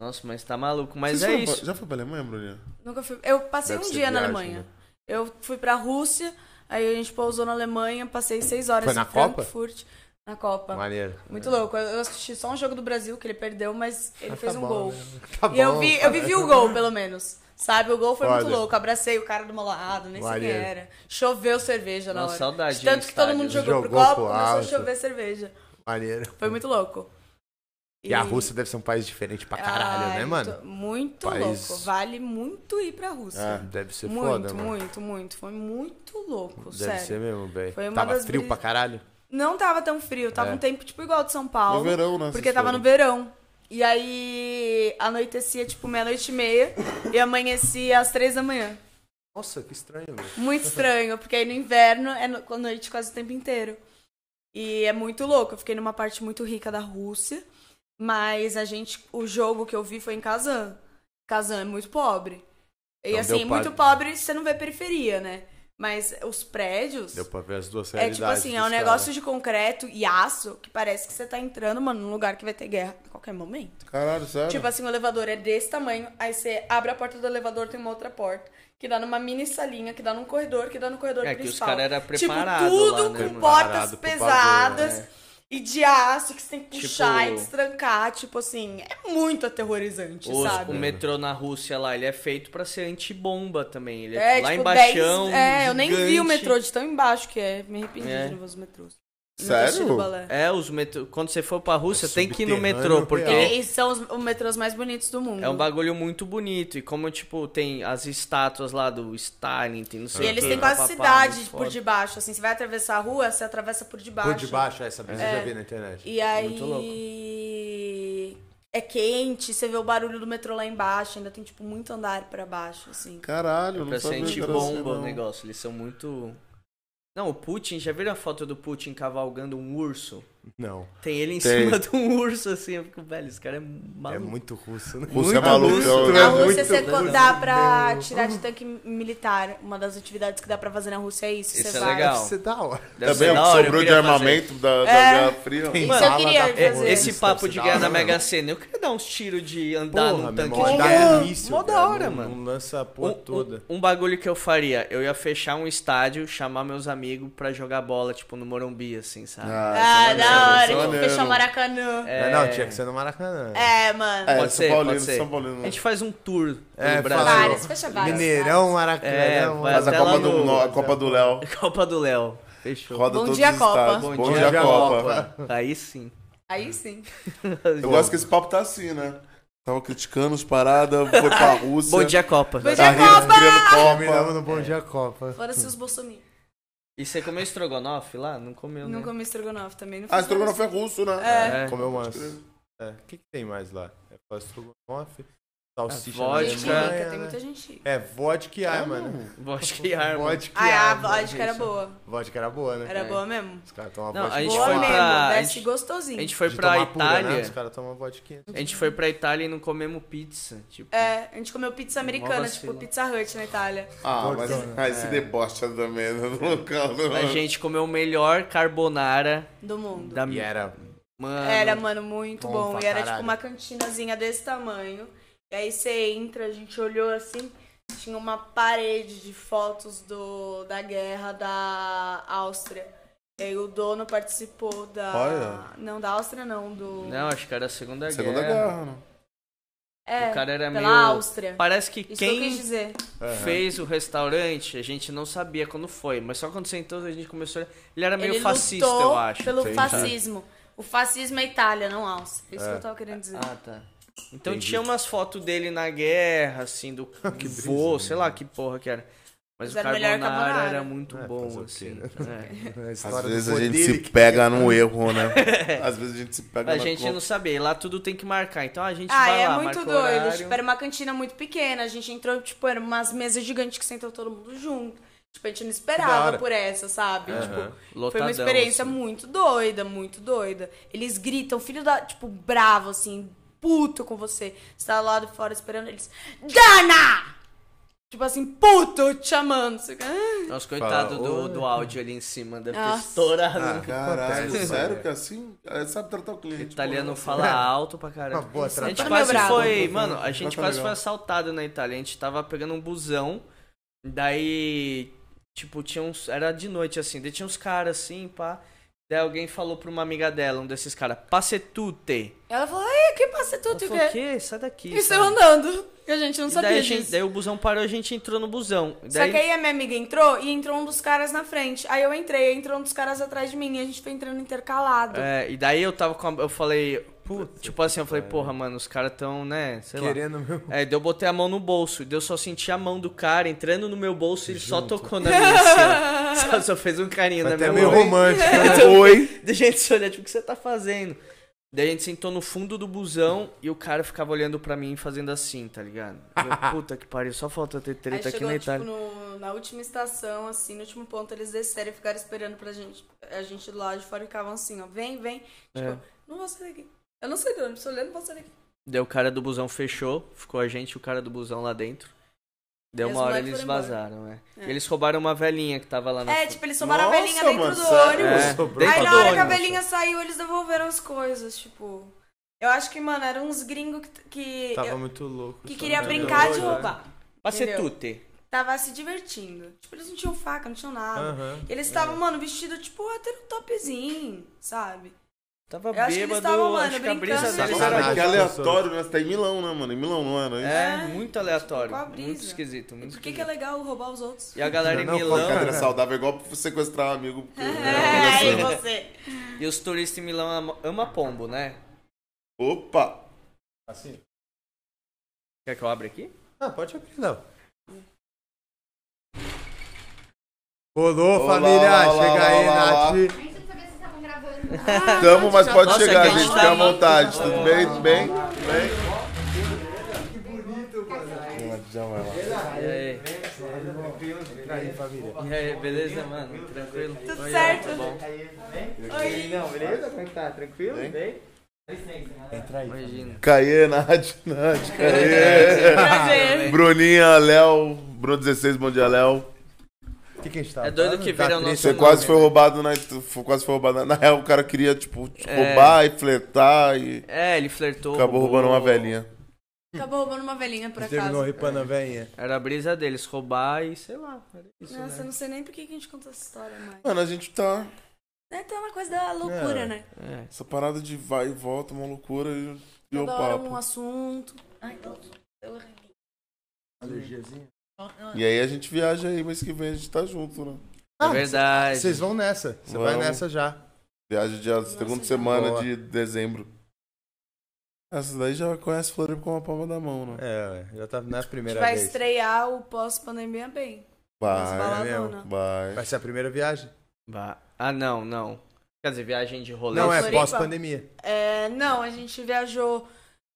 Nossa, mas tá maluco. Mas Vocês é foram pra- isso. Já foi pra Alemanha, Bruninha? Nunca fui. Eu passei Deve um ser dia na viagem, Alemanha. né? Eu fui pra Rússia, aí a gente pousou na Alemanha, passei seis horas Foi em na Copa? Frankfurt na Copa. Maneiro. Muito louco. Eu eu assisti só um jogo do Brasil que ele perdeu, mas ele fez um gol. Ah, Tá e eu bom, vi, eu cara. vivi o gol, pelo menos. Sabe, o gol foi muito Olha. louco. Abracei o cara do meu lado, nem sei quem Maneiro. era. Choveu cerveja na Nossa, hora. saudade De de Tanto que todo estádio, mundo né? jogou, pro Jogou copo, pro começou a alto. chover cerveja. Maneiro. Foi muito louco. E a Rússia deve ser um país diferente pra caralho, Ai, né, mano? Muito, muito País- louco. Vale muito ir pra Rússia. Deve ser muito, foda, mano. muito, muito. Foi muito louco, Deve sério. ser mesmo, velho. Foi uma Tava das frio bris- pra caralho. Não tava tão frio, tava É. um tempo tipo igual de São Paulo. No verão, né? Porque vocês tava no foram. verão. E aí anoitecia tipo meia-noite e meia e amanhecia às três da manhã. Nossa, que estranho, velho. Muito estranho, porque aí no inverno é no- com noite quase o tempo inteiro. E é muito louco. Eu fiquei numa parte muito rica da Rússia, mas a gente. O jogo que eu vi foi em Kazan. Kazan é muito pobre. E Então assim, deu pra- muito pobre você não vê periferia, né? Mas os prédios. Deu pra ver as duas É realidades. tipo assim, é um dos negócio de concreto e aço que parece que você tá entrando, mano, num lugar que vai ter guerra a qualquer momento. Caralho, sério? Tipo assim, o elevador é desse tamanho, aí você abre a porta do elevador, tem uma outra porta, que dá numa mini salinha, que dá num corredor, que dá no corredor É que os principal. cara era preparado Tipo, tudo lá, né, com mano? portas Preparado pro pesadas bagulho, né? e de aço que você tem que Tipo- puxar e destrancar. Tipo assim, é muito aterrorizante, Os- sabe? o metrô na Rússia lá, ele é feito pra ser antibomba também. Ele é, É, lá tipo, embaixo. 10 É, eu nem vi o gigante. metrô de tão embaixo que é. Me arrependi É. de não ver os metrôs. Não ter assistido sério? balé. É, os metrô. Quando você for pra Rússia, É tem que ir no subterrâneo metrô, porque real. E são os, os metrôs mais bonitos do mundo. é um bagulho muito bonito. E como, tipo, tem as estátuas lá do Stalin, tem não sei E o eles quê, têm quase papapá, cidade muito por foda. debaixo. Assim, você vai atravessar a rua, você atravessa por debaixo. Por debaixo, essa brisa eu já vi na internet. É. E Muito aí. É quente, você vê o barulho do metrô lá embaixo, ainda tem, tipo, muito andar pra baixo, assim. Caralho, eu Pra não ser sabia que era assim, antibomba o não. negócio. Eles são muito. Não, o Putin, já viram a foto do Putin cavalgando um urso? Não. é Tem ele em Tem. cima de um urso, assim. Eu fico, velho, esse cara é maluco. É muito russo, né? Russo é maluco, um russo, é A muito Rússia você doido. dá pra tipo- tirar de tanque militar. Uma das atividades que dá pra fazer na Rússia é isso. Isso você é vai. legal. Você dá hora. Também Deve é ser o da que hora, eu sobrou de queria fazer. É, armamento da, da É. Guerra Fria. Tem Isso eu bala queria da fazer. porra, Esse isso papo deve de ser ganhar da na hora, Mega mano. Sena, eu queria dar uns tiros de andar Porra, num meu tanque irmão, de dá É, guerra. início, Mó da cara, hora, não- mano. Não lança a Um, porra toda. um- um bagulho que eu faria, eu ia fechar um estádio, chamar meus amigos pra jogar bola, tipo, no Morumbi, assim, sabe? Ah, da hora. São Tipo, Paulo. fechar o Maracanã. É, Mas não, tinha que ser no Maracanã. mano. É, Pode São ser, Paulino, pode ser. São Paulino. A gente faz um tour É, no Brasil. fala- Várias, fecha várias. Mineirão, É, Maracanã. vai Mas a até Copa lá do, no- no, a Copa do Léo. Copa do Léo. Fechou. Roda Bom todos dia, os Copa. estados. Bom Bom dia, dia, Copa. Aí sim. Aí sim. Eu gosto que esse papo tá assim, né? Tava criticando as paradas, foi pra Rússia. Bom dia, Copa. tá Bom dia, rindo, Copa! criando Terminamos Copa. no Bom Dia Copa. Fora-se os bolsominions. E você comeu estrogonofe lá? Não comeu, né? Não comi estrogonofe também. Não Ah, fiz estrogonofe é russo, né? É. Comeu umas. É, O que, que tem mais lá? É só estrogonofe, salsicha. na É vodka. Gente rica, Alemanha, tem né? muita gente rica. É, vodka e Ah, né? ar, mano. Vodka e arma. Vodka e Ah, a ar. né? vodka era boa. Vodka era boa, né? Era boa mesmo. Os caras tomam Não, vodka. É. a gente Boa foi mesmo, pra- a desce gente- gostosinho. A gente foi de pra tomar pura, né? Itália. Os caras tomam vodka. A gente foi pra Itália e não comemos pizza. Tipo, É, a gente comeu pizza americana, vacila. tipo Pizza Hut na Itália. Ah, mas ah, esse deboche também né? no local. não. a gente comeu o melhor carbonara Do mundo. da E minha. era. Mano, Era, mano, muito Bom bom. pra E era caralho. tipo uma cantinazinha desse tamanho. E aí você entra, a gente olhou assim, tinha uma parede de fotos do, da guerra da Áustria. E aí o dono participou da. Olha. Não, da Áustria não, do. Não, acho que era a Segunda, Segunda Guerra. guerra, né? é, O cara era pela meio. Áustria. Parece que Isso que eu quis quem dizer. fez o restaurante, a gente não sabia quando foi, mas só quando sentou a gente começou. a olhar. Ele era É meio Ele fascista, lutou eu acho. pelo Entendi. fascismo. O fascismo é Itália, não Áustria. Isso que eu tava querendo dizer. Ah, tá. Então tinha umas fotos dele na guerra, assim, do que voo, sei lá que porra que era. Mas, Mas o era melhor carbonara, carbonara. era muito É, fazer bom, o quê, assim. né? é. A história Às do vezes a gente Bodil, se pega num erro, né? Às vezes a gente se pega A na gente conta. não sabia, lá tudo tem que marcar. Então a gente Ah, vai é lá, muito marca o doido. horário. Tipo, era uma cantina muito pequena. A gente entrou, tipo, eram umas mesas gigantes que sentou todo mundo junto. Tipo, a gente não Da esperava hora. por essa, sabe? Aham. Tipo, foi Lotadão, uma experiência assim. muito doida, muito doida. Eles gritam, filho da. Tipo, bravo, assim, puto com você. Você tá lá de fora esperando eles. Dana! Tipo assim, puto te chamando. Você fica, "Ah". Nossa, coitado Fala, do, "Oi". Ah, do áudio ali em cima, deve ter Nossa. estourado. Caralho, sério que é assim? É, Sabe tratar o O cliente. italiano fala alto pra caramba. Uma boa a gente tratada. quase Meu bravo. foi. Mano, a gente Trata quase legal. foi assaltado na Itália. A gente tava pegando um busão. Daí, tipo, tinha uns. Era de noite assim. Daí tinha uns caras assim, pá. Daí alguém falou pra uma amiga dela, um desses caras, passetute. Ela falou, ei, que passa Ela tudo, o falou, o quê? quê? Sai daqui. E saiu sabe? andando. E a gente não E sabia daí, a disso. gente, daí o busão parou e a gente entrou no busão. Daí, Só que aí a minha amiga entrou e entrou um dos caras na frente. Aí eu entrei, aí entrou um dos caras atrás de mim e a gente foi entrando intercalado. é, e daí eu tava com a, Eu falei. "Pô", tipo assim, eu falei, porra, mano, os caras tão, né? Sei lá. Querendo meu. É, daí eu botei a mão no bolso, e daí eu só senti a mão do cara entrando no meu bolso e ele só tocou na minha assim, ó. só, só fez um carinho na Até é minha meio mão. romântico. né? Oi! Daí a gente se olhar, tipo, o que você tá fazendo? Daí a gente sentou no fundo do busão e o cara ficava olhando pra mim fazendo assim, tá ligado? E eu, puta que pariu, só falta ter aí treta chegou, tá aqui na tipo, Itália. no- na última estação, assim, no último ponto, eles desceram e ficaram esperando pra gente. A gente lá de fora e ficavam assim, ó, vem, vem. Tipo, É. não vou sair daqui. Eu não sei de onde, tô olhando, não vou sair daqui. Daí o cara do busão fechou, ficou a gente e o cara do busão lá dentro. Deu E uma os hora moleques eles foram embora. vazaram, é. É. Eles roubaram uma velhinha que tava lá na É, frente. tipo, eles somaram Nossa, a velhinha dentro mano, do sério? ônibus. É, sobrou. dentro Aí do na hora que a ônibus. velhinha saiu, eles devolveram as coisas, tipo. Eu acho que, mano, eram uns gringos que, que, Tava muito louco. Tá que só queria não brincar de né? lembro. roubar. Passetute. tava se divertindo. Tipo, eles não tinham faca, não tinham nada. Ah. Aham. Eles É. estavam, mano, vestido tipo hétero topzinho, sabe? Tava Eu acho que eles bêbado, estavam, mano, acho que a brisa brincando, deles eles- era Cara, que Sacanagem, aleatório, né? Você tá em Milão, né, mano? Em Milão, não era isso? É, É, muito aleatório. com a brisa. Muito esquisito. Muito Por que, é que é esquisito. legal roubar os outros? E a galera em Não, não, Milão. Brincadeira saudável é igual pra sequestrar um amigo. porque- É, e você? E os turistas em Milão ama, ama pombo, né? Opa! Assim. Quer que eu abra aqui? Ah, pode abrir, não. Rolou, Olá, família. olá, olá, Chega aí, olá, olá. Nath. Ai, você não sabia se vocês estavam gravando. Ah, Tamo, mas pode Nossa, chegar, que a gente. gente Fica à tá- vontade. Tudo bem? Tudo bem? Tudo bem? E aí? E aí, beleza, mano? Tranquilo? Tudo certo? né? Tá bom. bem? Oi. Não, beleza? Como é que tá? Tranquilo? Bem? Entra aí. Imagina. Caê, Nath, É, Nath, Ah, Caê. né? Prazer. Bruninha, Léo. Bruno 16, bom dia, Léo. O que, que a gente tá É doido que vira o nosso Você Seu quase nome, foi né? roubado na. foi- Quase foi roubado na. Na real, o cara queria, tipo, te É. roubar e flertar e. É, ele flertou. Acabou roubou. roubando uma velhinha. Acabou roubando uma velhinha por Você terminou acaso. ripando a venha. Era a brisa deles, roubar e sei lá. Era isso, Nossa, eu né? não sei nem por que que a gente contou essa história mais. Mano, a gente tá. É até uma coisa da loucura, É. né? É. Essa parada de vai e volta, uma loucura e. E o Toda hora papo. um assunto. Ai, tô... eu- Alergiazinha. E aí a gente viaja aí, mês que vem a gente tá junto, né? É verdade. Ah, Vocês vão nessa. Você vai Vamos. nessa já. Viagem dia segunda já. semana Boa. de dezembro. Essa daí já conhece Floripa com a palma da mão, né? É, ué, já tá na A gente primeira vai vez. estrear o pós-pandemia bem. Nas Vai, é baladonas. vai. Vai ser a primeira viagem? Bah. Ah, não, não. Quer dizer, viagem de rolê. Não, é Floripa. pós-pandemia. É, não, a gente viajou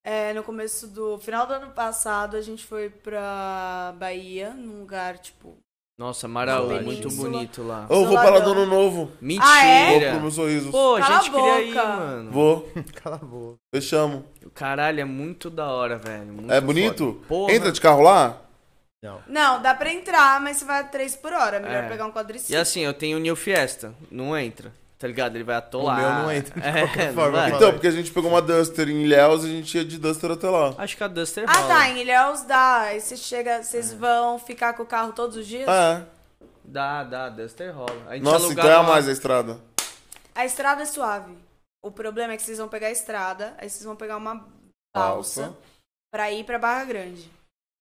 é, no começo do... Final do ano passado, a gente foi pra Bahia, num lugar, tipo... Nossa, Maraú, Península. muito bonito lá. Ô, vou pra Soladão. lá do ano novo. Mentira. Vou é? pro meu sorriso. Pô, a Cala gente a queria ir, boca. mano. Vou, Cala a boca. eu chamo. Caralho, é muito da hora, velho. Muito é bonito? foda. Porra. Entra de carro lá? Não. Não, dá pra entrar, mas você vai a 3 por hora. Melhor É. pegar um E quadriciclo. assim, eu tenho o New Fiesta. Não entra. Tá ligado? Ele vai atolar. É, O meu não entra, de qualquer não forma. vai. Fala Então, aí. porque a gente pegou uma Duster em Ilhéus e a gente ia de Duster até lá. Acho que a Duster Ah, rola. tá, em Ilhéus dá. Aí você chega, É. vocês vão ficar com o carro todos os dias? Ah, é. Dá, dá, a Duster rola. A gente Nossa, então alugava é a mais a estrada. A estrada é suave. O problema é que vocês vão pegar a estrada, aí vocês vão pegar uma balsa Balsa. pra ir pra Barra Grande.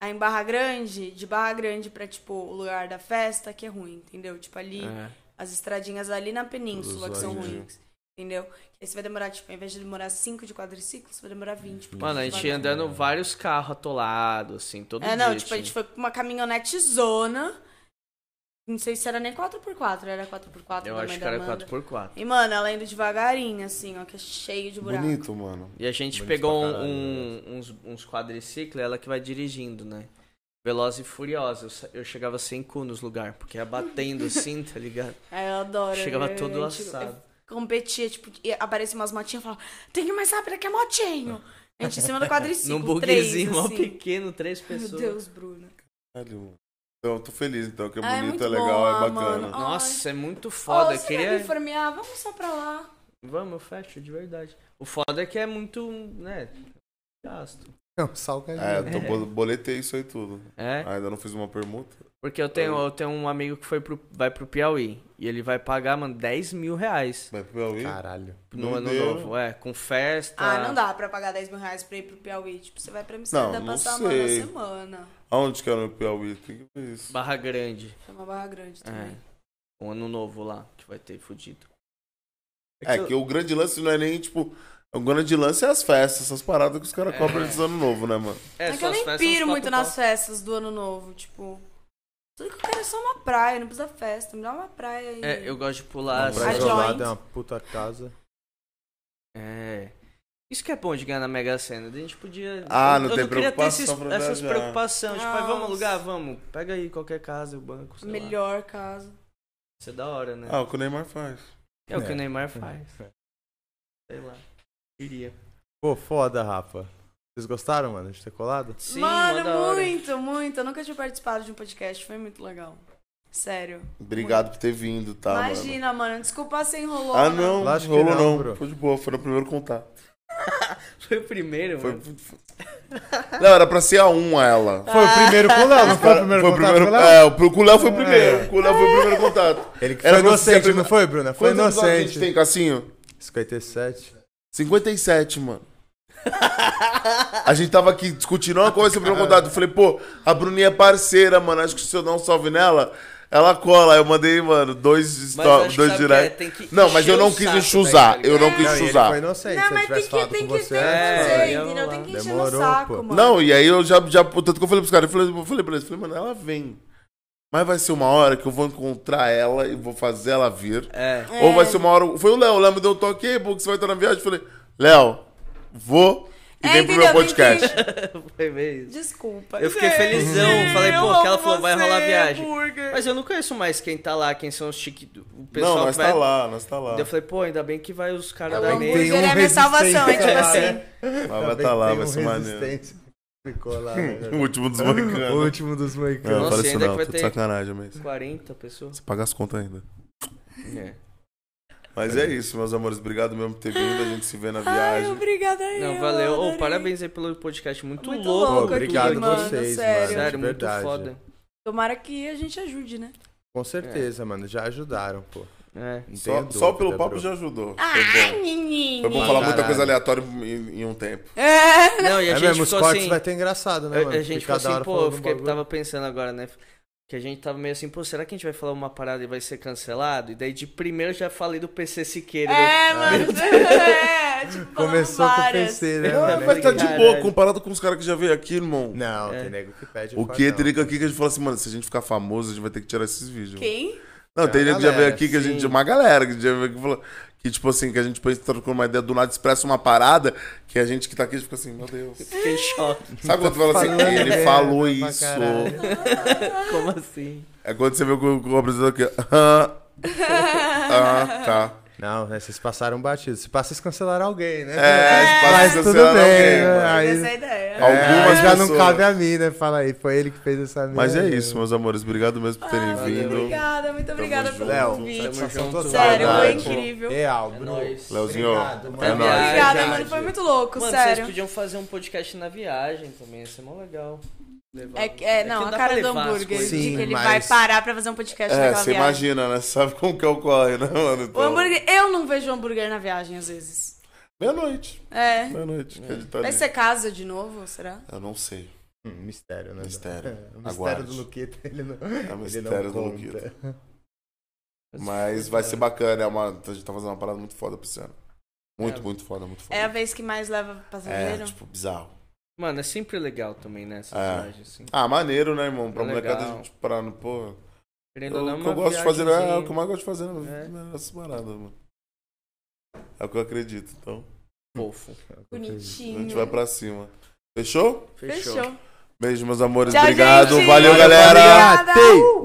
Aí em Barra Grande, de Barra Grande pra, tipo, o lugar da festa, que é ruim, entendeu? Tipo, ali, É. as estradinhas ali na península, que são Entendi. ruins. Entendeu? Aí você vai demorar, tipo, ao invés de demorar 5 de quadriciclo, você vai demorar 20. porque Mano, a gente ia vai- andando vários carros atolados, assim, todo É, dia. não, tipo, a tinha. gente foi com uma caminhonete zona. Não sei se era nem 4x4, era 4x4 Eu da acho mãe que da era Amanda. 4x4. E, mano, ela indo devagarinho, assim, ó, que é cheio de buraco. Bonito, mano. E a gente Bonito pegou pra caralho, né, um- uns, uns quadriciclos, ela que vai dirigindo, né? Veloz e furiosa. Eu sa- Eu chegava sem cu nos lugar, porque ia batendo assim, tá ligado? É, eu adoro. Chegava eu- todo a gente- assado. eu Competia, tipo, e aparecia umas motinhas e falava, tem que ir mais rápido que é motinho. A gente em cima do quadriciclo, Ah. Num tipo três, bugzinho mó assim. pequeno, três Meu pessoas. Deus, Bruna. Caralho. Então, eu tô feliz então, que é Ah, é bonito, muito é, legal, é bom, bacana. mano. Nossa, é muito Foda, foda. oh, você queria... Queria... me informear? Vamos só pra lá. Vamos, eu fecho, de verdade. O foda é que é muito, né? Gasto. Não, salgadinho. É, eu tô bo- boletei isso aí tudo. É? Ah, ainda não fiz uma permuta. Porque eu tenho, eu tenho um amigo que foi pro, vai pro Piauí. E ele vai pagar, mano, 10 mil reais Vai pro Piauí? Caralho. no ano Doideira. novo. É, com festa. Ah, não dá pra pagar 10 mil reais pra ir pro Piauí. Tipo, você vai pra Amsterdã Não, não passar sei. uma semana. Aonde que era o Piauí? Tem que ver isso. Barra Grande. É uma barra grande também. É. Um ano novo lá, que vai ter fudido. É que o grande lance não é nem, tipo. O grande lance é as festas, essas paradas que os caras É. cobram de ano novo, né, mano? É, que eu nem piro muito nas festas do ano novo, tipo. Tudo que eu quero é só uma praia, não precisa festa. Me dá uma praia aí. É, eu gosto de pular. Pra A assim. isolado joint. é uma puta casa. É. Isso que é bom de ganhar na Mega Sena. A gente podia. Ah, eu, não eu tem não queria ter preocupação esses, pra essas viajar. preocupações. Tipo, ah, vamos Nossa. alugar? Vamos. Pega aí qualquer casa, o banco. Sei Melhor. Lá. Melhor caso. Isso é da hora, né? Ah, o que o Neymar faz. é, o que é. o Neymar faz. Sei lá. Iria. Pô, foda, Rafa. Vocês gostaram, mano, de ter colado? Sim, mó da Mano, hora. muito, muito. Eu nunca tinha participado de um podcast, foi muito legal. Sério. Obrigado por ter vindo, tá, mano? Imagina, mano. Desculpa se enrolou. Ah, né? não, Lógico que rolou não, não. bro. Foi de boa, foi no primeiro contato. Foi o primeiro, Foi- É. mano. foi- Não, era pra ser a 1 ela. Foi Ah. o primeiro com o Léo, não foi o primeiro Foi com o o Léo? primeiro. É, o pro- com o Léo foi o primeiro. Com o Léo foi o É. primeiro contato. Ele que Era foi pra ser a inocente, primeira- não foi, Bruna? Foi Quantos episódios a gente inocente. tem, Cassinho? 57. 57, mano. A gente tava aqui discutindo uma coisa sobre o contato. Eu falei, pô, a Bruninha é parceira, mano. Acho que se eu dar um salve nela, ela cola. Eu mandei, mano, dois, Mas acho sto- que dois sabe o que é? direto. Tem que Não, mas encher eu não o quis saco, enxusar. velho, tá Eu não ligado? quis Não, e ele enxusar. foi inocente. Não, se eu mas tivesse tem que, falado com tem que ter, você. É, tem que ter, eu ia entendeu? rolar. Tem que encher no Demorou, saco, pô. né? mano. Não, e aí eu já, já. Tanto que eu falei pros caras, eu falei, eu falei pra eles, eu falei, mano, ela vem. Mas vai ser uma hora que eu vou encontrar ela e vou fazer ela vir. É. um Ou vai ser uma hora. Foi o Léo, o Léo me deu um toque, aí, pô, que você vai estar na viagem. Eu falei, Léo, vou. e É, vem pro meu entendeu? podcast. Tem Foi meio que- isso. Desculpa. Eu fiquei Gente, felizão, falei, eu pô, amo que ela falou, vai você, rolar viagem. hambúrguer. Mas eu não conheço mais quem tá lá, quem são os chique... O pessoal Não, que nós vai... tá lá, nós tá lá. Eu falei, pô, ainda bem que vai os caras O da bem. Ney. hambúrguer é minha um resistente, salvação, é tipo cara. assim. Mas Ainda vai bem tá que lá, tem vai um ser maneiro. resistência que Ficou lá, né, O velho? último dos O moicanos. último dos Não, moicanos. não Nossa, fala isso ainda não, que vai tô de ter- sacanagem mesmo. 40 pessoas. Você paga as contas ainda. É. Mas é isso, meus amores. Obrigado mesmo por ter vindo. A gente se vê na Ai, viagem. obrigada aí. Não, eu valeu. Ô, adorei. parabéns aí pelo podcast. Muito, Muito louco. louco tudo aqui, obrigado aqui. a mano, vocês, sério. mano. Sério, de muito verdade. foda. Tomara que a gente ajude, né? Com certeza, mano. Já ajudaram, pô. É. Não Só, tenha só dúvida, pelo papo bro. já ajudou. Foi Ai, bom. é. Foi bom menininho. falar Caralho. muita coisa aleatória em, em um tempo. É. Não, e a É gente mesmo, os ficou cortes assim... vai ter engraçado, né, a- mano? a gente Ficar ficou da assim, hora pô, falando eu um fiquei, bagulho. tava pensando agora, né? Que a gente tava meio assim, pô, será que a gente vai falar uma parada e vai ser cancelado? E daí de primeiro eu já falei do PC Siqueira. É, mano. É, tipo, Começou falando com o várias. PC, né, Ah, mano? mas tá de Caralho. boa comparado com os caras que já veio aqui, irmão. Não, tem nego que pede. O pra um- que não. tem nego aqui que a gente fala assim, mano, se a gente ficar famoso, a gente vai ter que tirar esses vídeos. Quem? Não, tem Tem uma gente que já veio galera, aqui que a gente. sim. Uma galera que já veio aqui e falou. Que, tipo assim, que a gente pensa trocando uma ideia do nada, expressa uma parada, que a gente que tá aqui fica assim, meu Deus. Fiquei em choque. Sabe quando tu fala assim, Falando ele merda falou pra isso. caralho. Como assim? É quando você vê o, o, o apresentador aqui. Ah, ah, tá. Não, né, vocês passaram batido. Se passa, vocês cancelaram alguém, né? É, se passa, mas tudo bem, cancelaram alguém, né? mano. Aí, Essa é a ideia. é, aí Algumas já não pessoas. cabe a mim, né? Fala aí, foi ele que fez essa merda. Mas é isso, meus amores. Obrigado mesmo por terem Ah, muito vindo. obrigada, muito obrigada pelo Léo, convite. satisfação junto. total, Sério, foi verdade. incrível. Real, É Bruno. nóis. Leozinho, Obrigado, mano. é nóis. Obrigada, Verdade. mano. Foi muito louco, Mano, sério. vocês podiam fazer um podcast na viagem também, ia ser mó legal. Levar- É, que- é, não, que a dá cara pra do levar as hambúrguer. coisas. de Sim, que ele mas- vai parar pra fazer um podcast É, naquela você viagem. imagina, né? Sabe como que é o corre, né, mano? O hambúrguer, eu não vejo hambúrguer na viagem, às vezes. Meia-noite. É. Meia-noite. que a gente tá Vai ali. ser casa de novo, será? Eu não sei. Hum, mistério, né? Mistério. É, o mistério Aguarde. do Luqueta, ele não. É o ele não mistério do conta. Luquita. Mas vai ser bacana. É uma... A gente tá fazendo uma parada muito foda pra esse ano. Muito, É. muito foda, muito foda. É a vez que mais leva passageiro? É, tipo, bizarro. Mano, é sempre legal também, né? Essas É. viagens, assim. Ah, maneiro, né, irmão? Pra É molecada a legal. gente parar no pô. Querendo ou Eu- não, O que uma eu gosto de fazer é, o que eu viagenzinha. mais gosto de fazer na É. vida. Essas paradas, mano. É o que eu acredito. Então, Fofo. a gente Bonitinho. vai pra cima. Fechou? Fechou. Fechou. Beijo, meus amores. Tchau, Obrigado. gente. Valeu, Valeu, galera. família. Obrigada. Tem. Uhul.